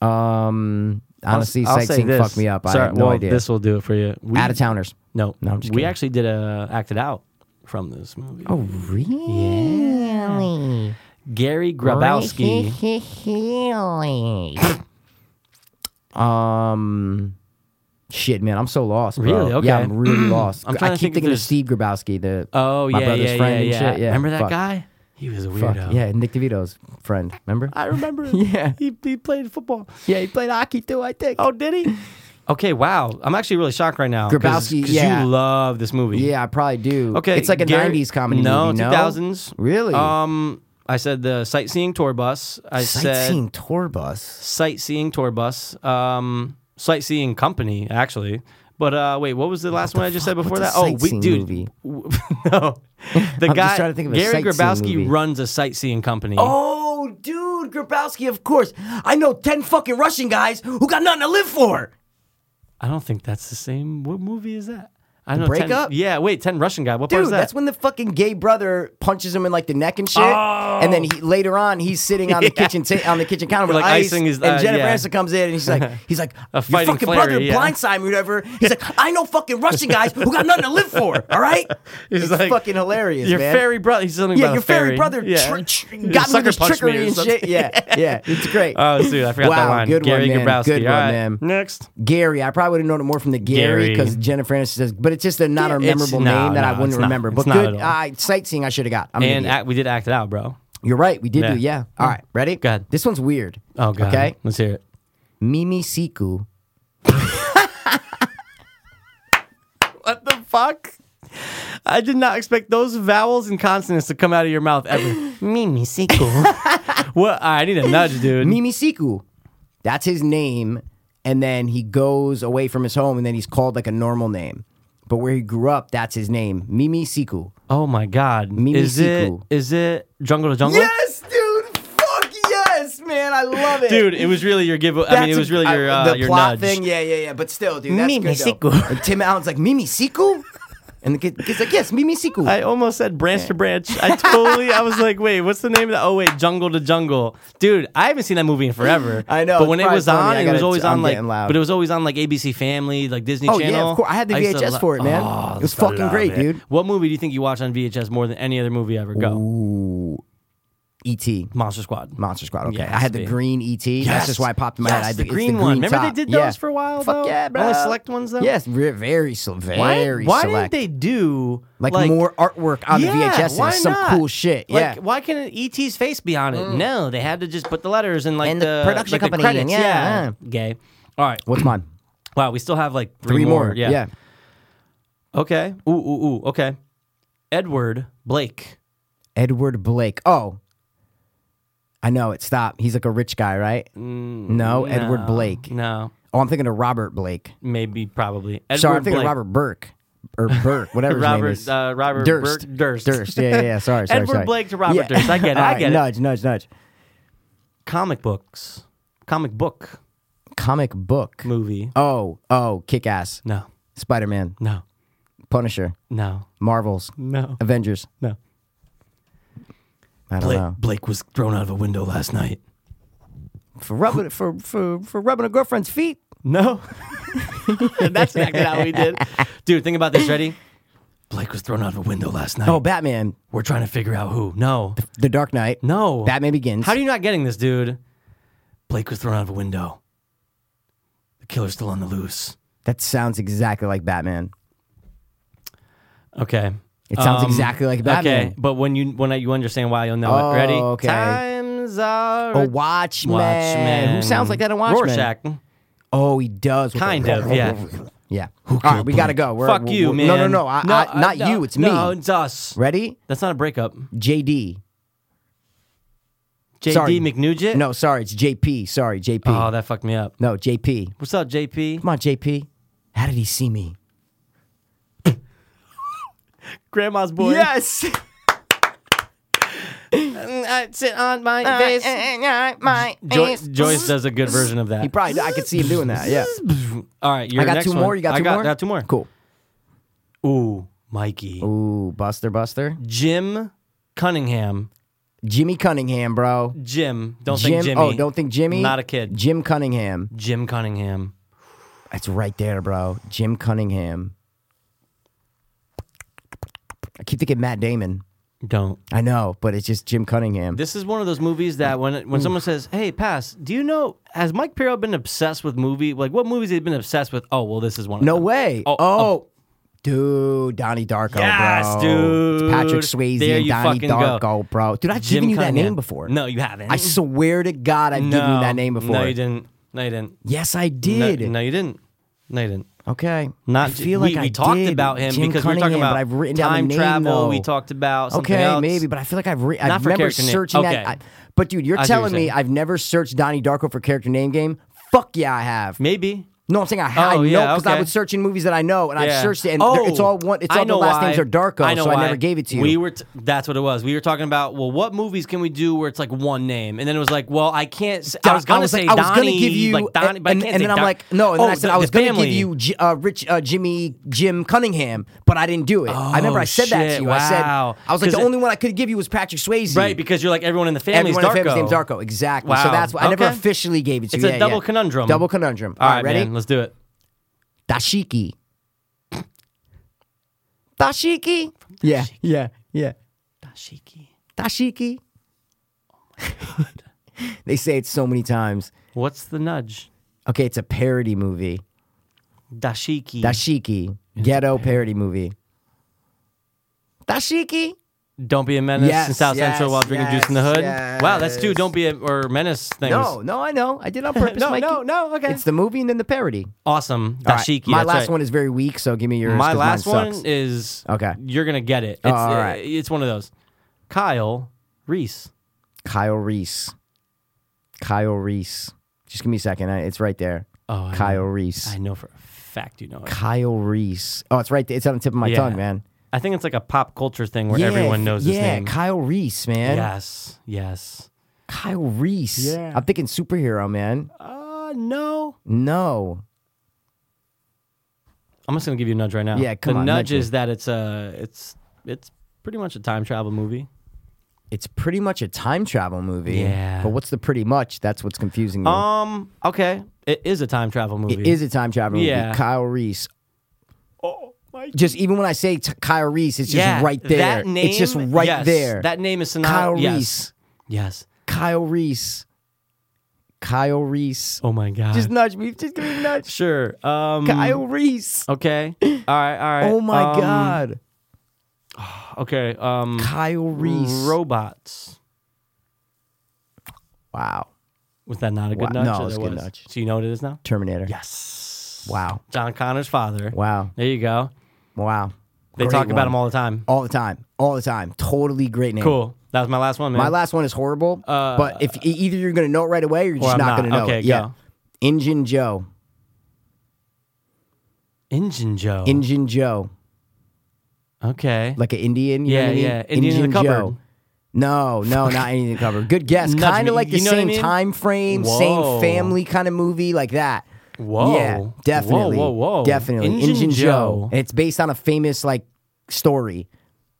Speaker 1: um Honestly,
Speaker 3: I'll say
Speaker 1: sight sightseeing
Speaker 3: this.
Speaker 1: fucked me up. I
Speaker 3: Sorry,
Speaker 1: have no
Speaker 3: well,
Speaker 1: idea.
Speaker 4: This will do it for you. We,
Speaker 1: Out of towners.
Speaker 4: No,
Speaker 1: No, I'm just
Speaker 4: we
Speaker 1: kidding.
Speaker 4: actually did a acted out from this movie.
Speaker 1: Oh, really?
Speaker 4: Gary Grabowski.
Speaker 1: um, shit, man, I'm so lost. Bro.
Speaker 4: Really? Okay.
Speaker 1: Yeah, I'm really lost.
Speaker 4: I'm
Speaker 1: i
Speaker 4: trying to
Speaker 1: keep
Speaker 4: think if
Speaker 1: thinking of
Speaker 4: there's-
Speaker 1: Steve Grabowski, the
Speaker 4: Oh
Speaker 1: my
Speaker 4: yeah,
Speaker 1: brother's
Speaker 4: yeah,
Speaker 1: friend
Speaker 4: yeah,
Speaker 1: and
Speaker 4: yeah.
Speaker 1: shit. Yeah,
Speaker 4: Remember that
Speaker 1: fuck,
Speaker 4: guy? He was a weirdo.
Speaker 1: Fuck. Yeah, Nick DeVito's friend. Remember?
Speaker 4: I remember.
Speaker 1: Yeah.
Speaker 4: he, he played football.
Speaker 1: yeah, he played hockey too. I think.
Speaker 4: Oh, did he? Okay, wow. I'm actually really shocked right now.
Speaker 1: Grabowski,
Speaker 4: because
Speaker 1: yeah.
Speaker 4: you love this movie.
Speaker 1: yeah, I probably do.
Speaker 4: Okay,
Speaker 1: it's like a
Speaker 4: Gary-
Speaker 1: '90s comedy
Speaker 4: No,
Speaker 1: movie.
Speaker 4: 2000s.
Speaker 1: Really?
Speaker 4: Um, I said the sightseeing tour bus. I
Speaker 1: Sightseeing
Speaker 4: said
Speaker 1: tour bus.
Speaker 4: sightseeing tour bus. Um, sightseeing company actually. But uh, wait, what was the last one I just said
Speaker 1: fuck?
Speaker 4: before
Speaker 1: What's
Speaker 4: that?
Speaker 1: a
Speaker 4: Oh, we
Speaker 1: sightseeing
Speaker 4: dude,
Speaker 1: movie?
Speaker 4: w- no, the
Speaker 1: I'm just
Speaker 4: guy
Speaker 1: trying to think of a
Speaker 4: Gary
Speaker 1: sightseeing
Speaker 4: Grabowski
Speaker 1: movie.
Speaker 4: runs a sightseeing company.
Speaker 1: Oh, dude, Grabowski, of course. I know ten fucking Russian guys who got nothing to live for.
Speaker 4: I don't think that's the same. What movie is that? I know.
Speaker 1: Breakup?
Speaker 4: Ten, yeah, wait, ten Russian guy. What part
Speaker 1: Dude,
Speaker 4: is that?
Speaker 1: that's when the fucking gay brother punches him in like the neck and shit, and then he, later on he's sitting on the kitchen ta- on the kitchen counter with
Speaker 4: Oh. Like
Speaker 1: ice,
Speaker 4: icing his- uh,
Speaker 1: and Jennifer
Speaker 4: yeah.
Speaker 1: Aniston comes in and he's like, he's like, your
Speaker 4: fighting
Speaker 1: fucking
Speaker 4: Clary,
Speaker 1: brother
Speaker 4: yeah.
Speaker 1: blindsided me or whatever. He's like, I know fucking Russian guys who got nothing to live for. All right, it's
Speaker 4: like,
Speaker 1: fucking hilarious,
Speaker 4: your
Speaker 1: man.
Speaker 4: fairy brother. He's something
Speaker 1: yeah,
Speaker 4: about
Speaker 1: your
Speaker 4: a
Speaker 1: fairy,
Speaker 4: fairy
Speaker 1: brother
Speaker 4: Yeah.
Speaker 1: tr- tr-
Speaker 4: You
Speaker 1: got me with
Speaker 4: sucker
Speaker 1: his
Speaker 4: punched me or
Speaker 1: trickery and
Speaker 4: something.
Speaker 1: shit. Yeah, yeah, it's great.
Speaker 4: Oh, dude, I forgot
Speaker 1: wow,
Speaker 4: that line.
Speaker 1: good
Speaker 4: Gary
Speaker 1: one, man.
Speaker 4: Grabowski.
Speaker 1: Good one,
Speaker 4: All right,
Speaker 1: man.
Speaker 4: Next.
Speaker 1: Gary. I probably would have known it more from the Gary
Speaker 4: Gary.
Speaker 1: because Jennifer Aniston says, but it's just a not a
Speaker 4: It's-
Speaker 1: memorable
Speaker 4: no,
Speaker 1: name that
Speaker 4: no,
Speaker 1: I wouldn't
Speaker 4: it's not.
Speaker 1: remember.
Speaker 4: It's
Speaker 1: but
Speaker 4: not
Speaker 1: good
Speaker 4: at all.
Speaker 1: uh, sightseeing, I should have got. I'm an
Speaker 4: And
Speaker 1: idiot.
Speaker 4: act, we did act it out, bro.
Speaker 1: You're right. We did
Speaker 4: Yeah.
Speaker 1: do. Yeah. All right. Ready?
Speaker 4: Go ahead.
Speaker 1: This one's weird.
Speaker 4: Oh god.
Speaker 1: Okay.
Speaker 4: Let's hear it.
Speaker 1: Mimi Siku.
Speaker 4: What the fuck? I did not expect those vowels and consonants to come out of your mouth ever. Mimi sequel. what? I need a nudge, dude.
Speaker 1: Mimi Siku. That's his name. And then he goes away from his home and then he's called like a normal name. But where he grew up, that's his name. Mimi Siku.
Speaker 4: oh my god.
Speaker 1: Mimi
Speaker 4: is
Speaker 1: Siku.
Speaker 4: it? Is it jungle to jungle?
Speaker 1: Yes, dude. Fuck yes, man. I love it.
Speaker 4: Dude, it was really your give. I mean, it was really your uh,
Speaker 1: the
Speaker 4: your
Speaker 1: plot
Speaker 4: nudge.
Speaker 1: thing. Yeah, yeah, yeah. But still, dude, that's
Speaker 4: Mimi
Speaker 1: good though.
Speaker 4: Siku.
Speaker 1: And Tim Allen's like Mimi Siku, and the kid, kid's like, yes, Mimi Siku.
Speaker 4: I almost said branch to branch. I totally. I was like, wait, what's the name of that? Oh wait, jungle to jungle, dude. I haven't seen that movie in forever.
Speaker 1: I know,
Speaker 4: But
Speaker 1: it's
Speaker 4: when it
Speaker 1: probably
Speaker 4: was
Speaker 1: funny.
Speaker 4: on,
Speaker 1: I
Speaker 4: it was
Speaker 1: gotta-
Speaker 4: always
Speaker 1: I'm
Speaker 4: on like.
Speaker 1: getting loud.
Speaker 4: But it was always on like ABC Family, like Disney
Speaker 1: Oh
Speaker 4: Channel.
Speaker 1: yeah, of course. I had the
Speaker 4: used to
Speaker 1: VHS
Speaker 4: lo-
Speaker 1: for it, man.
Speaker 4: Oh,
Speaker 1: it was fucking great, dude.
Speaker 4: What movie do you think you watch on VHS more than any other movie ever? Go.
Speaker 1: E.T.
Speaker 4: Monster Squad.
Speaker 1: E Monster Squad. Okay,
Speaker 4: Yeah, it
Speaker 1: I
Speaker 4: has
Speaker 1: had
Speaker 4: to
Speaker 1: the
Speaker 4: be.
Speaker 1: green ET. That's just why it popped in my
Speaker 4: Yes,
Speaker 1: head. I
Speaker 4: the
Speaker 1: it's
Speaker 4: green one. Remember they
Speaker 1: top.
Speaker 4: did those
Speaker 1: Yeah.
Speaker 4: for a while,
Speaker 1: Fuck
Speaker 4: though?
Speaker 1: yeah, bro.
Speaker 4: Only select ones, though?
Speaker 1: Yes, re- very, so very
Speaker 4: why
Speaker 1: select.
Speaker 4: didn't they do
Speaker 1: like, more artwork on
Speaker 4: Yeah,
Speaker 1: the VHS?
Speaker 4: why
Speaker 1: and some
Speaker 4: not?
Speaker 1: cool shit.
Speaker 4: Like,
Speaker 1: yeah. Mm.
Speaker 4: why can't ET's face be on it? No, they had to just put the letters and like
Speaker 1: And the production
Speaker 4: like
Speaker 1: company,
Speaker 4: The credits.
Speaker 1: yeah,
Speaker 4: yeah. Gay. All right.
Speaker 1: What's mine?
Speaker 4: Wow, we still have like three,
Speaker 1: Three more.
Speaker 4: Yeah.
Speaker 1: yeah.
Speaker 4: Okay. Ooh, ooh, ooh. Okay. Edward Blake.
Speaker 1: Edward Blake. Oh, I know it. Stop. He's like a rich guy, right?
Speaker 4: Mm,
Speaker 1: no, Oh, Edward
Speaker 4: No,
Speaker 1: Blake.
Speaker 4: No,
Speaker 1: Oh, I'm thinking of Robert Blake.
Speaker 4: maybe probably. Edward
Speaker 1: Sorry, I'm thinking
Speaker 4: Blake.
Speaker 1: of Robert Burke or Burke, whatever his
Speaker 4: Robert,
Speaker 1: name is.
Speaker 4: uh, Robert
Speaker 1: Durst.
Speaker 4: Burke Durst.
Speaker 1: Durst. Yeah, yeah, yeah. Sorry, sorry,
Speaker 4: Edward
Speaker 1: sorry.
Speaker 4: Blake to Robert Durst. I get it, I
Speaker 1: All right,
Speaker 4: get it.
Speaker 1: Nudge, nudge, nudge.
Speaker 4: Comic books. Comic book
Speaker 1: Comic book.
Speaker 4: movie.
Speaker 1: Oh, oh, Kick Ass,
Speaker 4: No,
Speaker 1: Spider Man,
Speaker 4: no,
Speaker 1: Punisher,
Speaker 4: no,
Speaker 1: Marvels,
Speaker 4: no,
Speaker 1: Avengers.
Speaker 4: no.
Speaker 1: I don't
Speaker 4: Blake,
Speaker 1: know.
Speaker 4: Blake was thrown out of a window last night.
Speaker 1: For rubbing for for for rubbing a girlfriend's feet.
Speaker 4: No. That's exactly how we did. Dude, think about this. Ready? Blake was thrown out of a window last night.
Speaker 1: Oh, Batman,
Speaker 4: We're trying to figure out who. No.
Speaker 1: The Dark Knight.
Speaker 4: No.
Speaker 1: Batman Begins.
Speaker 4: How are you not getting this, dude? Blake was thrown out of a window. The killer's still on the loose.
Speaker 1: That sounds exactly like Batman.
Speaker 4: Okay. Um,
Speaker 1: It sounds exactly like Batman.
Speaker 4: Okay, but when you when you understand why, you'll know it. Ready?
Speaker 1: Oh, okay.
Speaker 4: Times are
Speaker 1: A
Speaker 4: a
Speaker 1: Watchman.
Speaker 4: Watchman.
Speaker 1: Who sounds like that in Watchmen?
Speaker 4: Rorschach.
Speaker 1: Oh, he does. with
Speaker 4: Kind
Speaker 1: the-
Speaker 4: of, yeah.
Speaker 1: Yeah. All right, we got to go. We're,
Speaker 4: Fuck
Speaker 1: we're-
Speaker 4: you,
Speaker 1: we're-
Speaker 4: man.
Speaker 1: No, no, no. I, I,
Speaker 4: uh,
Speaker 1: not
Speaker 4: no,
Speaker 1: you. It's
Speaker 4: No,
Speaker 1: me.
Speaker 4: it's us.
Speaker 1: Ready?
Speaker 4: That's not a breakup.
Speaker 1: JD.
Speaker 4: JD
Speaker 1: Sorry.
Speaker 4: McNugent?
Speaker 1: No, sorry. It's JP. Sorry, JP.
Speaker 4: Oh, that fucked me up.
Speaker 1: no, JP.
Speaker 4: What's up, JP?
Speaker 1: Come on, JP. How did he see me?
Speaker 4: Grandma's boy.
Speaker 1: Yes.
Speaker 4: I sit on my
Speaker 1: Uh, My
Speaker 4: Jo- Joyce does a good version of that.
Speaker 1: He probably. I could see him doing that. Yeah.
Speaker 4: All right, your
Speaker 1: I got
Speaker 4: next
Speaker 1: two
Speaker 4: one.
Speaker 1: more. You got
Speaker 4: I
Speaker 1: two
Speaker 4: got,
Speaker 1: more.
Speaker 4: got two more.
Speaker 1: Cool.
Speaker 4: Ooh, Mikey.
Speaker 1: Ooh, Buster, Buster.
Speaker 4: Jim Cunningham
Speaker 1: Jimmy Cunningham, bro.
Speaker 4: Jim. Don't
Speaker 1: Jim.
Speaker 4: think Jimmy.
Speaker 1: Oh, don't think Jimmy.
Speaker 4: Not a kid.
Speaker 1: Jim Cunningham.
Speaker 4: Jim Cunningham.
Speaker 1: It's right there, bro. Jim Cunningham. I keep thinking Matt Damon.
Speaker 4: Don't.
Speaker 1: I know, but it's just Jim Cunningham.
Speaker 4: This is one of those movies that when when someone says, "Hey, pass," do you know has Mike Pirro been obsessed with movie? Like what movies he's been obsessed with? Oh, well, this is one. of
Speaker 1: no
Speaker 4: them.
Speaker 1: way.
Speaker 4: Oh,
Speaker 1: Oh,
Speaker 4: oh.
Speaker 1: dude, Donnie Darko,
Speaker 4: Yes,
Speaker 1: bro.
Speaker 4: dude.
Speaker 1: It's Patrick Swayze
Speaker 4: There
Speaker 1: and
Speaker 4: you
Speaker 1: Donnie
Speaker 4: fucking go.
Speaker 1: Darko, bro. Dude, I've
Speaker 4: Jim
Speaker 1: given you that
Speaker 4: Cunningham.
Speaker 1: name before.
Speaker 4: No, you haven't.
Speaker 1: I swear to God, I've given you that name before.
Speaker 4: No, you didn't. No, you didn't.
Speaker 1: Yes, I
Speaker 4: No,
Speaker 1: did.
Speaker 4: no, you didn't. No, you didn't.
Speaker 1: Okay.
Speaker 4: Not
Speaker 1: I feel
Speaker 4: we,
Speaker 1: like
Speaker 4: we
Speaker 1: I
Speaker 4: talked
Speaker 1: did.
Speaker 4: about him
Speaker 1: Jim
Speaker 4: because we were
Speaker 1: Cunningham,
Speaker 4: talking about
Speaker 1: but I've written down the
Speaker 4: time
Speaker 1: name,
Speaker 4: travel.
Speaker 1: though.
Speaker 4: We talked about something
Speaker 1: Okay,
Speaker 4: else.
Speaker 1: maybe, but I feel like I've re-
Speaker 4: Not
Speaker 1: I've
Speaker 4: for
Speaker 1: never
Speaker 4: character name.
Speaker 1: searching
Speaker 4: Okay.
Speaker 1: that. I, but dude, you're
Speaker 4: I see what
Speaker 1: telling
Speaker 4: you're
Speaker 1: me
Speaker 4: saying.
Speaker 1: I've never searched Donnie Darko for character name game? Fuck yeah, I have.
Speaker 4: maybe.
Speaker 1: No, I'm saying I, I
Speaker 4: Oh,
Speaker 1: know
Speaker 4: yeah,
Speaker 1: because
Speaker 4: okay.
Speaker 1: I was searching movies that I know, and
Speaker 4: Yeah.
Speaker 1: I've searched it, and
Speaker 4: oh,
Speaker 1: they're- it's all one. It's
Speaker 4: I
Speaker 1: all the
Speaker 4: know
Speaker 1: last
Speaker 4: why.
Speaker 1: names are Darko,
Speaker 4: I know
Speaker 1: so
Speaker 4: why.
Speaker 1: I never gave it to you.
Speaker 4: We were t- that's what it was. We were talking about well, what movies can we do where it's like one name, and then it was like, well, I can't. s- I was gonna say
Speaker 1: like, I was
Speaker 4: Donnie,
Speaker 1: gonna give you,
Speaker 4: like Donnie,
Speaker 1: and,
Speaker 4: but I
Speaker 1: and
Speaker 4: can't
Speaker 1: then
Speaker 4: say
Speaker 1: I'm
Speaker 4: Don-
Speaker 1: like, no, and then
Speaker 4: Oh,
Speaker 1: I said
Speaker 4: the-
Speaker 1: I was
Speaker 4: the
Speaker 1: gonna
Speaker 4: family.
Speaker 1: give you J- uh, Rich uh, Jimmy Jim Cunningham, but I didn't do it. I remember I said that
Speaker 4: Oh, shit,
Speaker 1: to you. I said
Speaker 4: wow.
Speaker 1: I was like
Speaker 4: 'Cause
Speaker 1: the
Speaker 4: it-
Speaker 1: only one I could give you was Patrick Swayze,
Speaker 4: right because you're like everyone in the family.
Speaker 1: Everyone
Speaker 4: is
Speaker 1: in
Speaker 4: Darko.
Speaker 1: the family's name's Darko, exactly.
Speaker 4: Wow.
Speaker 1: So that's why I never
Speaker 4: Okay.
Speaker 1: officially gave it to
Speaker 4: It's
Speaker 1: you.
Speaker 4: a
Speaker 1: Yeah,
Speaker 4: double
Speaker 1: yeah.
Speaker 4: conundrum.
Speaker 1: Double conundrum.
Speaker 4: All right,
Speaker 1: ready?
Speaker 4: man, let's do it.
Speaker 1: Dashiki. Dashiki? Yeah, yeah, yeah.
Speaker 4: Dashiki.
Speaker 1: Dashiki. they say it so many times.
Speaker 4: What's the nudge?
Speaker 1: Okay, it's a parody movie.
Speaker 4: Dashiki.
Speaker 1: Dashiki. Ghetto parody movie. Dashiki?
Speaker 4: Don't be a menace in
Speaker 1: Yes,
Speaker 4: South Central
Speaker 1: yes,
Speaker 4: while drinking
Speaker 1: yes,
Speaker 4: juice in the hood. Wow, that's two
Speaker 1: yes.
Speaker 4: don't be a or menace things.
Speaker 1: No, no, I know. I did it on purpose.
Speaker 4: no,
Speaker 1: Mikey.
Speaker 4: no, no. Okay,
Speaker 1: It's the movie and then the parody.
Speaker 4: awesome.
Speaker 1: All right,
Speaker 4: Dashiki.
Speaker 1: My
Speaker 4: that's
Speaker 1: last
Speaker 4: right.
Speaker 1: one is very weak, so give me yours.
Speaker 4: My
Speaker 1: 'cause mine
Speaker 4: last one
Speaker 1: sucks.
Speaker 4: is
Speaker 1: Okay.
Speaker 4: You're gonna get it. It's,
Speaker 1: all
Speaker 4: uh,
Speaker 1: right.
Speaker 4: it's one of those. Kyle Reese.
Speaker 1: Kyle Reese. Kyle Reese. Just give me a second. I- It's right there.
Speaker 4: Oh, I
Speaker 1: Kyle
Speaker 4: know.
Speaker 1: Reese.
Speaker 4: I know for a fact you know it.
Speaker 1: Kyle Reese. Oh, it's right there. It's on the tip of my
Speaker 4: Yeah.
Speaker 1: tongue, man.
Speaker 4: I think it's like a pop culture thing where
Speaker 1: Yeah,
Speaker 4: everyone knows his
Speaker 1: Yeah,
Speaker 4: name.
Speaker 1: Kyle Reese, man.
Speaker 4: Yes, yes.
Speaker 1: Kyle Reese.
Speaker 4: Yeah.
Speaker 1: I'm thinking superhero, man.
Speaker 4: Uh, no.
Speaker 1: No.
Speaker 4: I'm just gonna give you a nudge right now.
Speaker 1: Yeah, come
Speaker 4: the
Speaker 1: on,
Speaker 4: nudge
Speaker 1: nudge me.
Speaker 4: is that it's a it's it's pretty much a time travel movie.
Speaker 1: It's pretty much a time travel movie.
Speaker 4: Yeah.
Speaker 1: But what's the pretty much? That's what's confusing me.
Speaker 4: Um, okay, it is a time travel movie.
Speaker 1: it is a time travel
Speaker 4: Yeah.
Speaker 1: movie. Kyle Reese.
Speaker 4: Oh my.
Speaker 1: Just even when I say t- Kyle Reese, it's just
Speaker 4: yeah,
Speaker 1: right there.
Speaker 4: That name,
Speaker 1: it's just right
Speaker 4: yes,
Speaker 1: there.
Speaker 4: That name is
Speaker 1: Kyle
Speaker 4: synonymous. yes.
Speaker 1: Reese.
Speaker 4: Yes.
Speaker 1: Kyle Reese. Kyle Reese.
Speaker 4: Oh my god.
Speaker 1: Just nudge me. Just give me a nudge.
Speaker 4: Sure. Um,
Speaker 1: Kyle Reese.
Speaker 4: Okay. All right. All right.
Speaker 1: Oh my
Speaker 4: Um,
Speaker 1: God.
Speaker 4: Okay. Um,
Speaker 1: Kyle Reese.
Speaker 4: robots.
Speaker 1: wow.
Speaker 4: Was that not a
Speaker 1: Wow.
Speaker 4: good nudge?
Speaker 1: No,
Speaker 4: Or
Speaker 1: it was a
Speaker 4: there
Speaker 1: good nudge.
Speaker 4: So you know what it is now?
Speaker 1: Terminator.
Speaker 4: Yes.
Speaker 1: Wow.
Speaker 4: John Connor's father.
Speaker 1: Wow.
Speaker 4: There you go.
Speaker 1: Wow.
Speaker 4: They
Speaker 1: Great
Speaker 4: talk about
Speaker 1: one. Oh,
Speaker 4: him all the time.
Speaker 1: all the time. All the time. Totally great name.
Speaker 4: Cool. That was my last one, man.
Speaker 1: My last one is horrible,
Speaker 4: Uh,
Speaker 1: but if e- either you're going to know it right away or you're just
Speaker 4: I'm
Speaker 1: not,
Speaker 4: not.
Speaker 1: going to know
Speaker 4: Okay,
Speaker 1: it. Yeah.
Speaker 4: go.
Speaker 1: Engine Joe.
Speaker 4: Engine Joe.
Speaker 1: Engine Joe.
Speaker 4: okay.
Speaker 1: Like an Indian. You
Speaker 4: Yeah,
Speaker 1: know what I mean?
Speaker 4: yeah. Indian in the cupboard.
Speaker 1: Joe. No, no, not anything covered. Good guess.
Speaker 4: Nudge
Speaker 1: Kind
Speaker 4: me.
Speaker 1: of like the
Speaker 4: You know what I
Speaker 1: same
Speaker 4: mean?
Speaker 1: time frame,
Speaker 4: Whoa.
Speaker 1: same family kind of movie, like that.
Speaker 4: Whoa.
Speaker 1: Yeah, definitely.
Speaker 4: Whoa, whoa, whoa.
Speaker 1: Definitely.
Speaker 4: Injun
Speaker 1: Injun,
Speaker 4: Joe.
Speaker 1: Joe. And it's based on a famous like story.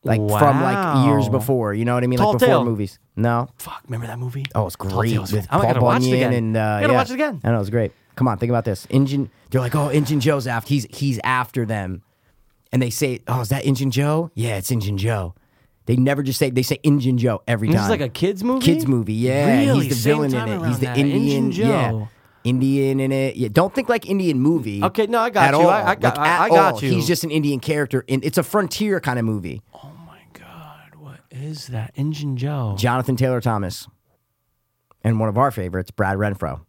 Speaker 1: Like from like years
Speaker 4: Wow.
Speaker 1: before. You know what I mean?
Speaker 4: Tall
Speaker 1: like before
Speaker 4: Tale.
Speaker 1: movies. No?
Speaker 4: Fuck. Remember that movie?
Speaker 1: Oh, it's
Speaker 4: Tall
Speaker 1: great.
Speaker 4: Tales.
Speaker 1: With
Speaker 4: I'm- I
Speaker 1: Paul
Speaker 4: gotta watch it
Speaker 1: Bunyan
Speaker 4: again.
Speaker 1: and uh
Speaker 4: I gotta
Speaker 1: yeah.
Speaker 4: watch it again.
Speaker 1: I know, it's great. Come on, think about this. Engine they're like, Oh, Engine Joe's after he's he's after them. And they say, Oh, is that Engine Joe? Yeah, it's Engine Joe. They never just say they say Engine Joe every time.
Speaker 4: This is like a kids movie.
Speaker 1: Kids movie, yeah.
Speaker 4: Really?
Speaker 1: He's the
Speaker 4: Same
Speaker 1: villain
Speaker 4: time
Speaker 1: in it.
Speaker 4: around
Speaker 1: He's the
Speaker 4: that.
Speaker 1: Indian,
Speaker 4: Injun Joe.
Speaker 1: yeah. Indian in it. Yeah, don't think like Indian movie.
Speaker 4: Okay, no, I got
Speaker 1: at
Speaker 4: you.
Speaker 1: All.
Speaker 4: I- I got-
Speaker 1: Like, at
Speaker 4: I- I got
Speaker 1: all.
Speaker 4: you.
Speaker 1: He's just an Indian character, and it's a frontier kind of movie.
Speaker 4: Oh my god, what is that? Engine Joe.
Speaker 1: Jonathan Taylor Thomas, and one of our favorites, Brad Renfro.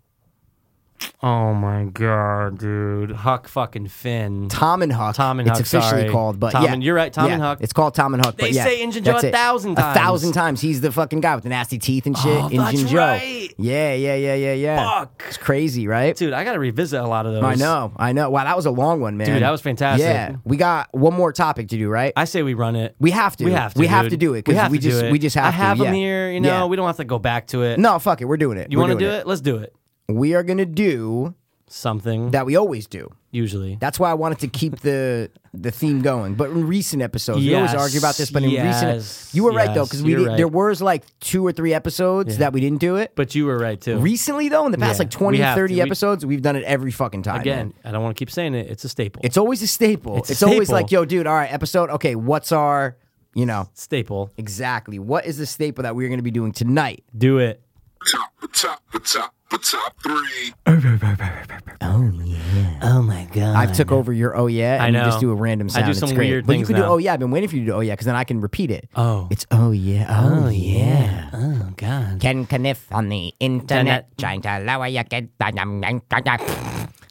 Speaker 4: Oh my god, dude. Huck fucking Finn.
Speaker 1: Tom and Huck.
Speaker 4: Tom and
Speaker 1: it's
Speaker 4: Huck,
Speaker 1: officially
Speaker 4: sorry.
Speaker 1: called, but
Speaker 4: Tom
Speaker 1: yeah,
Speaker 4: and- you're right, Tom
Speaker 1: yeah,
Speaker 4: and Huck.
Speaker 1: It's called Tom and Huck.
Speaker 4: They
Speaker 1: but yeah,
Speaker 4: say Injun Joe
Speaker 1: that's
Speaker 4: a
Speaker 1: it.
Speaker 4: thousand
Speaker 1: A
Speaker 4: times.
Speaker 1: thousand times. He's the fucking guy with the nasty teeth and shit.
Speaker 4: Oh,
Speaker 1: Injun
Speaker 4: that's
Speaker 1: Joe.
Speaker 4: right.
Speaker 1: Yeah, yeah, yeah, yeah, yeah.
Speaker 4: Fuck.
Speaker 1: It's crazy, right?
Speaker 4: Dude, I gotta revisit a lot of those.
Speaker 1: I know, I know. Wow, that was a long one, man.
Speaker 4: Dude, that was fantastic.
Speaker 1: Yeah, we got one more topic to do, right?
Speaker 4: I say we run it.
Speaker 1: we have to.
Speaker 4: We have to.
Speaker 1: We have
Speaker 4: dude.
Speaker 1: to do it. 'cause
Speaker 4: We have
Speaker 1: we
Speaker 4: to do
Speaker 1: just,
Speaker 4: it.
Speaker 1: We just have
Speaker 4: I
Speaker 1: to.
Speaker 4: have
Speaker 1: yeah.
Speaker 4: them here. You know,
Speaker 1: Yeah.
Speaker 4: we don't have to go back to it.
Speaker 1: No, fuck it. We're doing it.
Speaker 4: You
Speaker 1: want to
Speaker 4: do it? Let's do it.
Speaker 1: We are gonna do
Speaker 4: Something.
Speaker 1: that. We always do.
Speaker 4: usually.
Speaker 1: That's why I wanted to keep the the theme going. But in recent episodes, we always
Speaker 4: Yes,
Speaker 1: argue about this. But in
Speaker 4: yes,
Speaker 1: recent, e-, you were right though, because we
Speaker 4: yes,
Speaker 1: did,
Speaker 4: you're right.
Speaker 1: there was like two or three episodes that we didn't do it.
Speaker 4: But you were right too.
Speaker 1: Recently though, in the past
Speaker 4: Yeah,
Speaker 1: like 20,
Speaker 4: we have
Speaker 1: 30
Speaker 4: to. We-
Speaker 1: episodes, we've done it every fucking time.
Speaker 4: Again,
Speaker 1: man.
Speaker 4: I don't want to keep saying it. It's a staple.
Speaker 1: it's always a staple. It's,
Speaker 4: It's a
Speaker 1: always
Speaker 4: staple.
Speaker 1: like, yo, dude, all right, episode. Okay, what's our, you know,
Speaker 4: staple.
Speaker 1: exactly what is the staple that we're going to be doing tonight?
Speaker 4: Do it.
Speaker 5: top, the top, the top, the top three.
Speaker 6: Oh my god.
Speaker 1: I've took over your oh yeah, and
Speaker 4: I
Speaker 1: you just
Speaker 4: know.
Speaker 1: do a random
Speaker 4: I
Speaker 1: sound.
Speaker 4: do some
Speaker 1: it's great.
Speaker 4: weird
Speaker 1: but you
Speaker 4: things
Speaker 1: could do
Speaker 4: now.
Speaker 1: oh yeah. I've been waiting for you to do oh yeah, because then I can repeat it.
Speaker 4: Oh.
Speaker 1: it's oh yeah, oh, yeah.
Speaker 6: Oh god.
Speaker 1: Ken Kniff on the internet, trying to lower your kid.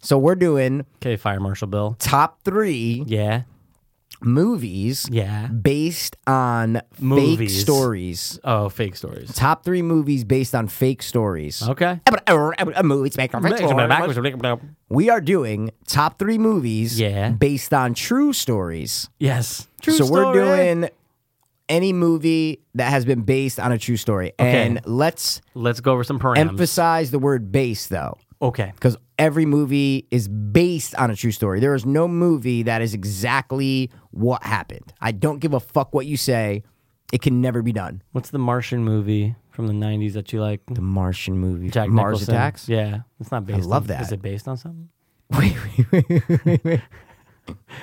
Speaker 1: So we're doing
Speaker 4: Okay, Fire Marshal Bill.
Speaker 1: top three
Speaker 4: Yeah.
Speaker 1: movies
Speaker 4: Yeah.
Speaker 1: based on fake
Speaker 4: Movies.
Speaker 1: stories.
Speaker 4: Oh, fake stories.
Speaker 1: Top three movies based on fake stories.
Speaker 4: Okay.
Speaker 1: er, Movies based on fake stories. We are doing top three movies
Speaker 4: Yeah.
Speaker 1: based on true stories.
Speaker 4: Yes. True
Speaker 1: so we're
Speaker 4: story. eh?
Speaker 1: doing any movie that has been based on a true story. And let's
Speaker 4: Let's go over some params.
Speaker 1: emphasize the word base though.
Speaker 4: okay.
Speaker 1: Because every movie is based on a true story. There is no movie that is exactly what happened. I don't give a fuck what you say. It can never be done.
Speaker 4: What's the Martian movie from the '90s that you like?
Speaker 1: The Martian movie.
Speaker 4: Jack
Speaker 1: Mars
Speaker 4: Nicholson.
Speaker 1: Attacks?
Speaker 4: Yeah, it's not based.
Speaker 1: love
Speaker 4: on,
Speaker 1: that.
Speaker 4: Is it based on something?
Speaker 1: Wait, wait, wait, wait, wait.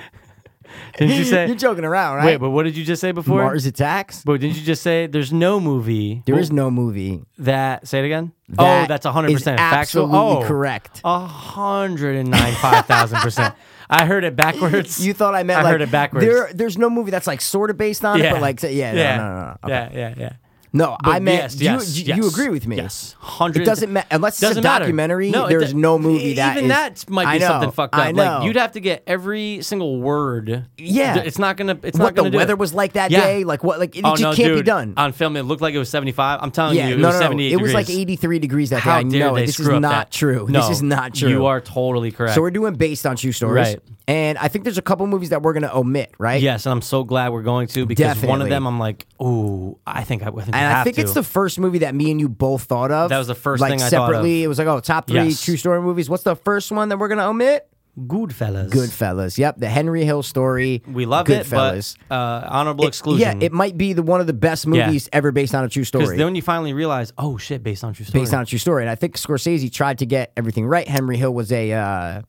Speaker 4: Didn't you say?
Speaker 1: You're joking around, right?
Speaker 4: wait, but what did you just say before?
Speaker 1: Mars Attacks?
Speaker 4: But didn't you just say there's no movie
Speaker 1: There is no movie.
Speaker 4: that? Say it again.
Speaker 1: that
Speaker 4: oh, that's 100
Speaker 1: is
Speaker 4: percent factual.
Speaker 1: absolutely
Speaker 4: oh,
Speaker 1: correct.
Speaker 4: A hundred and nine five thousand percent. I heard it backwards.
Speaker 1: You thought I meant
Speaker 4: I
Speaker 1: like
Speaker 4: heard it backwards.
Speaker 1: There, there's no movie that's like sort of based on it,
Speaker 4: yeah.
Speaker 1: but like yeah, no,
Speaker 4: yeah,
Speaker 1: no, no, no. Okay.
Speaker 4: yeah, yeah, yeah.
Speaker 1: No,
Speaker 4: But
Speaker 1: I meant
Speaker 4: yes,
Speaker 1: do you,
Speaker 4: yes,
Speaker 1: do you,
Speaker 4: yes,
Speaker 1: agree with me.
Speaker 4: Yes, hundred.
Speaker 1: It doesn't ma- unless it's a
Speaker 4: doesn't matter.
Speaker 1: documentary,
Speaker 4: No, it
Speaker 1: there's
Speaker 4: do-
Speaker 1: no movie that is-
Speaker 4: even that might be
Speaker 1: I know,
Speaker 4: something fucked up.
Speaker 1: I know.
Speaker 4: Like you'd have to get every single word.
Speaker 1: Yeah.
Speaker 4: Th- it's not gonna. It's not
Speaker 1: What
Speaker 4: gonna
Speaker 1: the
Speaker 4: do
Speaker 1: weather
Speaker 4: it.
Speaker 1: was like that
Speaker 4: Yeah.
Speaker 1: day, like what, like it
Speaker 4: Oh,
Speaker 1: just
Speaker 4: no,
Speaker 1: can't
Speaker 4: dude,
Speaker 1: be done.
Speaker 4: on film. It looked like it was seventy five. I'm telling
Speaker 1: yeah,
Speaker 4: you, it
Speaker 1: no,
Speaker 4: was
Speaker 1: no, no.
Speaker 4: seventy eight.
Speaker 1: It was like 83 degrees that day.
Speaker 4: How
Speaker 1: I
Speaker 4: dare
Speaker 1: know
Speaker 4: they
Speaker 1: it. this is
Speaker 4: screw up
Speaker 1: not
Speaker 4: that.
Speaker 1: true.
Speaker 4: No,
Speaker 1: this is not true.
Speaker 4: You are totally correct.
Speaker 1: So we're doing based on true stories,
Speaker 4: Right.
Speaker 1: And I think there's a couple movies that we're gonna omit, right?
Speaker 4: yes, and I'm so glad we're going to because one
Speaker 1: Definitely.
Speaker 4: of them I'm like, ooh, I think I, I think we
Speaker 1: And I
Speaker 4: have
Speaker 1: think
Speaker 4: to.
Speaker 1: it's the first movie that me and you both thought of.
Speaker 4: That was the first
Speaker 1: like,
Speaker 4: thing I thought of.
Speaker 1: separately. It was like, oh, top three
Speaker 4: Yes.
Speaker 1: true story movies. What's the first one that we're gonna omit?
Speaker 4: Goodfellas.
Speaker 1: Goodfellas. Yep, the Henry Hill story.
Speaker 4: We love it,
Speaker 1: Goodfellas.
Speaker 4: but uh, honorable exclusion.
Speaker 1: Yeah, it might be the one of the best
Speaker 4: Yeah.
Speaker 1: movies ever based on a true
Speaker 4: because
Speaker 1: story.
Speaker 4: then you finally realize, oh shit, based on true story.
Speaker 1: based on a true story, and I think Scorsese tried to get everything right. Henry Hill was a. Uh,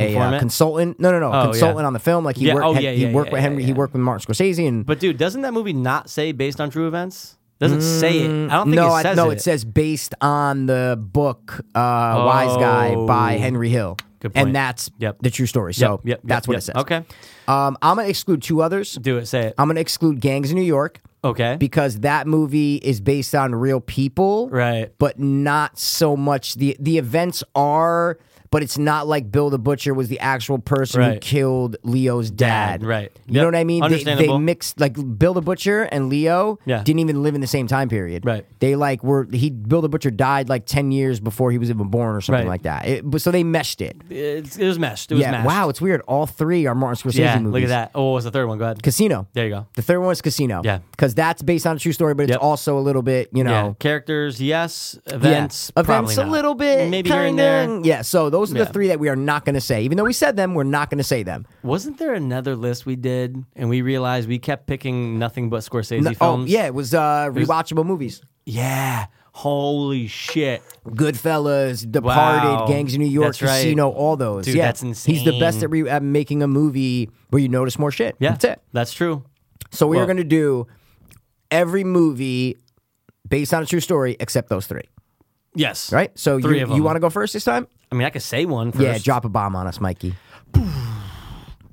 Speaker 1: a uh,
Speaker 4: Informant? Oh,
Speaker 1: consultant? No, no, no.
Speaker 4: yeah.
Speaker 1: consultant on the film. Like he
Speaker 4: Yeah,
Speaker 1: worked.
Speaker 4: oh,
Speaker 1: had-
Speaker 4: yeah,
Speaker 1: he
Speaker 4: yeah,
Speaker 1: worked
Speaker 4: yeah,
Speaker 1: with
Speaker 4: yeah,
Speaker 1: Henry. He
Speaker 4: yeah.
Speaker 1: worked with Martin Scorsese, and
Speaker 4: But dude, doesn't that movie not say based on true events? Doesn't say it. I don't
Speaker 1: Mm,
Speaker 4: think
Speaker 1: no,
Speaker 4: it says
Speaker 1: I, no,
Speaker 4: it.
Speaker 1: it. says based on the book uh, "Wise Guy" by
Speaker 4: Oh.
Speaker 1: Henry Hill,
Speaker 4: Good point.
Speaker 1: and that's
Speaker 4: Yep.
Speaker 1: the true story.
Speaker 4: Yep,
Speaker 1: So
Speaker 4: yep, yep,
Speaker 1: that's what
Speaker 4: yep.
Speaker 1: it says.
Speaker 4: Okay,
Speaker 1: Um, I'm gonna exclude two others.
Speaker 4: do it. Say it.
Speaker 1: I'm gonna exclude "Gangs of New York"
Speaker 4: okay.
Speaker 1: because that movie is based on real people,
Speaker 4: Right.
Speaker 1: But not so much the the events are. But it's not like Bill the Butcher was the actual person who
Speaker 4: Right.
Speaker 1: killed Leo's dad.
Speaker 4: Dad, right.
Speaker 1: You
Speaker 4: Yep.
Speaker 1: know what I mean? They, they
Speaker 4: Understandable.
Speaker 1: mixed like Bill the Butcher and Leo
Speaker 4: Yeah.
Speaker 1: didn't even live in the same time period.
Speaker 4: Right.
Speaker 1: They like were he Bill the Butcher died like ten years before he was even born or something
Speaker 4: Right.
Speaker 1: like that. It, but so they meshed it.
Speaker 4: It's, it was meshed. It was
Speaker 1: yeah.
Speaker 4: meshed.
Speaker 1: Wow, it's weird. All three are Martin Scorsese
Speaker 4: Yeah.
Speaker 1: movies.
Speaker 4: Look at that. Oh, what was the third one? Go ahead.
Speaker 1: Casino.
Speaker 4: There you go.
Speaker 1: The third one is Casino.
Speaker 4: Yeah.
Speaker 1: Because that's based on a true story, but it's
Speaker 4: Yep.
Speaker 1: also a little bit, you
Speaker 4: Yeah.
Speaker 1: know.
Speaker 4: Characters, yes.
Speaker 1: yeah.
Speaker 4: Events, probably
Speaker 1: Events
Speaker 4: not.
Speaker 1: a little bit.
Speaker 4: Maybe here
Speaker 1: kinda.
Speaker 4: and there.
Speaker 1: Yeah, so those are
Speaker 4: Yeah.
Speaker 1: the three that we are not going to say. Even though we said them, we're not going to say them.
Speaker 4: Wasn't there another list we did, and we realized we kept picking nothing but Scorsese
Speaker 1: No- oh,
Speaker 4: films?
Speaker 1: yeah, it was uh, rewatchable movies.
Speaker 4: Yeah. Holy shit.
Speaker 1: Goodfellas, Departed,
Speaker 4: Wow.
Speaker 1: Gangs of New York,
Speaker 4: That's right.
Speaker 1: Casino, all those.
Speaker 4: Dude,
Speaker 1: yeah.
Speaker 4: that's
Speaker 1: He's the best
Speaker 4: insane.
Speaker 1: at, re- at making a movie where you notice more shit.
Speaker 4: Yeah.
Speaker 1: That's it.
Speaker 4: That's true.
Speaker 1: So we are
Speaker 4: Well-
Speaker 1: going to do every movie based on a true story except those three.
Speaker 4: Yes.
Speaker 1: Right? So
Speaker 4: Three
Speaker 1: you,
Speaker 4: of
Speaker 1: you
Speaker 4: them.
Speaker 1: want to go first this time?
Speaker 4: I mean, I could say one first.
Speaker 1: Yeah, drop a bomb on us, Mikey.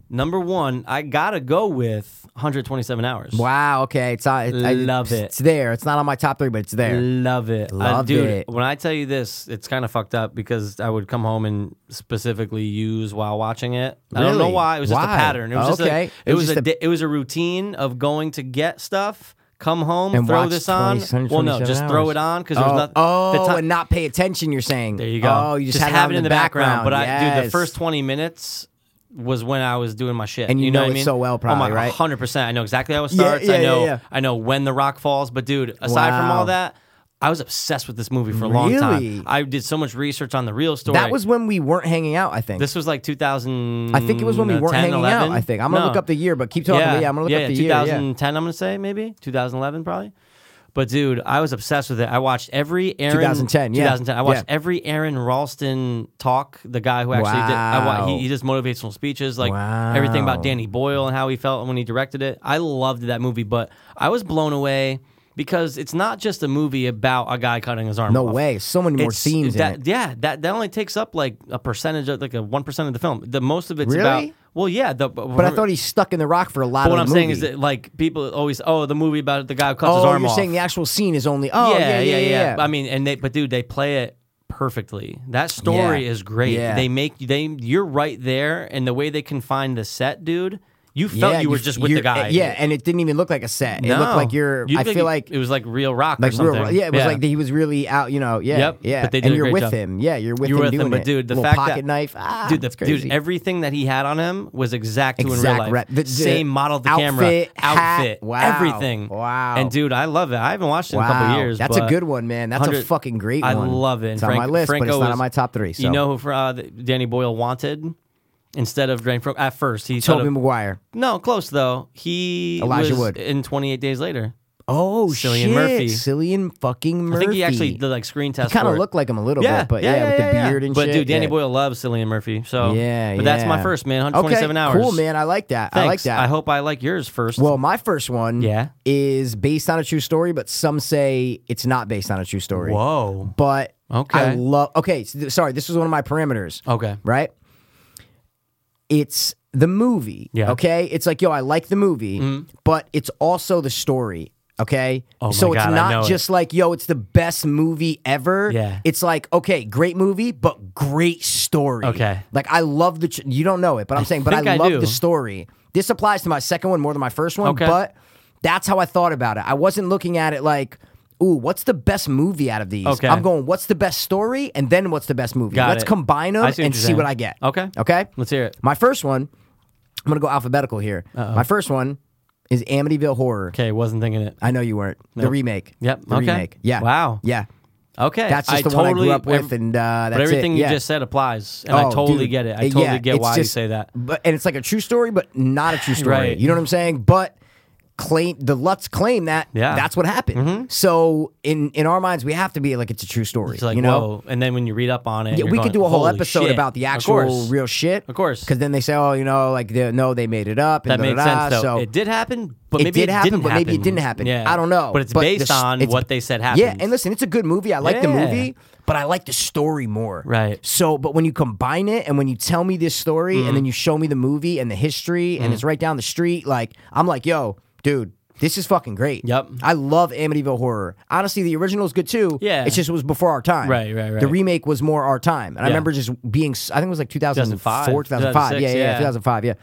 Speaker 4: Number one, I gotta go with 127 hours.
Speaker 1: Wow. Okay. It's I, I
Speaker 4: Love it.
Speaker 1: It's there. It's not on my top three, but it's there.
Speaker 4: Love it. I-
Speaker 1: Love
Speaker 4: dude,
Speaker 1: it.
Speaker 4: when I tell you this, it's kind of fucked up because I would come home and specifically use while watching it. I don't know
Speaker 1: Really?
Speaker 4: why. It was just
Speaker 1: Why?
Speaker 4: a pattern. It was just
Speaker 1: Okay.
Speaker 4: a, it, was, a, di- it was a routine of going to get stuff, come home,
Speaker 1: And
Speaker 4: throw
Speaker 1: watch
Speaker 4: this on.
Speaker 1: 20,
Speaker 4: well, no,
Speaker 1: 27
Speaker 4: just throw
Speaker 1: hours.
Speaker 4: it on because there
Speaker 1: Oh,
Speaker 4: was nothing.
Speaker 1: oh
Speaker 4: the ti-
Speaker 1: and not pay attention. You're saying
Speaker 4: there you go.
Speaker 1: Oh, you just, had
Speaker 4: have
Speaker 1: on
Speaker 4: it in the background. But I, dude, the
Speaker 1: Yes.
Speaker 4: first 20 minutes. Was when I was doing my shit,
Speaker 1: And you
Speaker 4: know,
Speaker 1: know
Speaker 4: what I
Speaker 1: it
Speaker 4: mean?
Speaker 1: so well,
Speaker 4: oh my,
Speaker 1: probably, right?
Speaker 4: 100. percent I know exactly how it
Speaker 1: Yeah,
Speaker 4: starts.
Speaker 1: yeah,
Speaker 4: I
Speaker 1: yeah,
Speaker 4: know,
Speaker 1: yeah.
Speaker 4: I know when the rock falls. But dude, aside from
Speaker 1: Wow.
Speaker 4: all that, I was obsessed with this movie for a long
Speaker 1: Really?
Speaker 4: time. I did so much research on the real story.
Speaker 1: That was when we weren't hanging out. I think.
Speaker 4: this mm, was like uh, 2000.
Speaker 1: I think it was when we weren't hanging out. I think I'm gonna look up the year, but keep talking. Yeah, I'm gonna look
Speaker 4: yeah,
Speaker 1: up the year. Yeah.
Speaker 4: 2010. I'm gonna say maybe 2011 probably. But dude, I was obsessed with it. I watched every Aaron
Speaker 1: 2010, yeah.
Speaker 4: 2010. I watched
Speaker 1: Yeah.
Speaker 4: every Aaron Ralston talk. The guy who actually did. I wa-
Speaker 1: Wow.
Speaker 4: he, he does motivational speeches, like everything
Speaker 1: Wow.
Speaker 4: about Danny Boyle and how he felt when he directed it. I loved that movie, but I was blown away because it's not just a movie about a guy cutting his arm.
Speaker 1: No
Speaker 4: off.
Speaker 1: way. So many more
Speaker 4: It's-
Speaker 1: scenes
Speaker 4: that,
Speaker 1: in it.
Speaker 4: Yeah, that that only takes up like a percentage of like a one percent of the film. The most of it's
Speaker 1: Really?
Speaker 4: about. Well, yeah. The,
Speaker 1: But I thought he's stuck in the rock for a lot of
Speaker 4: But what I'm
Speaker 1: the
Speaker 4: saying
Speaker 1: movie.
Speaker 4: is that like people always oh the movie about the guy who cuts his
Speaker 1: oh,
Speaker 4: arm
Speaker 1: you're
Speaker 4: off.
Speaker 1: saying the actual scene is only. Oh yeah, yeah, yeah. yeah.
Speaker 4: I mean, and they but dude, they play it perfectly. That story
Speaker 1: Yeah.
Speaker 4: is great.
Speaker 1: Yeah.
Speaker 4: They make they you're right there, and the way they confine the set, dude. You felt you were just with the
Speaker 1: you're-
Speaker 4: guy.
Speaker 1: Yeah, and it didn't even look like a set. It looked
Speaker 4: No.
Speaker 1: like you're.
Speaker 4: You
Speaker 1: I
Speaker 4: look
Speaker 1: feel
Speaker 4: you-
Speaker 1: like
Speaker 4: it was like real rock or
Speaker 1: like real,
Speaker 4: something.
Speaker 1: yeah, it was like he was really out. You know, yeah,
Speaker 4: Yep,
Speaker 1: yeah.
Speaker 4: but they did
Speaker 1: and
Speaker 4: a
Speaker 1: you're
Speaker 4: great
Speaker 1: with
Speaker 4: job.
Speaker 1: him. Yeah, you're with
Speaker 4: you
Speaker 1: him
Speaker 4: were with
Speaker 1: doing
Speaker 4: him, but
Speaker 1: it.
Speaker 4: dude, the
Speaker 1: Little
Speaker 4: fact
Speaker 1: pocket
Speaker 4: that
Speaker 1: knife, ah,
Speaker 4: dude, the,
Speaker 1: it's crazy.
Speaker 4: dude, everything that he had on him was exact to in real
Speaker 1: Exact
Speaker 4: life.
Speaker 1: rep- the- the
Speaker 4: Same model, of the
Speaker 1: outfit,
Speaker 4: camera,
Speaker 1: hat,
Speaker 4: outfit,
Speaker 1: wow,
Speaker 4: everything.
Speaker 1: wow.
Speaker 4: And dude, I love it. I haven't watched it in a couple
Speaker 1: Wow.
Speaker 4: years.
Speaker 1: That's a
Speaker 4: but
Speaker 1: good one, man. That's a
Speaker 4: 100
Speaker 1: fucking great
Speaker 4: I
Speaker 1: one.
Speaker 4: love it. And
Speaker 1: It's
Speaker 4: Frank-
Speaker 1: on my list,
Speaker 4: Franco
Speaker 1: but it's not
Speaker 4: was-
Speaker 1: on my top three. So.
Speaker 4: You know who fr- uh, Danny Boyle wanted instead of Danny Fro- At first, he
Speaker 1: Toby
Speaker 4: thought of-
Speaker 1: Maguire.
Speaker 4: no, close though. He
Speaker 1: Elijah
Speaker 4: was
Speaker 1: Wood.
Speaker 4: in 28 Days Later.
Speaker 1: Oh,
Speaker 4: Cillian
Speaker 1: shit.
Speaker 4: Murphy.
Speaker 1: Cillian fucking Murphy.
Speaker 4: I think he actually did like screen test.
Speaker 1: kind of
Speaker 4: for it.
Speaker 1: looked like him a little bit, but yeah, with the beard and
Speaker 4: but
Speaker 1: shit.
Speaker 4: dude, Danny
Speaker 1: yeah.
Speaker 4: Boyle loves Cillian Murphy. So
Speaker 1: Yeah,
Speaker 4: but that's my
Speaker 1: yeah.
Speaker 4: first man. 127
Speaker 1: okay,
Speaker 4: hours.
Speaker 1: Cool, man. I like that. I like
Speaker 4: Thanks.
Speaker 1: that.
Speaker 4: I hope I like yours first.
Speaker 1: Well, my first one
Speaker 4: Yeah.
Speaker 1: is based on a true story, but some say it's not based on a true story.
Speaker 4: whoa.
Speaker 1: But I
Speaker 4: Okay.
Speaker 1: love. Okay, s- th- sorry. This was one of my parameters.
Speaker 4: Okay.
Speaker 1: Right. It's the movie.
Speaker 4: Yeah. Mm-hmm.
Speaker 1: Okay. It's like yo, I like the movie, but it's also the story. Okay.
Speaker 4: Oh my
Speaker 1: so it's
Speaker 4: God, I know
Speaker 1: not
Speaker 4: it.
Speaker 1: just like yo, it's the best movie ever.
Speaker 4: Yeah.
Speaker 1: It's like okay, great movie, but great story.
Speaker 4: Okay.
Speaker 1: Like I love the. Ch- you don't know it, but I'm saying, but
Speaker 4: think
Speaker 1: I
Speaker 4: I
Speaker 1: love
Speaker 4: do.
Speaker 1: the story. This applies to my second one more than my first one,
Speaker 4: Okay.
Speaker 1: but that's how I thought about it. I wasn't looking at it like, ooh, what's the best movie out of these?
Speaker 4: Okay.
Speaker 1: I'm going, what's the best story, and then what's the best movie?
Speaker 4: Got
Speaker 1: Let's
Speaker 4: it.
Speaker 1: combine them
Speaker 4: I see what
Speaker 1: and
Speaker 4: you're
Speaker 1: see
Speaker 4: saying.
Speaker 1: what I get.
Speaker 4: Okay.
Speaker 1: Okay.
Speaker 4: Let's hear it.
Speaker 1: My first one, I'm gonna go alphabetical here. My first one is Amityville Horror.
Speaker 4: Okay, wasn't thinking it.
Speaker 1: I know you weren't the remake.
Speaker 4: Yep,
Speaker 1: The
Speaker 4: okay.
Speaker 1: remake. Yeah.
Speaker 4: Wow.
Speaker 1: Yeah.
Speaker 4: Okay,
Speaker 1: That's just
Speaker 4: I
Speaker 1: the
Speaker 4: totally,
Speaker 1: one I grew up with,
Speaker 4: ev-
Speaker 1: and uh, that's
Speaker 4: but everything
Speaker 1: it.
Speaker 4: you
Speaker 1: Yeah.
Speaker 4: just said applies, and
Speaker 1: Oh,
Speaker 4: I totally
Speaker 1: dude.
Speaker 4: get it. I
Speaker 1: Uh,
Speaker 4: totally
Speaker 1: yeah,
Speaker 4: get
Speaker 1: it's
Speaker 4: why
Speaker 1: just-
Speaker 4: you say that.
Speaker 1: But and it's like a true story, but not a true story.
Speaker 4: Right.
Speaker 1: You know what I'm saying? But claim the Lutz claim that
Speaker 4: Yeah. Mm-hmm.
Speaker 1: that's what happened. So in in our minds, we have to be like it's a true story.
Speaker 4: It's like
Speaker 1: you know.
Speaker 4: whoa, and then when you read up on it,
Speaker 1: Yeah,
Speaker 4: you're
Speaker 1: we
Speaker 4: going,
Speaker 1: could do a whole
Speaker 4: "Holy
Speaker 1: episode
Speaker 4: shit."
Speaker 1: about the
Speaker 4: Of
Speaker 1: actual
Speaker 4: course.
Speaker 1: real shit.
Speaker 4: Of course.
Speaker 1: because then they say, "Oh, you know, like the, no, they made it up." And
Speaker 4: That makes
Speaker 1: da-da-da,
Speaker 4: sense though.
Speaker 1: So
Speaker 4: it did happen, but
Speaker 1: It
Speaker 4: maybe
Speaker 1: did
Speaker 4: it
Speaker 1: happen,
Speaker 4: didn't
Speaker 1: but maybe it didn't happen.
Speaker 4: Yeah.
Speaker 1: I don't know,
Speaker 4: But it's
Speaker 1: but
Speaker 4: based
Speaker 1: the s-
Speaker 4: on
Speaker 1: it's-
Speaker 4: what they said happened.
Speaker 1: yeah, and listen, it's a good movie. I like the
Speaker 4: Yeah.
Speaker 1: movie, but I like the story more.
Speaker 4: Right. Mm-hmm.
Speaker 1: So, but when you combine it and when you tell me this story and then you show me the movie and the history and it's right down the street, like I'm like, yo, dude, this is fucking great.
Speaker 4: Yep.
Speaker 1: I love Amityville horror. Honestly, the original is good too.
Speaker 4: Yeah.
Speaker 1: It just was before our time.
Speaker 4: Right, right, right.
Speaker 1: The remake was more our time. And I remember just being s- I think it was like 2004, 2005.
Speaker 4: 2005,
Speaker 1: yeah, yeah, yeah,
Speaker 4: 2006, yeah. Mm-hmm.
Speaker 1: 2005, yeah.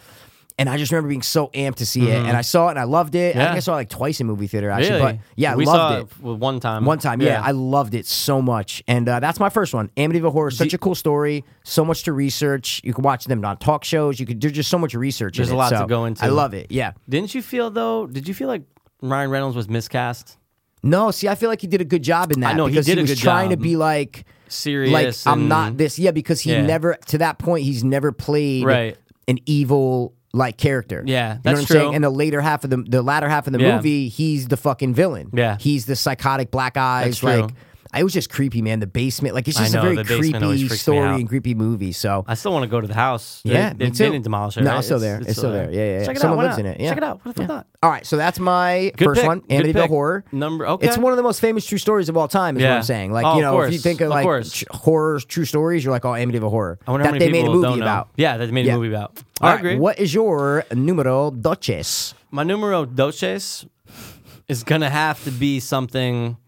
Speaker 1: And I just remember being so amped to see it, and I saw it and I loved it. I
Speaker 4: Yeah.
Speaker 1: think I saw it like twice in movie theater actually,
Speaker 4: really,
Speaker 1: but yeah, I
Speaker 4: we
Speaker 1: loved
Speaker 4: saw
Speaker 1: it.
Speaker 4: w- one time.
Speaker 1: One time, yeah. I loved it so much, and uh, that's my first one. Amityville Horror, such a cool story, so much to research. You can watch them on talk shows. You could there's just so much research. in
Speaker 4: There's a
Speaker 1: it,
Speaker 4: lot to
Speaker 1: so
Speaker 4: go into.
Speaker 1: I love it. Yeah.
Speaker 4: Didn't you feel though? Did you feel like Ryan Reynolds was miscast?
Speaker 1: No, see, I feel like he did a good job in that.
Speaker 4: know, he
Speaker 1: because
Speaker 4: did a
Speaker 1: was
Speaker 4: good
Speaker 1: trying to
Speaker 4: job.
Speaker 1: be like
Speaker 4: Serious
Speaker 1: Like I'm
Speaker 4: and-
Speaker 1: not this. Yeah, because he
Speaker 4: Yeah.
Speaker 1: never to that point he's never played
Speaker 4: Right.
Speaker 1: an evil like character.
Speaker 4: Yeah,
Speaker 1: you know
Speaker 4: that's
Speaker 1: what I'm
Speaker 4: true.
Speaker 1: saying. And the later half of the the latter half of the
Speaker 4: Yeah.
Speaker 1: movie, he's the fucking villain.
Speaker 4: Yeah.
Speaker 1: he's the psychotic black eyes.
Speaker 4: That's true.
Speaker 1: Like it was just creepy, man. The basement, like it's
Speaker 4: I
Speaker 1: just
Speaker 4: know,
Speaker 1: a very
Speaker 4: the basement always
Speaker 1: creepy
Speaker 4: freaks me
Speaker 1: story
Speaker 4: out.
Speaker 1: and creepy movie. So
Speaker 4: I still want to go to the house. They-
Speaker 1: Yeah, me
Speaker 4: they've
Speaker 1: too.
Speaker 4: been in demolish.
Speaker 1: No,
Speaker 4: right?
Speaker 1: it's still there. It's still there. Yeah, yeah, yeah.
Speaker 4: Check it
Speaker 1: Someone
Speaker 4: out. Why
Speaker 1: lives
Speaker 4: not?
Speaker 1: in it. Yeah.
Speaker 4: Check it out. What the fuck not?
Speaker 1: All right, so that's my
Speaker 4: Good
Speaker 1: first
Speaker 4: pick.
Speaker 1: one,
Speaker 4: Good
Speaker 1: Amityville
Speaker 4: pick.
Speaker 1: Horror.
Speaker 4: Number-
Speaker 1: It's
Speaker 4: okay.
Speaker 1: one of the most famous true stories of all time, is what
Speaker 4: Yeah.
Speaker 1: I'm saying. Like,
Speaker 4: Oh,
Speaker 1: you
Speaker 4: of
Speaker 1: know, if you
Speaker 4: course.
Speaker 1: think of
Speaker 4: Of
Speaker 1: like
Speaker 4: course.
Speaker 1: tr- horror true stories, you're like, oh, Amityville Horror.
Speaker 4: I wonder
Speaker 1: that
Speaker 4: how many
Speaker 1: they made a
Speaker 4: people
Speaker 1: movie
Speaker 4: don't know.
Speaker 1: about.
Speaker 4: Yeah, that they made
Speaker 1: Yeah.
Speaker 4: a movie about.
Speaker 1: All
Speaker 4: I
Speaker 1: right,
Speaker 4: agree.
Speaker 1: What is your numero doces?
Speaker 4: My numero doces is gonna have to be something.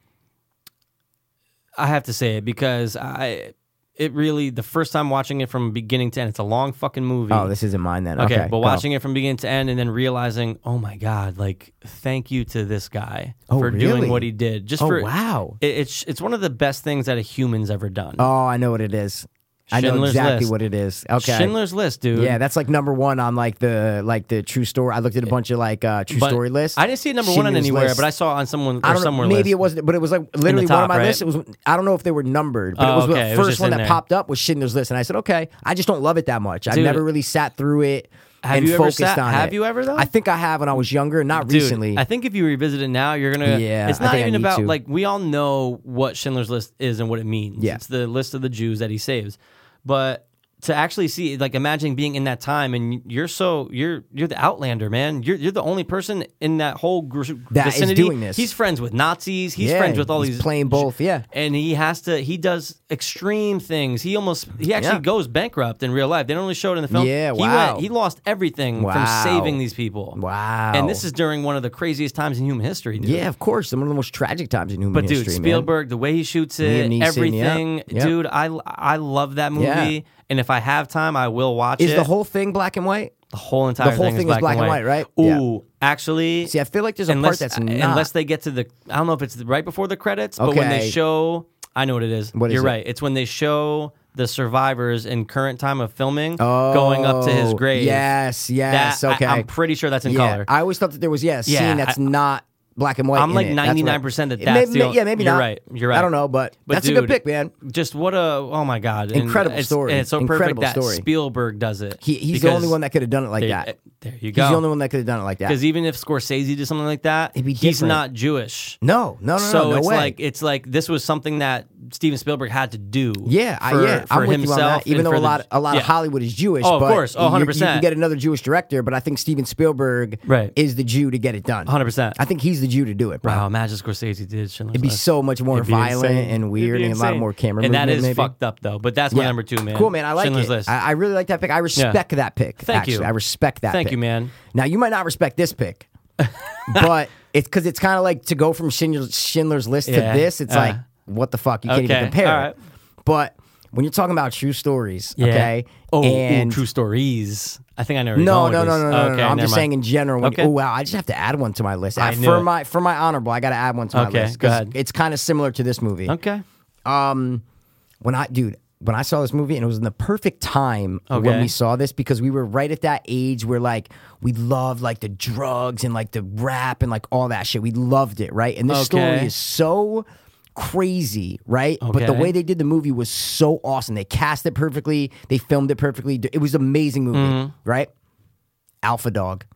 Speaker 4: I have to say it because I. It really the first time watching it from beginning to end. It's a long fucking movie.
Speaker 1: Oh, this isn't mine then.
Speaker 4: Okay,
Speaker 1: Okay,
Speaker 4: but
Speaker 1: go.
Speaker 4: watching it from beginning to end and then realizing, oh my god, like thank you to this guy
Speaker 1: Oh,
Speaker 4: for
Speaker 1: really?
Speaker 4: doing what he did. Just
Speaker 1: Oh,
Speaker 4: for
Speaker 1: wow.
Speaker 4: it, it's it's one of the best things that a human's ever done.
Speaker 1: Oh, I know what it is. I know
Speaker 4: Schindler's
Speaker 1: exactly
Speaker 4: List.
Speaker 1: what it is. Okay.
Speaker 4: Schindler's List, dude.
Speaker 1: Yeah, that's like number one on like the like the true story. I looked at a bunch of like uh, true
Speaker 4: But
Speaker 1: story lists.
Speaker 4: I didn't see it number one on
Speaker 1: Schindler's
Speaker 4: anywhere,
Speaker 1: List.
Speaker 4: but I saw it on someone
Speaker 1: I
Speaker 4: or
Speaker 1: don't know,
Speaker 4: somewhere
Speaker 1: maybe
Speaker 4: list.
Speaker 1: it wasn't, but it was like literally one
Speaker 4: top,
Speaker 1: of my
Speaker 4: right?
Speaker 1: lists. It was I don't know if they were numbered, but
Speaker 4: Oh,
Speaker 1: it was
Speaker 4: okay, it
Speaker 1: the
Speaker 4: was
Speaker 1: first
Speaker 4: just
Speaker 1: one
Speaker 4: in
Speaker 1: that
Speaker 4: there.
Speaker 1: popped up was Schindler's List, and I said, okay, I just don't love it that much. I've
Speaker 4: Dude.
Speaker 1: never really sat through it
Speaker 4: Have
Speaker 1: and
Speaker 4: you ever
Speaker 1: focused
Speaker 4: sat-
Speaker 1: on
Speaker 4: have
Speaker 1: it.
Speaker 4: you ever, though?
Speaker 1: I think I have when I was younger, not
Speaker 4: Dude,
Speaker 1: recently.
Speaker 4: I think if you revisit it now, you're gonna.
Speaker 1: Yeah,
Speaker 4: it's
Speaker 1: I
Speaker 4: not
Speaker 1: think I
Speaker 4: even
Speaker 1: need
Speaker 4: about
Speaker 1: to.
Speaker 4: like we all know what Schindler's List is and what it means.
Speaker 1: Yeah.
Speaker 4: it's the list of the Jews that he saves, but to actually see, like, imagining being in that time and you're so you're you're the outlander, man. You're you're the only person in that whole gr-
Speaker 1: That is
Speaker 4: vicinity.
Speaker 1: doing this.
Speaker 4: He's friends with Nazis. He's
Speaker 1: Yeah,
Speaker 4: friends with all
Speaker 1: he's
Speaker 4: these
Speaker 1: playing both, yeah.
Speaker 4: and he has to. He does extreme things. He almost he actually
Speaker 1: Yeah.
Speaker 4: goes bankrupt in real life. They don't really show it in the film.
Speaker 1: Yeah,
Speaker 4: he
Speaker 1: wow.
Speaker 4: Went, he lost everything from
Speaker 1: Wow.
Speaker 4: saving these people.
Speaker 1: Wow.
Speaker 4: And this is during one of the craziest times in human history, dude.
Speaker 1: yeah, of course, one of the most tragic times in human
Speaker 4: But dude,
Speaker 1: history. man.
Speaker 4: Spielberg, the way he shoots
Speaker 1: Liam
Speaker 4: it,
Speaker 1: Neeson, yeah.
Speaker 4: everything,
Speaker 1: Yeah.
Speaker 4: dude, I I love that movie.
Speaker 1: Yeah.
Speaker 4: And if I have time, I will watch
Speaker 1: is
Speaker 4: it.
Speaker 1: the whole thing black and white?
Speaker 4: the whole entire
Speaker 1: whole
Speaker 4: thing,
Speaker 1: thing is black and white, right? Yeah.
Speaker 4: Ooh, actually,
Speaker 1: See, I feel like there's a
Speaker 4: unless,
Speaker 1: part that's
Speaker 4: uh,
Speaker 1: not.
Speaker 4: unless they get to the I don't know if it's the- right before the credits, but when they
Speaker 1: Okay.
Speaker 4: show, I know what it is.
Speaker 1: What is
Speaker 4: You're
Speaker 1: it?
Speaker 4: right. It's when they show the survivors in current time of filming going up to his
Speaker 1: Oh,
Speaker 4: grave.
Speaker 1: Yes, yes.
Speaker 4: That- I-
Speaker 1: okay,
Speaker 4: I'm pretty sure that's in
Speaker 1: yeah.
Speaker 4: color.
Speaker 1: I always thought that there was yeah, a scene
Speaker 4: Yeah,
Speaker 1: that's
Speaker 4: I-
Speaker 1: not black and white.
Speaker 4: I'm
Speaker 1: in
Speaker 4: like
Speaker 1: it. That's what I-
Speaker 4: 99% that
Speaker 1: It
Speaker 4: that's
Speaker 1: may-
Speaker 4: the only-
Speaker 1: yeah, maybe
Speaker 4: you're
Speaker 1: not.
Speaker 4: right, you're right.
Speaker 1: I don't know, but,
Speaker 4: But
Speaker 1: that's a
Speaker 4: dude,
Speaker 1: good pick, man.
Speaker 4: Just what a oh my god, And
Speaker 1: Incredible
Speaker 4: it's-
Speaker 1: story.
Speaker 4: And it's so
Speaker 1: Incredible
Speaker 4: perfect that
Speaker 1: story.
Speaker 4: Spielberg does it.
Speaker 1: He, he's the only
Speaker 4: because
Speaker 1: one that could have done it like
Speaker 4: there,
Speaker 1: that.
Speaker 4: There you go.
Speaker 1: He's the only one that could have done it like that.
Speaker 4: because even if Scorsese did something like that,
Speaker 1: It'd be
Speaker 4: he's
Speaker 1: different.
Speaker 4: not Jewish.
Speaker 1: No, no, no,
Speaker 4: so
Speaker 1: no, no
Speaker 4: it's
Speaker 1: way.
Speaker 4: like it's like this was something that Steven Spielberg had to do.
Speaker 1: yeah, I,
Speaker 4: for,
Speaker 1: yeah,
Speaker 4: for
Speaker 1: I'm with you
Speaker 4: himself.
Speaker 1: on that. Even
Speaker 4: and
Speaker 1: though
Speaker 4: for
Speaker 1: a
Speaker 4: the-
Speaker 1: lot, a lot
Speaker 4: yeah.
Speaker 1: of Hollywood is Jewish,
Speaker 4: Oh, of
Speaker 1: but
Speaker 4: course. Oh,
Speaker 1: you- You,
Speaker 4: 100%.
Speaker 1: can get another Jewish director, but I think Steven Spielberg
Speaker 4: Right.
Speaker 1: is the Jew to get it done.
Speaker 4: 100%.
Speaker 1: I think he's the Jew to do it, bro.
Speaker 4: Wow, imagine Scorsese did Schindler's
Speaker 1: It'd be
Speaker 4: List.
Speaker 1: so much more
Speaker 4: It'd be
Speaker 1: violent
Speaker 4: insane.
Speaker 1: and
Speaker 4: It'd
Speaker 1: weird,
Speaker 4: be
Speaker 1: and a lot
Speaker 4: insane.
Speaker 1: more camera
Speaker 4: And that
Speaker 1: movement
Speaker 4: is
Speaker 1: maybe.
Speaker 4: fucked up though. But that's my
Speaker 1: Yeah.
Speaker 4: number two, man.
Speaker 1: Cool, man. I like
Speaker 4: Schindler's
Speaker 1: it.
Speaker 4: List.
Speaker 1: I, I really like that pick. I respect that pick.
Speaker 4: Thank
Speaker 1: actually.
Speaker 4: you.
Speaker 1: I respect that.
Speaker 4: Thank
Speaker 1: pick.
Speaker 4: you, man.
Speaker 1: Now you might not respect this pick, but it's because it's kind of like to go from Schindler's, Schindler's List
Speaker 4: Yeah.
Speaker 1: to this. It's
Speaker 4: Uh.
Speaker 1: like what the fuck you can't
Speaker 4: Okay.
Speaker 1: even compare.
Speaker 4: All right.
Speaker 1: It. But when you're talking about true stories,
Speaker 4: Yeah.
Speaker 1: okay,
Speaker 4: Oh, ooh,
Speaker 1: and
Speaker 4: true stories. I think I know. where you're
Speaker 1: no,
Speaker 4: going
Speaker 1: no,
Speaker 4: with
Speaker 1: no,
Speaker 4: this.
Speaker 1: no, no, no,
Speaker 4: Okay,
Speaker 1: no. I'm
Speaker 4: never
Speaker 1: just
Speaker 4: mind.
Speaker 1: saying in general. When
Speaker 4: Okay.
Speaker 1: you, oh wow, I just have to add one to my list
Speaker 4: I
Speaker 1: Uh,
Speaker 4: knew
Speaker 1: for
Speaker 4: it.
Speaker 1: my for my honorable. I got to add one to my
Speaker 4: Okay,
Speaker 1: list
Speaker 4: go
Speaker 1: 'cause
Speaker 4: ahead.
Speaker 1: it's kind of similar to this movie
Speaker 4: Okay.
Speaker 1: um when I dude when I saw this movie and it was in the perfect time
Speaker 4: Okay.
Speaker 1: when we saw this because we were right at that age where like we loved like the drugs and like the rap and like all that shit. We loved it, right? And this
Speaker 4: Okay.
Speaker 1: story is so crazy, right? But the
Speaker 4: Okay.
Speaker 1: way they did the movie was so awesome. They cast it perfectly, they filmed it perfectly. It was an amazing movie,
Speaker 4: Mm-hmm.
Speaker 1: right? Alpha Dog.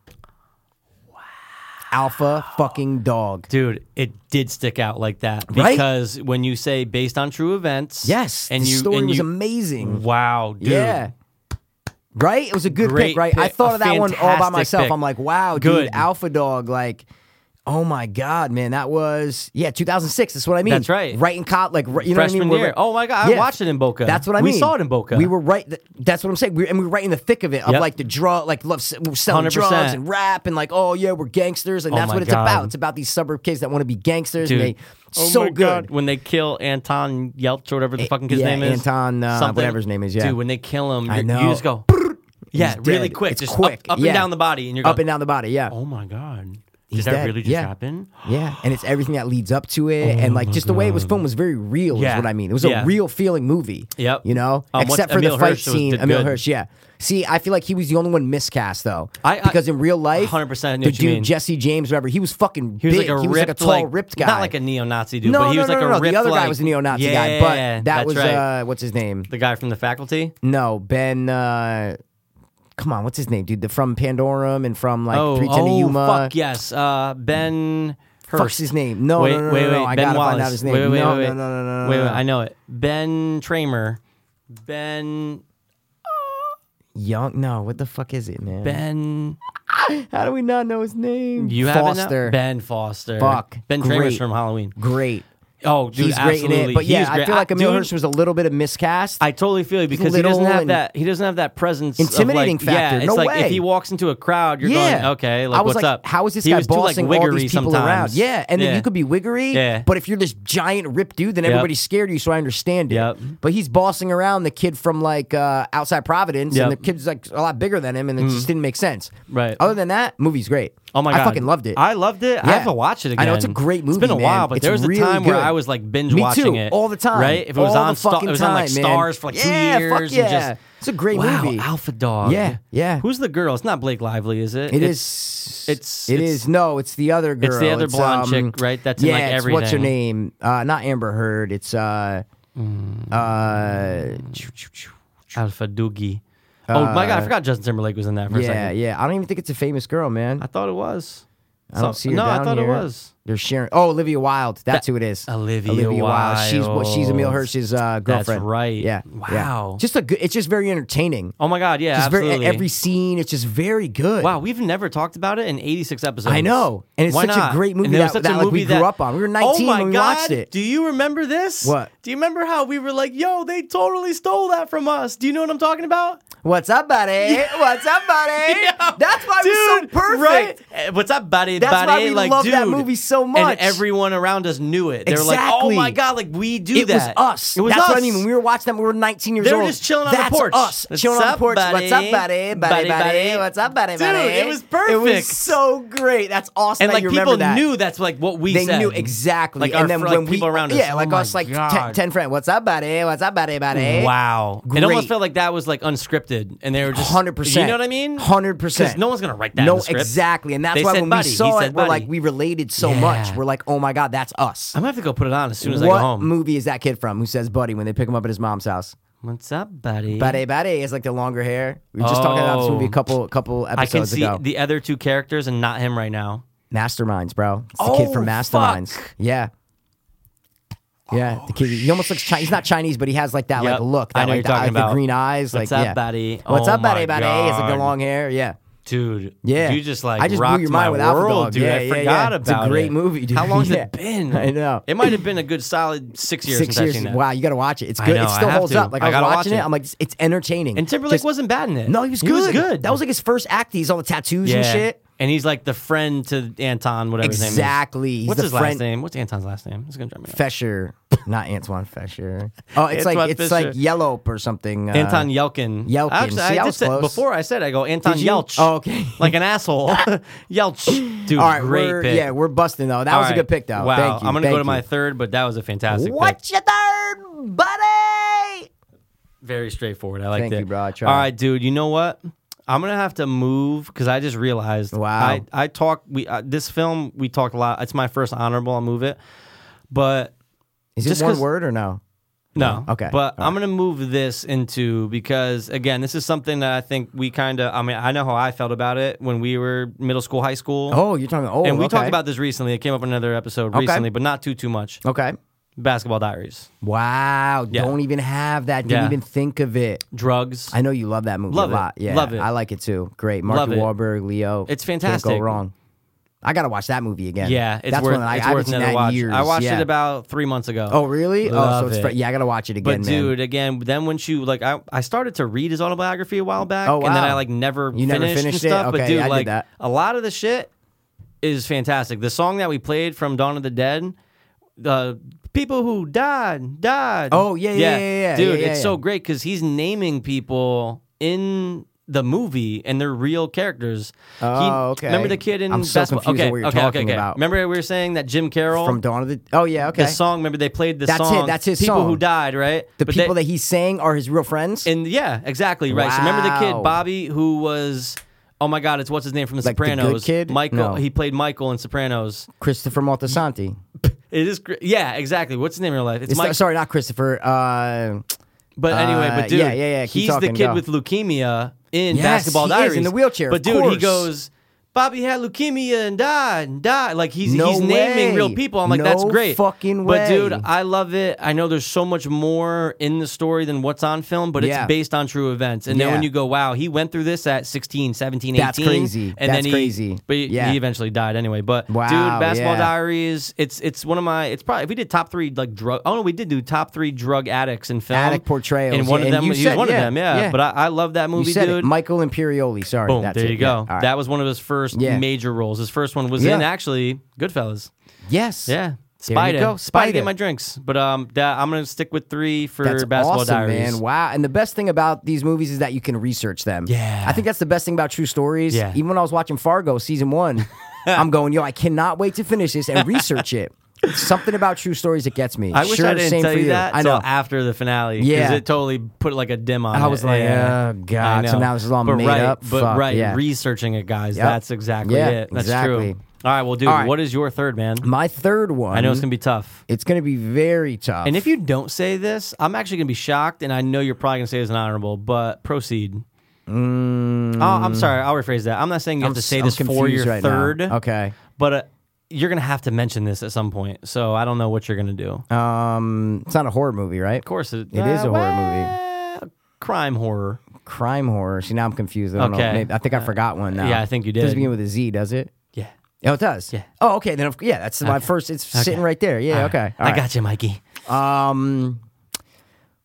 Speaker 1: Alpha fucking dog.
Speaker 4: Dude, it did stick out like that
Speaker 1: Right?
Speaker 4: because when you say based on true events,
Speaker 1: Yes,
Speaker 4: and
Speaker 1: the
Speaker 4: you
Speaker 1: story
Speaker 4: and
Speaker 1: was
Speaker 4: you,
Speaker 1: amazing.
Speaker 4: Wow, dude,
Speaker 1: Yeah. Right? It was a good
Speaker 4: Great
Speaker 1: pick, right? I
Speaker 4: pick.
Speaker 1: thought
Speaker 4: A
Speaker 1: of that one all by
Speaker 4: fantastic
Speaker 1: myself.
Speaker 4: pick.
Speaker 1: I'm like, wow,
Speaker 4: Good.
Speaker 1: dude, Alpha Dog, like, oh my God, man, that was, yeah, 2006. That's what I mean.
Speaker 4: That's right.
Speaker 1: Right in college, like, right- you know
Speaker 4: Freshman
Speaker 1: what I mean? We're
Speaker 4: year.
Speaker 1: right-
Speaker 4: Oh my God, I watched it in Boca.
Speaker 1: That's what I
Speaker 4: We
Speaker 1: mean.
Speaker 4: saw it in Boca.
Speaker 1: We were right, th- that's what I'm saying. We were, and we were right in the thick of it, of
Speaker 4: Yep.
Speaker 1: like the drug, like, love s- we were selling
Speaker 4: 100%.
Speaker 1: drugs and rap, and like, oh yeah, we're gangsters, and
Speaker 4: Oh
Speaker 1: that's
Speaker 4: my
Speaker 1: what it's
Speaker 4: God.
Speaker 1: about. It's about these suburb kids that want to be gangsters,
Speaker 4: dude.
Speaker 1: and they,
Speaker 4: Oh
Speaker 1: so
Speaker 4: my
Speaker 1: good. Eh,
Speaker 4: God, when they kill Anton Yelch or whatever the fucking his
Speaker 1: yeah,
Speaker 4: name is,
Speaker 1: Anton, uh,
Speaker 4: Something.
Speaker 1: whatever his name is, yeah.
Speaker 4: dude. When they kill him,
Speaker 1: I
Speaker 4: you- you
Speaker 1: know.
Speaker 4: just go, yeah,
Speaker 1: He's
Speaker 4: really
Speaker 1: dead.
Speaker 4: quick,
Speaker 1: It's
Speaker 4: just
Speaker 1: quick.
Speaker 4: up, up
Speaker 1: yeah.
Speaker 4: and down the body, and you're going,
Speaker 1: up and down the body, yeah.
Speaker 4: Oh my God,
Speaker 1: He's
Speaker 4: did that
Speaker 1: dead.
Speaker 4: really just
Speaker 1: Yeah.
Speaker 4: happen?
Speaker 1: Yeah, and it's everything that leads up to it, and like just the way it was filmed was very real.
Speaker 4: Oh Yeah.
Speaker 1: Is what I mean. It was
Speaker 4: Yeah.
Speaker 1: a real feeling movie.
Speaker 4: Yep.
Speaker 1: You know,
Speaker 4: Um, what's-
Speaker 1: except for
Speaker 4: Emile
Speaker 1: the fight
Speaker 4: Hirsch was-
Speaker 1: scene.
Speaker 4: did
Speaker 1: Emil
Speaker 4: good.
Speaker 1: Hirsch. Yeah. See, I feel like he was the only one miscast though,
Speaker 4: I- I-
Speaker 1: because in real life,
Speaker 4: 100% I knew
Speaker 1: the
Speaker 4: what you
Speaker 1: dude
Speaker 4: mean.
Speaker 1: Jesse James, whatever, he was fucking.
Speaker 4: He was
Speaker 1: big.
Speaker 4: like a
Speaker 1: he was
Speaker 4: ripped,
Speaker 1: like a tall, ripped guy.
Speaker 4: not like a neo-Nazi dude,
Speaker 1: no,
Speaker 4: but he
Speaker 1: no,
Speaker 4: was
Speaker 1: no,
Speaker 4: like
Speaker 1: no,
Speaker 4: a
Speaker 1: no.
Speaker 4: ripped.
Speaker 1: The other
Speaker 4: like-
Speaker 1: guy was a neo-Nazi
Speaker 4: yeah,
Speaker 1: guy, but that
Speaker 4: that's
Speaker 1: was
Speaker 4: right.
Speaker 1: uh, what's his name?
Speaker 4: the guy from the faculty.
Speaker 1: No, Ben. Uh, come on, what's his name, dude? The from Pandorum and from like
Speaker 4: oh,
Speaker 1: 310 to
Speaker 4: oh,
Speaker 1: Yuma.
Speaker 4: fuck yes, uh, Ben. Hurst.
Speaker 1: Fuck's his name. No,
Speaker 4: wait,
Speaker 1: no, no,
Speaker 4: wait,
Speaker 1: no,
Speaker 4: wait.
Speaker 1: no, I
Speaker 4: ben
Speaker 1: gotta
Speaker 4: Wallace.
Speaker 1: find out his name.
Speaker 4: Wait, wait,
Speaker 1: No,
Speaker 4: wait,
Speaker 1: no, no, no, no,
Speaker 4: Wait,
Speaker 1: no,
Speaker 4: wait.
Speaker 1: no.
Speaker 4: I know it. Ben Tramer. Ben.
Speaker 1: Young? No, what the fuck is it, man?
Speaker 4: Ben.
Speaker 1: How do we not know his name?
Speaker 4: You have it now?
Speaker 1: Foster.
Speaker 4: Ben Foster.
Speaker 1: Fuck.
Speaker 4: Ben Tramer's
Speaker 1: Great.
Speaker 4: from Halloween.
Speaker 1: Great.
Speaker 4: Oh, dude,
Speaker 1: He's great
Speaker 4: absolutely.
Speaker 1: in it. But
Speaker 4: He
Speaker 1: yeah,
Speaker 4: is great.
Speaker 1: I feel like Emil
Speaker 4: dude,
Speaker 1: Hirsch was a little bit of miscast.
Speaker 4: I totally feel you because he
Speaker 1: little
Speaker 4: doesn't have
Speaker 1: and-
Speaker 4: that. He doesn't have that presence.
Speaker 1: Intimidating
Speaker 4: of like, Yeah,
Speaker 1: factor.
Speaker 4: it's
Speaker 1: No
Speaker 4: like if
Speaker 1: way.
Speaker 4: he walks into a crowd, you're
Speaker 1: yeah.
Speaker 4: going, okay, like
Speaker 1: I was
Speaker 4: what's
Speaker 1: like,
Speaker 4: up?
Speaker 1: how is this
Speaker 4: he
Speaker 1: guy
Speaker 4: was too, like,
Speaker 1: bossing all
Speaker 4: wiggery
Speaker 1: these people around?
Speaker 4: sometimes.
Speaker 1: Yeah, and then you could be wiggery,
Speaker 4: Yeah.
Speaker 1: but if you're this giant ripped dude, then everybody's scared of you, so I understand it.
Speaker 4: Yep.
Speaker 1: But he's bossing around the kid from like uh, outside Providence,
Speaker 4: Yep. Mm-hmm.
Speaker 1: and the kid's like a lot bigger than him, and it just didn't make sense.
Speaker 4: Right.
Speaker 1: Other than that, movie's great.
Speaker 4: Oh my
Speaker 1: I
Speaker 4: god,
Speaker 1: fucking loved it.
Speaker 4: I loved it. I
Speaker 1: Yeah.
Speaker 4: have to watch it
Speaker 1: I
Speaker 4: again.
Speaker 1: know, it's a great
Speaker 4: It's been
Speaker 1: movie,
Speaker 4: a while,
Speaker 1: man.
Speaker 4: but
Speaker 1: It's
Speaker 4: there was a
Speaker 1: really
Speaker 4: time where
Speaker 1: good.
Speaker 4: I was like binge
Speaker 1: Me
Speaker 4: watching
Speaker 1: too,
Speaker 4: it
Speaker 1: all the time.
Speaker 4: Right? If it was
Speaker 1: All
Speaker 4: on
Speaker 1: the
Speaker 4: Star-
Speaker 1: fucking
Speaker 4: it was on like
Speaker 1: time, man.
Speaker 4: Stars for like
Speaker 1: Yeah,
Speaker 4: two
Speaker 1: fuck
Speaker 4: years.
Speaker 1: yeah.
Speaker 4: And just,
Speaker 1: It's a great
Speaker 4: wow,
Speaker 1: movie.
Speaker 4: Alpha Dog.
Speaker 1: Yeah, yeah.
Speaker 4: Who's the girl? It's not Blake Lively, is it?
Speaker 1: It
Speaker 4: It's-
Speaker 1: is.
Speaker 4: it's-
Speaker 1: It
Speaker 4: it's-
Speaker 1: is. No, it's the other girl.
Speaker 4: It's the other blonde
Speaker 1: um,
Speaker 4: chick, right? That's in,
Speaker 1: yeah.
Speaker 4: like,
Speaker 1: it's- what's her
Speaker 4: everything.
Speaker 1: name? Uh, not Amber Heard. It's uh,
Speaker 4: Hmm. Alpha Doogie. Oh my god, I forgot Justin Timberlake was in that for a
Speaker 1: Uh, yeah,
Speaker 4: second.
Speaker 1: yeah. I don't even think it's a famous girl, man.
Speaker 4: I thought it was.
Speaker 1: I don't see her
Speaker 4: No, I
Speaker 1: down
Speaker 4: thought it
Speaker 1: here.
Speaker 4: was.
Speaker 1: They're sharing. Oh, Olivia Wilde. That's
Speaker 4: That-
Speaker 1: who it is.
Speaker 4: Olivia
Speaker 1: She's what? She's Emil
Speaker 4: Wilde.
Speaker 1: Hirsch's uh, girlfriend.
Speaker 4: right.
Speaker 1: Yeah. yeah.
Speaker 4: Wow.
Speaker 1: Just a good. It's just very entertaining.
Speaker 4: Oh my god, yeah,
Speaker 1: Just very,
Speaker 4: absolutely.
Speaker 1: every scene, it's just very good.
Speaker 4: wow, we've never talked about it in 86 episodes.
Speaker 1: I know, and it's
Speaker 4: Why
Speaker 1: such
Speaker 4: not?
Speaker 1: a great movie
Speaker 4: And it
Speaker 1: that,
Speaker 4: was such
Speaker 1: that
Speaker 4: a
Speaker 1: like,
Speaker 4: movie
Speaker 1: we grew
Speaker 4: that-
Speaker 1: up on. We were 19
Speaker 4: oh my
Speaker 1: when we
Speaker 4: god,
Speaker 1: watched it.
Speaker 4: Do you remember this?
Speaker 1: What?
Speaker 4: Do you remember how we were like, "Yo, they totally stole that from us"? Do you know what I'm talking about?
Speaker 1: What's up, buddy? What's up, buddy? That's why
Speaker 4: dude,
Speaker 1: it was so perfect.
Speaker 4: Right? Eh, What's up, buddy?
Speaker 1: That's why
Speaker 4: buddy?
Speaker 1: we
Speaker 4: like,
Speaker 1: love
Speaker 4: dude.
Speaker 1: that movie so
Speaker 4: And
Speaker 1: much.
Speaker 4: everyone around us knew it. They were like, "Oh
Speaker 1: Exactly.
Speaker 4: my god, like we do
Speaker 1: It
Speaker 4: that."
Speaker 1: was us.
Speaker 4: It was
Speaker 1: That's
Speaker 4: us.
Speaker 1: what I mean. When we were watching that, we were 19 years
Speaker 4: They were
Speaker 1: old.
Speaker 4: just chilling on the
Speaker 1: That's
Speaker 4: porch.
Speaker 1: us.
Speaker 4: What's
Speaker 1: chilling on
Speaker 4: up,
Speaker 1: the porch.
Speaker 4: buddy?
Speaker 1: What's up, buddy?
Speaker 4: Buddy,
Speaker 1: Buddy, buddy.
Speaker 4: buddy.
Speaker 1: What's up, buddy,
Speaker 4: Dude,
Speaker 1: buddy?
Speaker 4: it was
Speaker 1: It was
Speaker 4: perfect.
Speaker 1: so great. That's awesome
Speaker 4: and
Speaker 1: that
Speaker 4: like
Speaker 1: you
Speaker 4: people
Speaker 1: remember that.
Speaker 4: knew that's like what we
Speaker 1: They
Speaker 4: said.
Speaker 1: knew exactly.
Speaker 4: Like,
Speaker 1: and
Speaker 4: our
Speaker 1: then
Speaker 4: fr- like,
Speaker 1: when we,
Speaker 4: people around us.
Speaker 1: Yeah, like
Speaker 4: Oh
Speaker 1: us,
Speaker 4: my
Speaker 1: like
Speaker 4: God.
Speaker 1: 10, 10 friends. What's up, buddy? What's up, buddy, buddy?
Speaker 4: Wow. It
Speaker 1: Great.
Speaker 4: almost felt like that was like unscripted and they were just
Speaker 1: 100%.
Speaker 4: You know what I mean?
Speaker 1: 100%.
Speaker 4: Because no one's gonna write that
Speaker 1: No,
Speaker 4: in the script.
Speaker 1: exactly. And that's
Speaker 4: They
Speaker 1: why
Speaker 4: said
Speaker 1: when
Speaker 4: buddy.
Speaker 1: we
Speaker 4: He
Speaker 1: saw
Speaker 4: said
Speaker 1: it, we're
Speaker 4: buddy.
Speaker 1: like, we related so
Speaker 4: Yeah.
Speaker 1: much. We're like, oh my God, that's us.
Speaker 4: I'm gonna have to go put it on as soon as I
Speaker 1: what
Speaker 4: go home.
Speaker 1: movie is that kid from who says buddy when they pick him up at his mom's house?
Speaker 4: What's up, buddy?
Speaker 1: Buddy, buddy is like the longer hair. We were just talking about this
Speaker 4: Hmm. Oh.
Speaker 1: movie a couple couple
Speaker 4: I can
Speaker 1: episodes
Speaker 4: see
Speaker 1: ago.
Speaker 4: the other two characters and not him right now.
Speaker 1: Masterminds, bro. It's the kid from
Speaker 4: Oh,
Speaker 1: Masterminds.
Speaker 4: fuck. Oh,
Speaker 1: Yeah. Yeah, the kid. He almost looks Chinese. He's not Chinese, but he has like that
Speaker 4: Yep.
Speaker 1: like look.
Speaker 4: I
Speaker 1: That,
Speaker 4: know
Speaker 1: like,
Speaker 4: you're
Speaker 1: the,
Speaker 4: talking
Speaker 1: like,
Speaker 4: about.
Speaker 1: the green eyes.
Speaker 4: What's
Speaker 1: like,
Speaker 4: up,
Speaker 1: yeah.
Speaker 4: buddy?
Speaker 1: What's
Speaker 4: Oh
Speaker 1: up, buddy?
Speaker 4: my
Speaker 1: Buddy, it's like the
Speaker 4: God.
Speaker 1: long hair. Yeah,
Speaker 4: Dude,
Speaker 1: yeah.
Speaker 4: you just like
Speaker 1: I just
Speaker 4: rocked
Speaker 1: blew your mind
Speaker 4: my
Speaker 1: with Alpha
Speaker 4: world,
Speaker 1: Dog.
Speaker 4: dude.
Speaker 1: Yeah,
Speaker 4: I
Speaker 1: yeah, yeah.
Speaker 4: forgot
Speaker 1: It's
Speaker 4: about
Speaker 1: a great
Speaker 4: it.
Speaker 1: movie, dude.
Speaker 4: How long's
Speaker 1: Yeah.
Speaker 4: it been?
Speaker 1: I know.
Speaker 4: It might have been a good solid six years
Speaker 1: Six
Speaker 4: since
Speaker 1: years.
Speaker 4: I've seen that.
Speaker 1: Wow, you got to watch it. It's
Speaker 4: I
Speaker 1: good.
Speaker 4: know,
Speaker 1: it
Speaker 4: I
Speaker 1: still
Speaker 4: have
Speaker 1: holds
Speaker 4: to.
Speaker 1: up. Like
Speaker 4: I
Speaker 1: I, was
Speaker 4: gotta watch
Speaker 1: watching it.
Speaker 4: it.
Speaker 1: I'm like, it's- it's entertaining.
Speaker 4: And Timberlake
Speaker 1: Just-
Speaker 4: wasn't bad in it.
Speaker 1: No, he was good.
Speaker 4: He was good.
Speaker 1: That was like his first act. He's all the tattoos and shit.
Speaker 4: And he's like the friend to Anton, whatever his name is.
Speaker 1: Exactly. He's
Speaker 4: What's
Speaker 1: the
Speaker 4: his last
Speaker 1: friend-
Speaker 4: name? What's Anton's last name? It's gonna drive me nuts.
Speaker 1: Fesher, not Antoine Fesher. Oh, it's
Speaker 4: Antoine
Speaker 1: like it's like
Speaker 4: Fisher.
Speaker 1: Yellow or something. uh,
Speaker 4: Anton Yelkin.
Speaker 1: Yelkin.
Speaker 4: Actually,
Speaker 1: See,
Speaker 4: I,
Speaker 1: I
Speaker 4: did
Speaker 1: was
Speaker 4: say-
Speaker 1: close.
Speaker 4: before I said I go Anton
Speaker 1: Did you?
Speaker 4: Yelch.
Speaker 1: Oh, okay.
Speaker 4: like an asshole. Yelch. Dude,
Speaker 1: All right,
Speaker 4: great
Speaker 1: we're,
Speaker 4: pick.
Speaker 1: yeah, we're busting though. That
Speaker 4: All
Speaker 1: was
Speaker 4: right.
Speaker 1: a good pick though.
Speaker 4: Wow.
Speaker 1: Thank you.
Speaker 4: I'm gonna
Speaker 1: Thank
Speaker 4: go to my
Speaker 1: you.
Speaker 4: third, but that was a fantastic pick.
Speaker 1: What's your third, buddy?
Speaker 4: Very straightforward. I like
Speaker 1: Thank
Speaker 4: that.
Speaker 1: you, bro. I tried.
Speaker 4: All right, dude. You know what? I'm gonna have to move because I just realized.
Speaker 1: Wow.
Speaker 4: I I talk we uh, this film we talked a lot. It's my first honorable. I'll move it, but
Speaker 1: Is this
Speaker 4: Just
Speaker 1: one
Speaker 4: 'cause-
Speaker 1: word or no?
Speaker 4: No.
Speaker 1: Okay.
Speaker 4: But
Speaker 1: All
Speaker 4: I'm going to move this into because, again, this is something that I think we kind of, I mean, I know how I felt about it when we were middle school, high school.
Speaker 1: Oh, you're talking. Oh,
Speaker 4: and we
Speaker 1: okay.
Speaker 4: talked about this recently. It came up in another episode recently, but not too, too much.
Speaker 1: Okay.
Speaker 4: Basketball diaries,
Speaker 1: Wow.
Speaker 4: Yeah.
Speaker 1: Don't even have that. Didn't
Speaker 4: Yeah.
Speaker 1: even think of it.
Speaker 4: drugs.
Speaker 1: I know you love that movie
Speaker 4: Love
Speaker 1: a
Speaker 4: it.
Speaker 1: lot. Yeah,
Speaker 4: Love it.
Speaker 1: I like it too. Great, Mark
Speaker 4: Love it.
Speaker 1: Wahlberg, Leo.
Speaker 4: It's
Speaker 1: Can't
Speaker 4: fantastic.
Speaker 1: go wrong. I gotta watch that movie again.
Speaker 4: yeah, it's
Speaker 1: that's
Speaker 4: worth,
Speaker 1: one I, I
Speaker 4: it's
Speaker 1: haven't
Speaker 4: worth
Speaker 1: seen
Speaker 4: another
Speaker 1: that in
Speaker 4: watch.
Speaker 1: Years.
Speaker 4: I watched
Speaker 1: yeah.
Speaker 4: it about three months ago.
Speaker 1: Oh really?
Speaker 4: Love
Speaker 1: oh, so it's
Speaker 4: it.
Speaker 1: fr- yeah. I gotta watch it again,
Speaker 4: But
Speaker 1: man.
Speaker 4: dude, again, then once you like, I, I started to read his autobiography a while back,
Speaker 1: Oh,
Speaker 4: and then
Speaker 1: wow.
Speaker 4: I like never
Speaker 1: You
Speaker 4: finished,
Speaker 1: never
Speaker 4: and
Speaker 1: finished it?
Speaker 4: stuff. But
Speaker 1: Okay,
Speaker 4: dude,
Speaker 1: I did
Speaker 4: like
Speaker 1: that.
Speaker 4: a lot of the shit is fantastic. The song that we played from Dawn of the Dead, the people who died, died.
Speaker 1: Oh, yeah, yeah, yeah, yeah,
Speaker 4: dude,
Speaker 1: yeah, yeah,
Speaker 4: it's so
Speaker 1: yeah.
Speaker 4: great because he's naming people in the movie and they're real characters. He-
Speaker 1: Oh, okay.
Speaker 4: Remember the kid in
Speaker 1: I'm so
Speaker 4: basketball?
Speaker 1: confused
Speaker 4: okay,
Speaker 1: on what you're
Speaker 4: okay,
Speaker 1: talking
Speaker 4: okay, okay.
Speaker 1: about.
Speaker 4: Remember we were saying that Jim Carroll
Speaker 1: from Dawn of the. Oh yeah. Okay.
Speaker 4: The song, remember they played the
Speaker 1: That's it,
Speaker 4: song.
Speaker 1: that's his
Speaker 4: people who
Speaker 1: song.
Speaker 4: died, right?
Speaker 1: the
Speaker 4: But they-
Speaker 1: people that he's saying are his real friends.
Speaker 4: and yeah, exactly right. So remember the kid
Speaker 1: Wow.
Speaker 4: Bobby who was oh my god, it's what's his name from the
Speaker 1: Like the good
Speaker 4: Sopranos?
Speaker 1: kid?
Speaker 4: Michael.
Speaker 1: No.
Speaker 4: He played Michael in Sopranos.
Speaker 1: Christopher Maltasanti.
Speaker 4: It is gr- yeah, exactly. What's his name in real life? It's,
Speaker 1: It's
Speaker 4: Mike.
Speaker 1: sorry, not Christopher. Uh,
Speaker 4: but anyway,
Speaker 1: uh,
Speaker 4: but dude,
Speaker 1: yeah, yeah, yeah, keep
Speaker 4: he's
Speaker 1: talking,
Speaker 4: the kid
Speaker 1: go.
Speaker 4: with leukemia in
Speaker 1: Yes,
Speaker 4: Basketball
Speaker 1: he is,
Speaker 4: Diaries
Speaker 1: in the wheelchair,
Speaker 4: But
Speaker 1: of
Speaker 4: dude, he
Speaker 1: course.
Speaker 4: goes. Bobby had leukemia and died and died. Like he's
Speaker 1: No
Speaker 4: he's naming
Speaker 1: way.
Speaker 4: real people. I'm like,
Speaker 1: No
Speaker 4: that's great.
Speaker 1: fucking
Speaker 4: But
Speaker 1: way.
Speaker 4: dude, I love it. I know there's so much more in the story than what's on film, but
Speaker 1: Yeah.
Speaker 4: it's based on true events. And then
Speaker 1: Yeah.
Speaker 4: when you go, wow, he went through this at 16, 17, 18.
Speaker 1: That's crazy.
Speaker 4: And then
Speaker 1: That's
Speaker 4: he,
Speaker 1: crazy.
Speaker 4: But he,
Speaker 1: Yeah.
Speaker 4: he eventually died anyway. But
Speaker 1: Wow,
Speaker 4: dude, Basketball
Speaker 1: yeah.
Speaker 4: Diaries, it's it's one of my it's probably if we did top three like drug oh no, we did do top three drug addicts in film.
Speaker 1: Addict portrayals,
Speaker 4: And one
Speaker 1: yeah, and
Speaker 4: of them
Speaker 1: you
Speaker 4: he was
Speaker 1: said-
Speaker 4: one of
Speaker 1: yeah,
Speaker 4: them, yeah.
Speaker 1: yeah.
Speaker 4: But I, I love that
Speaker 1: you
Speaker 4: movie,
Speaker 1: said
Speaker 4: dude.
Speaker 1: it. Michael Imperioli. Sorry.
Speaker 4: Boom,
Speaker 1: That's
Speaker 4: there
Speaker 1: it,
Speaker 4: you
Speaker 1: yeah,
Speaker 4: go.
Speaker 1: all right.
Speaker 4: That was one of his first
Speaker 1: Yeah.
Speaker 4: major roles. His first one was
Speaker 1: Yeah.
Speaker 4: in actually Goodfellas.
Speaker 1: yes.
Speaker 4: Yeah.
Speaker 1: There
Speaker 4: Spidey.
Speaker 1: you go,
Speaker 4: Spidey.
Speaker 1: Spidey.
Speaker 4: Get my drinks. But um, that, I'm gonna stick with three for
Speaker 1: That's
Speaker 4: Basketball
Speaker 1: awesome,
Speaker 4: Diaries.
Speaker 1: man. Wow. And the best thing about these movies is that you can research them.
Speaker 4: Yeah.
Speaker 1: I think that's the best thing about true stories.
Speaker 4: Yeah.
Speaker 1: Even when I was watching Fargo season one, I'm going, yo, I cannot wait to finish this and research it. It's something about true stories that gets me.
Speaker 4: I wish
Speaker 1: sure,
Speaker 4: I didn't
Speaker 1: same
Speaker 4: tell
Speaker 1: for
Speaker 4: you, that.
Speaker 1: I
Speaker 4: till
Speaker 1: know.
Speaker 4: after the finale,
Speaker 1: Yeah.
Speaker 4: because it totally put like a dim on.
Speaker 1: I was
Speaker 4: it.
Speaker 1: like,
Speaker 4: Yeah.
Speaker 1: oh, God.
Speaker 4: I know.
Speaker 1: So now this is all
Speaker 4: but
Speaker 1: made
Speaker 4: right,
Speaker 1: up.
Speaker 4: But
Speaker 1: Fuck,
Speaker 4: right,
Speaker 1: yeah.
Speaker 4: researching it, guys.
Speaker 1: Yep.
Speaker 4: That's exactly
Speaker 1: Yeah,
Speaker 4: it. That's
Speaker 1: exactly.
Speaker 4: true. All right, well, dude,
Speaker 1: All right. Mm-hmm.
Speaker 4: what is your third man?
Speaker 1: My third one.
Speaker 4: I know it's gonna be tough.
Speaker 1: It's going to be very tough.
Speaker 4: And if you don't say this, I'm actually gonna be shocked, and I know you're probably gonna say it's an honorable. But proceed. Oh, I'm sorry. I'll rephrase that. I'm not saying you have to
Speaker 1: s-
Speaker 4: say
Speaker 1: Mm. I'm
Speaker 4: this for
Speaker 1: confused
Speaker 4: your
Speaker 1: right now.
Speaker 4: third.
Speaker 1: Okay.
Speaker 4: but uh, you're gonna have to mention this at some point. So I don't know what you're gonna do. of
Speaker 1: Um, it's not a horror movie, right?
Speaker 4: course, it,
Speaker 1: It is a horror
Speaker 4: movie, crime horror.
Speaker 1: Crime horror. See, now I'm confused. I don't know.
Speaker 4: Okay. Uh,
Speaker 1: Maybe- I think I forgot one now.
Speaker 4: yeah, I think you
Speaker 1: It
Speaker 4: did.
Speaker 1: doesn't begin with a Z, does it?
Speaker 4: Yeah,
Speaker 1: Oh, it does.
Speaker 4: Yeah.
Speaker 1: Oh, okay. Then, of- yeah, that's my first. It's sitting right there. Yeah. Okay. All
Speaker 4: I got you, Mikey.
Speaker 1: got. Um.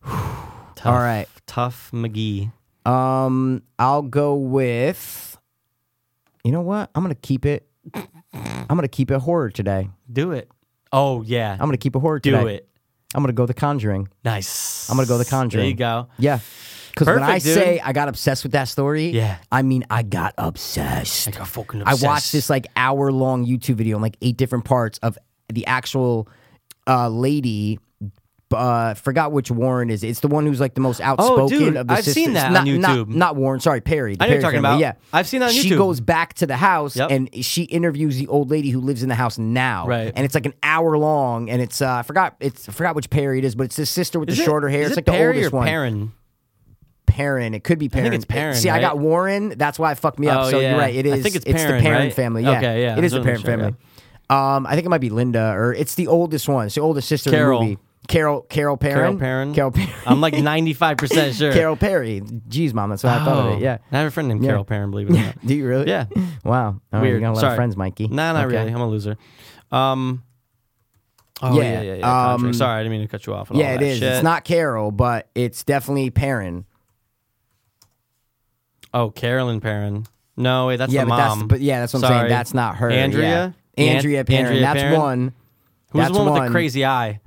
Speaker 4: Tough,
Speaker 1: All right.
Speaker 4: tough McGee.
Speaker 1: Um. I'll go with. You know what? I'm gonna keep it. I'm gonna keep it horror today.
Speaker 4: Do it. Oh yeah,
Speaker 1: I'm gonna keep it horror
Speaker 4: do
Speaker 1: today.
Speaker 4: it.
Speaker 1: I'm gonna go The Conjuring.
Speaker 4: Nice.
Speaker 1: I'm gonna go The
Speaker 4: There you
Speaker 1: Conjuring.
Speaker 4: go.
Speaker 1: Yeah. Because when
Speaker 4: Perfect,
Speaker 1: I
Speaker 4: dude.
Speaker 1: say I got obsessed with that story,
Speaker 4: Yeah.
Speaker 1: I mean I got obsessed.
Speaker 4: Like a fucking
Speaker 1: I
Speaker 4: obsessed.
Speaker 1: watched this like hour long YouTube video in like eight different parts of the actual uh, lady. Uh, forgot which Warren is. It's the one who's like the most outspoken
Speaker 4: Oh, dude,
Speaker 1: of the
Speaker 4: I've
Speaker 1: sisters.
Speaker 4: seen that
Speaker 1: not,
Speaker 4: on
Speaker 1: Not,
Speaker 4: YouTube.
Speaker 1: not Warren. Sorry, Perry. the
Speaker 4: I know you're
Speaker 1: Perry
Speaker 4: talking
Speaker 1: family,
Speaker 4: about.
Speaker 1: Yeah,
Speaker 4: I've seen that on
Speaker 1: She
Speaker 4: YouTube.
Speaker 1: goes back to the house
Speaker 4: Yep.
Speaker 1: and she interviews the old lady who lives in the house now.
Speaker 4: Right.
Speaker 1: and it's like an hour long. And it's uh, I forgot. It's I forgot which Perry it is, but it's his sister with
Speaker 4: Is
Speaker 1: the
Speaker 4: it-
Speaker 1: shorter hair.
Speaker 4: is
Speaker 1: it's
Speaker 4: it
Speaker 1: like
Speaker 4: Perry
Speaker 1: the oldest
Speaker 4: or
Speaker 1: one.
Speaker 4: Perrin?
Speaker 1: Parent. It could be
Speaker 4: think
Speaker 1: Parent.
Speaker 4: it's Perrin,
Speaker 1: See, I got
Speaker 4: right?
Speaker 1: Warren. That's why I fucked me up.
Speaker 4: Oh,
Speaker 1: so
Speaker 4: yeah.
Speaker 1: you're right. It
Speaker 4: I
Speaker 1: is.
Speaker 4: think it's
Speaker 1: it's
Speaker 4: Perrin,
Speaker 1: the Parent
Speaker 4: right?
Speaker 1: family. Yeah.
Speaker 4: Okay, yeah,
Speaker 1: It is
Speaker 4: I
Speaker 1: the
Speaker 4: was
Speaker 1: Parent
Speaker 4: wondering,
Speaker 1: family. Um, I think it might be Linda, or it's the oldest one. It's the oldest sister
Speaker 4: Carol.
Speaker 1: in the movie. Carol. Carol Parent.
Speaker 4: Perrin?
Speaker 1: Carol Perry.
Speaker 4: I'm like 95 percent sure.
Speaker 1: Carol Perry. Jeez, mom. That's what I thought of
Speaker 4: Oh,
Speaker 1: it. Yeah.
Speaker 4: I have a friend named
Speaker 1: Yeah.
Speaker 4: Carol Perrin. Believe it or not.
Speaker 1: Do you really?
Speaker 4: Yeah.
Speaker 1: Wow. All right,
Speaker 4: Weird.
Speaker 1: You're gonna
Speaker 4: Sorry.
Speaker 1: love friends, Mikey.
Speaker 4: Nah, not
Speaker 1: Okay.
Speaker 4: really. I'm a loser. Um. Oh yeah,
Speaker 1: Yeah,
Speaker 4: yeah, yeah. Conjuring.
Speaker 1: um,
Speaker 4: Sorry, I didn't mean to cut you off. And
Speaker 1: Yeah,
Speaker 4: all
Speaker 1: it
Speaker 4: that
Speaker 1: is.
Speaker 4: shit.
Speaker 1: It's not Carol, but it's definitely Perrin.
Speaker 4: Oh, Carolyn Perrin. No, wait, that's
Speaker 1: Yeah,
Speaker 4: the
Speaker 1: but
Speaker 4: mom.
Speaker 1: that's but yeah, that's what I'm
Speaker 4: Sorry.
Speaker 1: saying. That's not her.
Speaker 4: Andrea.
Speaker 1: Yeah.
Speaker 4: An-
Speaker 1: Andrea Perrin.
Speaker 4: Andrea
Speaker 1: that's
Speaker 4: Perrin?
Speaker 1: one.
Speaker 4: Who's
Speaker 1: that's
Speaker 4: the one, with
Speaker 1: one.
Speaker 4: the crazy eye?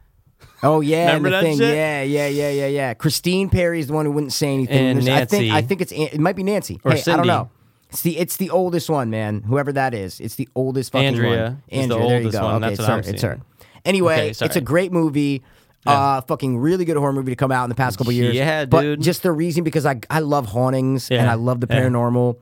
Speaker 1: Oh yeah, and
Speaker 4: Remember
Speaker 1: the
Speaker 4: that
Speaker 1: thing,
Speaker 4: shit?
Speaker 1: yeah, yeah, yeah, yeah, yeah. Christine Perry is the one who wouldn't say anything.
Speaker 4: And
Speaker 1: There's- I think
Speaker 4: Nancy.
Speaker 1: I think it's An- it might be Nancy
Speaker 4: Or
Speaker 1: hey, I
Speaker 4: Cindy.
Speaker 1: don't know. It's the it's the oldest one, man. Whoever that is, it's the oldest fucking
Speaker 4: Andrea
Speaker 1: one.
Speaker 4: is the
Speaker 1: there
Speaker 4: oldest
Speaker 1: you go.
Speaker 4: one.
Speaker 1: Okay,
Speaker 4: That's
Speaker 1: it's
Speaker 4: what
Speaker 1: her.
Speaker 4: I'm
Speaker 1: it's
Speaker 4: seeing.
Speaker 1: her. Anyway,
Speaker 4: Okay,
Speaker 1: it's
Speaker 4: sorry.
Speaker 1: a great movie. Uh, fucking really good horror movie to come out in the past couple years.
Speaker 4: Yeah,
Speaker 1: but
Speaker 4: dude.
Speaker 1: Just the reason because I I love hauntings and
Speaker 4: Yeah,
Speaker 1: I love the
Speaker 4: yeah.
Speaker 1: paranormal.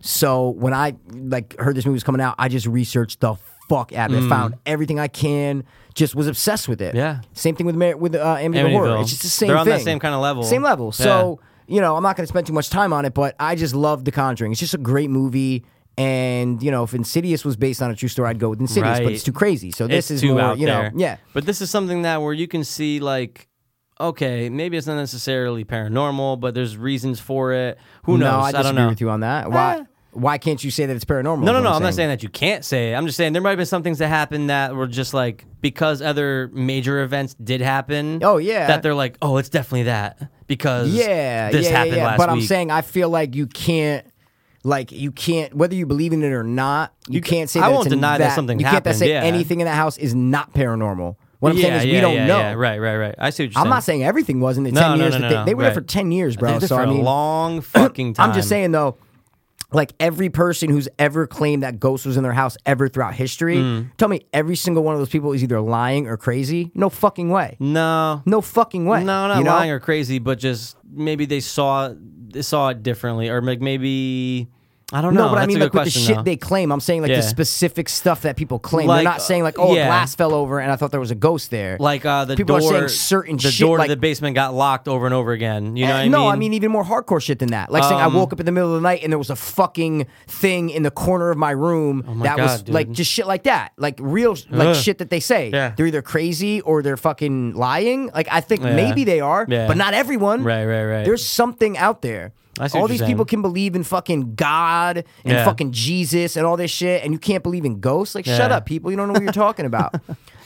Speaker 1: So when I like heard this movie was coming out, I just researched the fuck out of it. Found everything I can. Just was obsessed with it.
Speaker 4: Mm. Yeah.
Speaker 1: Same thing with Mar- with uh, Am- the
Speaker 4: Amityville.
Speaker 1: horror. It's just the same
Speaker 4: They're on
Speaker 1: thing.
Speaker 4: that same kinda level.
Speaker 1: Same level. So, you know, I'm not going to spend too much time on it, but I just love The Conjuring. It's just a great movie. And, you know, if Insidious was based on a true story, I'd go with Insidious,
Speaker 4: Right.
Speaker 1: but it's too crazy. So this is
Speaker 4: it's too
Speaker 1: more,
Speaker 4: out
Speaker 1: you know,
Speaker 4: there.
Speaker 1: yeah.
Speaker 4: But this is something that where you can see like, okay, maybe it's not necessarily paranormal, but there's reasons for it. Who
Speaker 1: no,
Speaker 4: knows?
Speaker 1: I disagree
Speaker 4: don't know. Eh.
Speaker 1: with you on that. Why why can't you say that it's paranormal?
Speaker 4: No, no,
Speaker 1: is
Speaker 4: no.
Speaker 1: what
Speaker 4: I'm not saying that you can't say it. I'm just saying there might have been some things that happened that were just like because other major events did happen.
Speaker 1: Oh, yeah.
Speaker 4: that they're like, oh, it's definitely that because
Speaker 1: Yeah,
Speaker 4: this
Speaker 1: yeah, yeah,
Speaker 4: happened
Speaker 1: yeah.
Speaker 4: last
Speaker 1: But I'm
Speaker 4: week.
Speaker 1: saying I feel like you can't like you can't whether you believe in it or not, you, can't say
Speaker 4: I
Speaker 1: that
Speaker 4: won't
Speaker 1: it's in
Speaker 4: deny that something
Speaker 1: You can't
Speaker 4: happened,
Speaker 1: say
Speaker 4: yeah.
Speaker 1: anything in that house is not paranormal. What I'm
Speaker 4: yeah,
Speaker 1: saying is
Speaker 4: yeah,
Speaker 1: we don't
Speaker 4: yeah,
Speaker 1: know.
Speaker 4: yeah. Right, right, right. I see what you're
Speaker 1: I'm
Speaker 4: saying.
Speaker 1: not saying everything wasn't. The
Speaker 4: No,
Speaker 1: 10
Speaker 4: no,
Speaker 1: years
Speaker 4: no,
Speaker 1: that
Speaker 4: no,
Speaker 1: they, they were
Speaker 4: right.
Speaker 1: there for 10 years,
Speaker 4: They're
Speaker 1: bro.
Speaker 4: there
Speaker 1: So
Speaker 4: for
Speaker 1: I mean,
Speaker 4: a long fucking time.
Speaker 1: I'm just saying though, like every person who's ever claimed that ghost was in their house ever throughout history,
Speaker 4: Mm.
Speaker 1: tell me every single one of those people is either lying or crazy. No fucking way.
Speaker 4: No,
Speaker 1: No fucking way.
Speaker 4: No, not
Speaker 1: you know?
Speaker 4: lying or crazy, but just maybe they saw they saw it differently, or like maybe I don't know.
Speaker 1: No, but I
Speaker 4: That's
Speaker 1: mean,
Speaker 4: a good
Speaker 1: like with the
Speaker 4: question,
Speaker 1: shit
Speaker 4: though.
Speaker 1: they claim, I'm saying like
Speaker 4: Yeah.
Speaker 1: the specific stuff that people claim.
Speaker 4: Like,
Speaker 1: They're not saying like,
Speaker 4: uh,
Speaker 1: oh,
Speaker 4: yeah.
Speaker 1: a glass fell over and I thought there was a ghost there.
Speaker 4: like uh, the
Speaker 1: people
Speaker 4: door,
Speaker 1: are saying certain
Speaker 4: the
Speaker 1: shit.
Speaker 4: door
Speaker 1: like,
Speaker 4: to the basement got locked over and over again. You know,
Speaker 1: Uh,
Speaker 4: what I
Speaker 1: no,
Speaker 4: mean?
Speaker 1: I mean even more hardcore shit than that. Like saying I
Speaker 4: Um,
Speaker 1: woke up in the middle of the night and there was a fucking thing in the corner of my room
Speaker 4: Oh my
Speaker 1: that was
Speaker 4: God, dude.
Speaker 1: like just shit like that. Like real like
Speaker 4: Ugh.
Speaker 1: shit that they say.
Speaker 4: Yeah.
Speaker 1: They're either crazy or they're fucking lying. Like I think maybe they are,
Speaker 4: Yeah.
Speaker 1: but not everyone.
Speaker 4: Right, right, right.
Speaker 1: There's something out there.
Speaker 4: I see
Speaker 1: all
Speaker 4: what you're
Speaker 1: these people can
Speaker 4: saying.
Speaker 1: believe in fucking God and
Speaker 4: Yeah.
Speaker 1: fucking Jesus and all this shit, and you can't believe in ghosts. Like, shut
Speaker 4: Yeah.
Speaker 1: up, people! You don't know what you're talking about.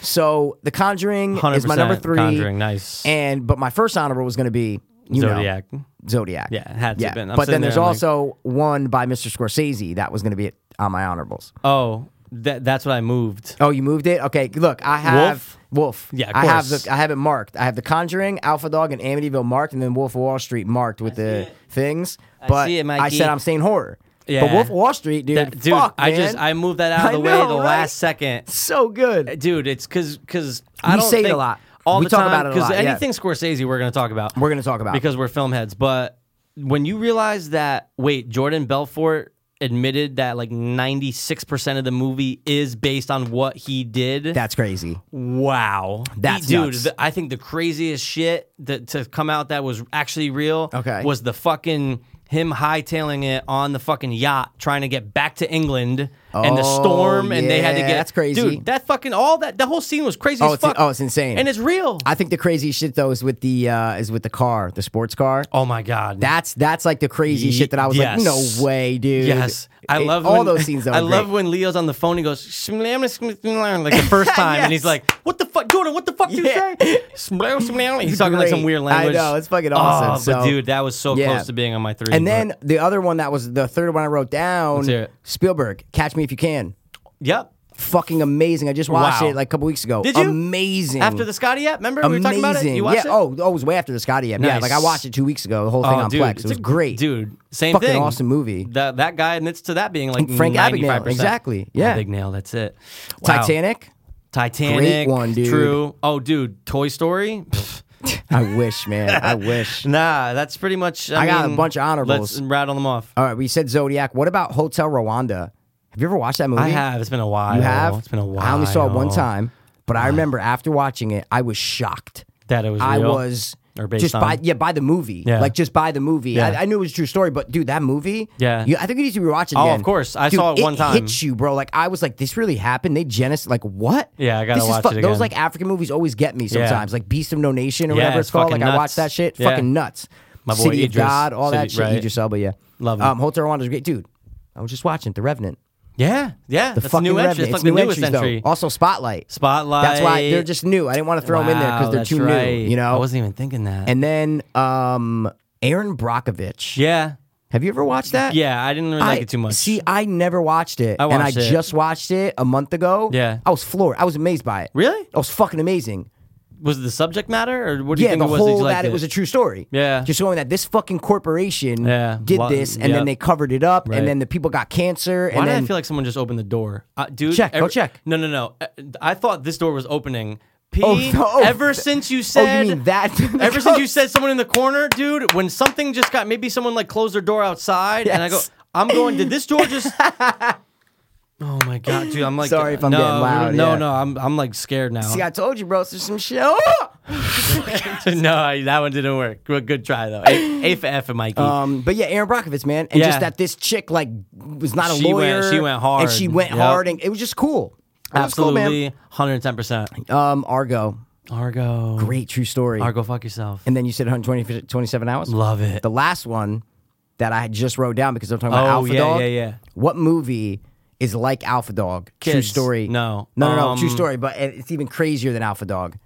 Speaker 1: So, The Conjuring is my
Speaker 4: 100%
Speaker 1: number three.
Speaker 4: Conjuring, nice.
Speaker 1: And but my first honorable was going to be you know,
Speaker 4: Zodiac.
Speaker 1: Zodiac.
Speaker 4: Yeah, it had to have been. I'm
Speaker 1: but
Speaker 4: sitting
Speaker 1: then there's
Speaker 4: there, I'm like-
Speaker 1: also one by Mr. Scorsese that was going to be it on my honorables.
Speaker 4: Oh, that that's what I moved.
Speaker 1: Oh, you moved it? Okay, look, I have Wolf.
Speaker 4: Yeah, of
Speaker 1: I have
Speaker 4: course.
Speaker 1: the I have it marked. I have the Conjuring, Alpha Dog, and Amityville marked, and then Wolf of Wall Street marked with the things. But
Speaker 4: see it,
Speaker 1: I
Speaker 4: Mikey.
Speaker 1: said I'm saying horror.
Speaker 4: Yeah.
Speaker 1: But Wolf of Wall Street, dude,
Speaker 4: That- dude,
Speaker 1: fuck,
Speaker 4: I
Speaker 1: man.
Speaker 4: just I moved that out of
Speaker 1: I
Speaker 4: the way
Speaker 1: know,
Speaker 4: the
Speaker 1: right?
Speaker 4: last second.
Speaker 1: so good.
Speaker 4: dude. It's because because I
Speaker 1: We
Speaker 4: don't
Speaker 1: say it a
Speaker 4: think-
Speaker 1: lot.
Speaker 4: All
Speaker 1: We
Speaker 4: the
Speaker 1: talk
Speaker 4: time,
Speaker 1: about it a lot, yeah.
Speaker 4: anything Scorsese, we're going to talk about.
Speaker 1: We're gonna talk about
Speaker 4: because we're film heads. But when you realize that, wait, Jordan Belfort admitted that like ninety six percent of the movie is based on what he did.
Speaker 1: that's crazy.
Speaker 4: wow,
Speaker 1: That's
Speaker 4: dude.
Speaker 1: nuts.
Speaker 4: th- I think the craziest shit that to come out that was actually real.
Speaker 1: Okay.
Speaker 4: was the fucking. Him hightailing it on the fucking yacht, trying to get back to England, and the
Speaker 1: Oh,
Speaker 4: storm, and they had to
Speaker 1: yeah,
Speaker 4: get
Speaker 1: that's crazy.
Speaker 4: Dude, that fucking all that the whole scene was crazy
Speaker 1: Oh,
Speaker 4: as
Speaker 1: it's
Speaker 4: fuck.
Speaker 1: oh, it's insane.
Speaker 4: and it's real.
Speaker 1: I think the crazy shit though is with the uh, is with the car, the sports car.
Speaker 4: oh my god,
Speaker 1: That's that's like the crazy
Speaker 4: Ye-
Speaker 1: shit that I was
Speaker 4: yes.
Speaker 1: like, no way, dude.
Speaker 4: Yes, I
Speaker 1: It-
Speaker 4: love
Speaker 1: all
Speaker 4: when-
Speaker 1: those scenes. Though
Speaker 4: I
Speaker 1: are great.
Speaker 4: love when Leo's on the phone. He goes "Shmlam-shmlam-shmlam," like the first time, and he's
Speaker 1: Yes.
Speaker 4: like, "What the fuck, Jordan? What the fuck do you
Speaker 1: Yeah.
Speaker 4: say?" "Shmlam-shmlam." He's talking like some
Speaker 1: Great.
Speaker 4: weird
Speaker 1: I
Speaker 4: language.
Speaker 1: know, it's fucking
Speaker 4: Oh,
Speaker 1: awesome.
Speaker 4: but
Speaker 1: So-
Speaker 4: dude, that was so
Speaker 1: Yeah.
Speaker 4: close to being on my three.
Speaker 1: And
Speaker 4: but-
Speaker 1: then the other one that was the third one I wrote down.
Speaker 4: Let's hear it.
Speaker 1: Spielberg, Catch Me If You Can.
Speaker 4: yep.
Speaker 1: Fucking amazing. I just watched
Speaker 4: Wow.
Speaker 1: it like a couple weeks ago.
Speaker 4: Did you?
Speaker 1: Amazing.
Speaker 4: After the Scotty app, remember we were
Speaker 1: amazing.
Speaker 4: talking about it? You
Speaker 1: yeah.
Speaker 4: watched it?
Speaker 1: Oh, oh, it was way after the Scotty app. Yeah,
Speaker 4: Nice.
Speaker 1: like I watched it two weeks ago. The whole thing
Speaker 4: Oh,
Speaker 1: on
Speaker 4: dude,
Speaker 1: Plex.
Speaker 4: it's
Speaker 1: It was
Speaker 4: a-
Speaker 1: great,
Speaker 4: dude. Same
Speaker 1: Fucking
Speaker 4: thing.
Speaker 1: awesome movie.
Speaker 4: That that guy admits to that being like
Speaker 1: Frank Abagnale,
Speaker 4: 95%.
Speaker 1: exactly. Yeah.
Speaker 4: big nail. That's it. Wow.
Speaker 1: Titanic.
Speaker 4: Titanic.
Speaker 1: one, dude.
Speaker 4: True. Oh, dude, Toy Story. Pfft.
Speaker 1: I wish, man. I wish.
Speaker 4: Nah, that's pretty much. I,
Speaker 1: I got a
Speaker 4: mean,
Speaker 1: bunch of honorables. Oh,
Speaker 4: Let's rattle them off.
Speaker 1: All right, we said Zodiac. What about Hotel Rwanda? Have you ever watched that movie?
Speaker 4: I have. It's been a while.
Speaker 1: You have?
Speaker 4: Oh, It's been a while.
Speaker 1: I only saw it one time, but I remember after watching it, I was shocked.
Speaker 4: That it was.
Speaker 1: I
Speaker 4: real?
Speaker 1: was
Speaker 4: Or based
Speaker 1: just by
Speaker 4: on?
Speaker 1: yeah by the movie,
Speaker 4: Yeah.
Speaker 1: like just by the movie.
Speaker 4: Yeah.
Speaker 1: I, I knew it was a true story, but dude, that movie,
Speaker 4: Yeah.
Speaker 1: you, I think you need to rewatch it.
Speaker 4: Oh,
Speaker 1: again.
Speaker 4: of course. I
Speaker 1: Dude,
Speaker 4: saw it one time.
Speaker 1: Hits you, bro. Like I was like, this really happened. They genesis like what?
Speaker 4: Yeah, I gotta
Speaker 1: this
Speaker 4: watch
Speaker 1: is fu-
Speaker 4: it again.
Speaker 1: Those like African movies always get me
Speaker 4: Yeah.
Speaker 1: sometimes. Like Beast of No Nation or
Speaker 4: Yeah,
Speaker 1: whatever
Speaker 4: it's
Speaker 1: it's called. Like
Speaker 4: fucking
Speaker 1: I
Speaker 4: nuts.
Speaker 1: watched that shit.
Speaker 4: Yeah.
Speaker 1: Fucking nuts.
Speaker 4: My boy
Speaker 1: City
Speaker 4: Idris.
Speaker 1: of God, all that
Speaker 4: City-
Speaker 1: shit.
Speaker 4: right.
Speaker 1: Idris Elba, yeah.
Speaker 4: Love him.
Speaker 1: um, Hotel Rwanda was great, dude. I was just watching The Revenant.
Speaker 4: Yeah, yeah.
Speaker 1: The
Speaker 4: that's
Speaker 1: fucking
Speaker 4: a new
Speaker 1: Revenant.
Speaker 4: entry. It's like
Speaker 1: new
Speaker 4: the newest
Speaker 1: entries, though.
Speaker 4: entry.
Speaker 1: Also Spotlight.
Speaker 4: Spotlight.
Speaker 1: That's why they're just new. I didn't want to throw them in there
Speaker 4: Wow,
Speaker 1: because they're
Speaker 4: that's
Speaker 1: too
Speaker 4: right.
Speaker 1: new. You know,
Speaker 4: I wasn't even thinking that.
Speaker 1: and then um Aaron Brockovich.
Speaker 4: yeah,
Speaker 1: Have you ever watched that?
Speaker 4: yeah. I didn't really like
Speaker 1: I-
Speaker 4: it too much.
Speaker 1: See, I never watched it.
Speaker 4: I
Speaker 1: and I
Speaker 4: watched it.
Speaker 1: just watched it a month ago.
Speaker 4: Yeah.
Speaker 1: I was floored. I was amazed by it.
Speaker 4: Really?
Speaker 1: It was fucking amazing.
Speaker 4: Was it the subject matter, or what do you
Speaker 1: Yeah,
Speaker 4: think
Speaker 1: the
Speaker 4: it was? that you
Speaker 1: whole
Speaker 4: liked
Speaker 1: that it was a true story.
Speaker 4: Yeah.
Speaker 1: Just showing that this fucking corporation
Speaker 4: Yeah.
Speaker 1: did
Speaker 4: Lo-
Speaker 1: this and
Speaker 4: yep.
Speaker 1: then they covered it up
Speaker 4: Right.
Speaker 1: and then the people got cancer
Speaker 4: Why
Speaker 1: and
Speaker 4: did
Speaker 1: then
Speaker 4: I feel like someone just opened the door, uh, dude?
Speaker 1: Check, go check.
Speaker 4: No, no, no. Uh, I thought this door was opening. P.
Speaker 1: Oh, no. Oh,
Speaker 4: ever
Speaker 1: th-
Speaker 4: since you
Speaker 1: Oh,
Speaker 4: said
Speaker 1: you mean that?
Speaker 4: Ever since you said someone in the corner, dude, when something just got maybe someone like closed their door outside, and I go,
Speaker 1: Yes.
Speaker 4: I'm going. Did this door just? oh my god, dude! I'm like,
Speaker 1: Sorry if I'm
Speaker 4: no,
Speaker 1: getting loud,
Speaker 4: No,
Speaker 1: yeah.
Speaker 4: no, I'm I'm like scared now.
Speaker 1: See, I told you, bro. There's some shit. Oh!
Speaker 4: no, I- that one didn't work. Good, good try though. A, A for F, Mikey.
Speaker 1: Um, but yeah, Aaron Brockovich, man, and
Speaker 4: Yeah.
Speaker 1: just that this chick like was not a
Speaker 4: She
Speaker 1: lawyer.
Speaker 4: went- she went hard.
Speaker 1: and she went
Speaker 4: Yep.
Speaker 1: hard, and it was just cool. It was cool, man.
Speaker 4: Absolutely, 110. percent
Speaker 1: um, Argo,
Speaker 4: Argo,
Speaker 1: great true story.
Speaker 4: Argo, fuck yourself.
Speaker 1: and then you said 120 27 hours.
Speaker 4: Love it.
Speaker 1: The last one that I just wrote down because I'm talking about
Speaker 4: Oh,
Speaker 1: Alpha
Speaker 4: yeah,
Speaker 1: Dog.
Speaker 4: yeah, yeah.
Speaker 1: What movie is like Alpha Dog? True
Speaker 4: Kids.
Speaker 1: story.
Speaker 4: No.
Speaker 1: no, no, no.
Speaker 4: Um,
Speaker 1: true story, but it- it's even crazier than Alpha Dog.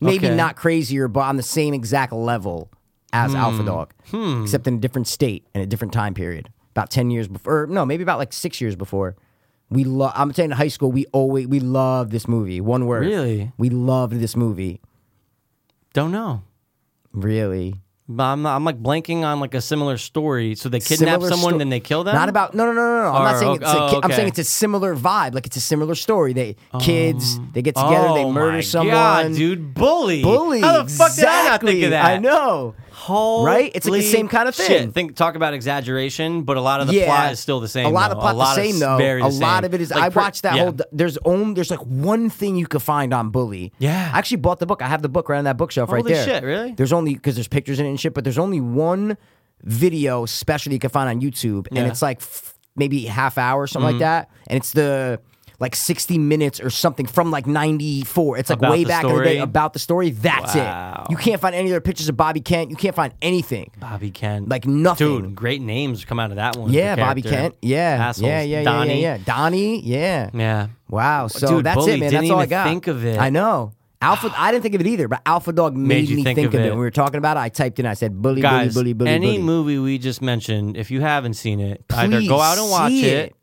Speaker 1: Maybe
Speaker 4: Okay.
Speaker 1: not crazier, but on the same exact level as
Speaker 4: Hmm.
Speaker 1: Alpha Dog, except in a different state and a different time period. About ten years before, or no, maybe about like six years before. We love. I'm saying in high school, we always we loved this movie. One word.
Speaker 4: Really?
Speaker 1: we loved this movie.
Speaker 4: Don't know.
Speaker 1: Really.
Speaker 4: But I'm, I'm like blanking on like a similar story. So they kidnap
Speaker 1: similar
Speaker 4: someone,
Speaker 1: sto-
Speaker 4: then they kill them.
Speaker 1: Not about no no no no. no. I'm
Speaker 4: Or,
Speaker 1: not saying it's a,
Speaker 4: oh,
Speaker 1: ki- I'm
Speaker 4: okay.
Speaker 1: saying it's a similar vibe. Like it's a similar story. They kids they get together,
Speaker 4: oh
Speaker 1: they murder
Speaker 4: my
Speaker 1: someone.
Speaker 4: God, dude, bully,
Speaker 1: Bully.
Speaker 4: How the fuck did I not
Speaker 1: exactly.
Speaker 4: think of that?
Speaker 1: I know.
Speaker 4: Holy
Speaker 1: Right? It's like the same kind of
Speaker 4: shit.
Speaker 1: thing.
Speaker 4: Think talk about exaggeration, but a lot of the
Speaker 1: yeah,
Speaker 4: plot is still the same.
Speaker 1: A lot of
Speaker 4: though.
Speaker 1: plot
Speaker 4: lot
Speaker 1: the
Speaker 4: is
Speaker 1: same though.
Speaker 4: very
Speaker 1: a
Speaker 4: the
Speaker 1: lot
Speaker 4: same.
Speaker 1: of it is.
Speaker 4: Like,
Speaker 1: I
Speaker 4: for-
Speaker 1: watched that
Speaker 4: yeah.
Speaker 1: whole. There's only there's like one thing you could find on bully.
Speaker 4: Yeah.
Speaker 1: I actually bought the book. I have the book right on that bookshelf right
Speaker 4: Holy
Speaker 1: there.
Speaker 4: shit, really?
Speaker 1: There's only because there's pictures in it and shit, but there's only one video special you can find on YouTube, and
Speaker 4: Yeah. Mm-hmm.
Speaker 1: it's like f- maybe half hour or something like that, and it's the. Like sixty minutes or something from like ninety four. It's like
Speaker 4: About
Speaker 1: way
Speaker 4: the
Speaker 1: back in the
Speaker 4: story?
Speaker 1: day about the story. That's
Speaker 4: Wow.
Speaker 1: it. You can't find any other pictures of Bobby Kent. You can't find anything.
Speaker 4: Bobby Kent,
Speaker 1: Like nothing.
Speaker 4: dude. Great names come out of that one.
Speaker 1: Yeah,
Speaker 4: for
Speaker 1: Bobby
Speaker 4: character.
Speaker 1: Kent. Yeah,
Speaker 4: Assholes.
Speaker 1: yeah, yeah, yeah,
Speaker 4: Donnie.
Speaker 1: yeah, yeah. Donnie. Yeah.
Speaker 4: yeah.
Speaker 1: Wow. So
Speaker 4: Dude,
Speaker 1: that's it,
Speaker 4: Bully,
Speaker 1: man.
Speaker 4: didn't
Speaker 1: that's all I
Speaker 4: even
Speaker 1: got.
Speaker 4: think of it.
Speaker 1: I know. Alpha. I didn't think of it either, but Alpha Dog made,
Speaker 4: you
Speaker 1: me
Speaker 4: think
Speaker 1: think,
Speaker 4: of
Speaker 1: of
Speaker 4: it.
Speaker 1: it. When we were talking about it, I typed in. I said, "Bully,
Speaker 4: Guys,
Speaker 1: bully, bully, bully."
Speaker 4: any
Speaker 1: bully.
Speaker 4: movie we just mentioned, if you haven't seen it, either
Speaker 1: Please
Speaker 4: go out and watch
Speaker 1: see
Speaker 4: it.
Speaker 1: it.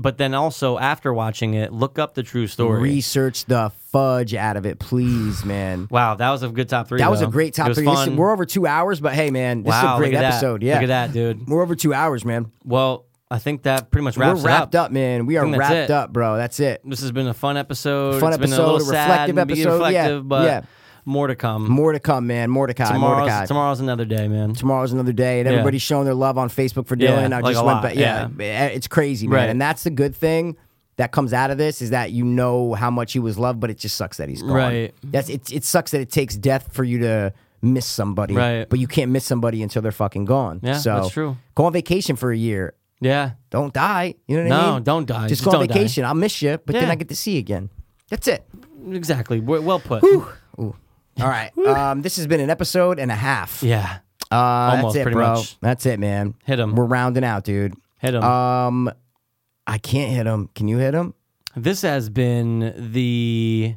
Speaker 4: but then also after watching it, look up the true story.
Speaker 1: Research the fudge out of it, please, man.
Speaker 4: wow, that was a good top three.
Speaker 1: That was a
Speaker 4: though.
Speaker 1: great
Speaker 4: It
Speaker 1: top
Speaker 4: was
Speaker 1: three. This-
Speaker 4: fun.
Speaker 1: we're over two hours, but hey, man, this is
Speaker 4: wow,
Speaker 1: a great
Speaker 4: look at that.
Speaker 1: episode. Yeah,
Speaker 4: look at that, dude.
Speaker 1: We're over two hours, man.
Speaker 4: Well, I think that pretty much wraps
Speaker 1: we're wrapped
Speaker 4: it
Speaker 1: up. man. We are
Speaker 4: think that's
Speaker 1: wrapped
Speaker 4: it.
Speaker 1: up, bro. That's it.
Speaker 4: This has been a fun episode.
Speaker 1: Fun
Speaker 4: It's been a
Speaker 1: episode,
Speaker 4: little
Speaker 1: a
Speaker 4: sad
Speaker 1: reflective
Speaker 4: and be
Speaker 1: episode, yeah,
Speaker 4: reflective, but
Speaker 1: yeah.
Speaker 4: more to come.
Speaker 1: More to come, man. Mordecai. Mordecai.
Speaker 4: tomorrow's, tomorrow's another day, man.
Speaker 1: tomorrow's another day, and
Speaker 4: Yeah.
Speaker 1: everybody's showing their love on Facebook for
Speaker 4: Yeah,
Speaker 1: Dylan. I
Speaker 4: like
Speaker 1: just
Speaker 4: a
Speaker 1: went,
Speaker 4: lot,
Speaker 1: but yeah, it's crazy, man.
Speaker 4: Right.
Speaker 1: And that's the good thing that comes out of this is that you know how much he was loved, but it just sucks that he's gone.
Speaker 4: Right.
Speaker 1: That's it. It sucks that it takes death for you to miss somebody,
Speaker 4: Right.
Speaker 1: But you can't miss somebody until they're fucking gone.
Speaker 4: Yeah,
Speaker 1: so
Speaker 4: that's true.
Speaker 1: Go on vacation for a year.
Speaker 4: Yeah.
Speaker 1: Don't die. You know what I
Speaker 4: No,
Speaker 1: mean?
Speaker 4: don't die.
Speaker 1: Just,
Speaker 4: Just
Speaker 1: go on
Speaker 4: don't die.
Speaker 1: vacation. I'll miss you, but then
Speaker 4: Yeah.
Speaker 1: I get to see you again. That's it.
Speaker 4: Exactly. Well well put.
Speaker 1: All right. um, this has been an episode and a half.
Speaker 4: Yeah.
Speaker 1: Uh,
Speaker 4: Almost,
Speaker 1: that's it,
Speaker 4: pretty
Speaker 1: bro.
Speaker 4: much. um,
Speaker 1: That's it, man.
Speaker 4: Hit 'em.
Speaker 1: We're rounding out, dude.
Speaker 4: Hit him.
Speaker 1: Um, I can't hit him. Can you hit him?
Speaker 4: this has been the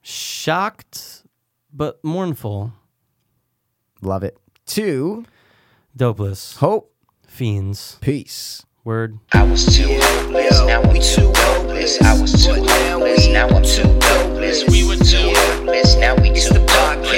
Speaker 4: shocked but mournful
Speaker 1: Love it. Two,
Speaker 4: dopeless
Speaker 1: hope,
Speaker 4: fiends.
Speaker 1: peace.
Speaker 4: Word.
Speaker 2: I was too hopeless, now we too hopeless. I was too hopeless, now I'm too hopeless. We were too hopeless, now we too dark.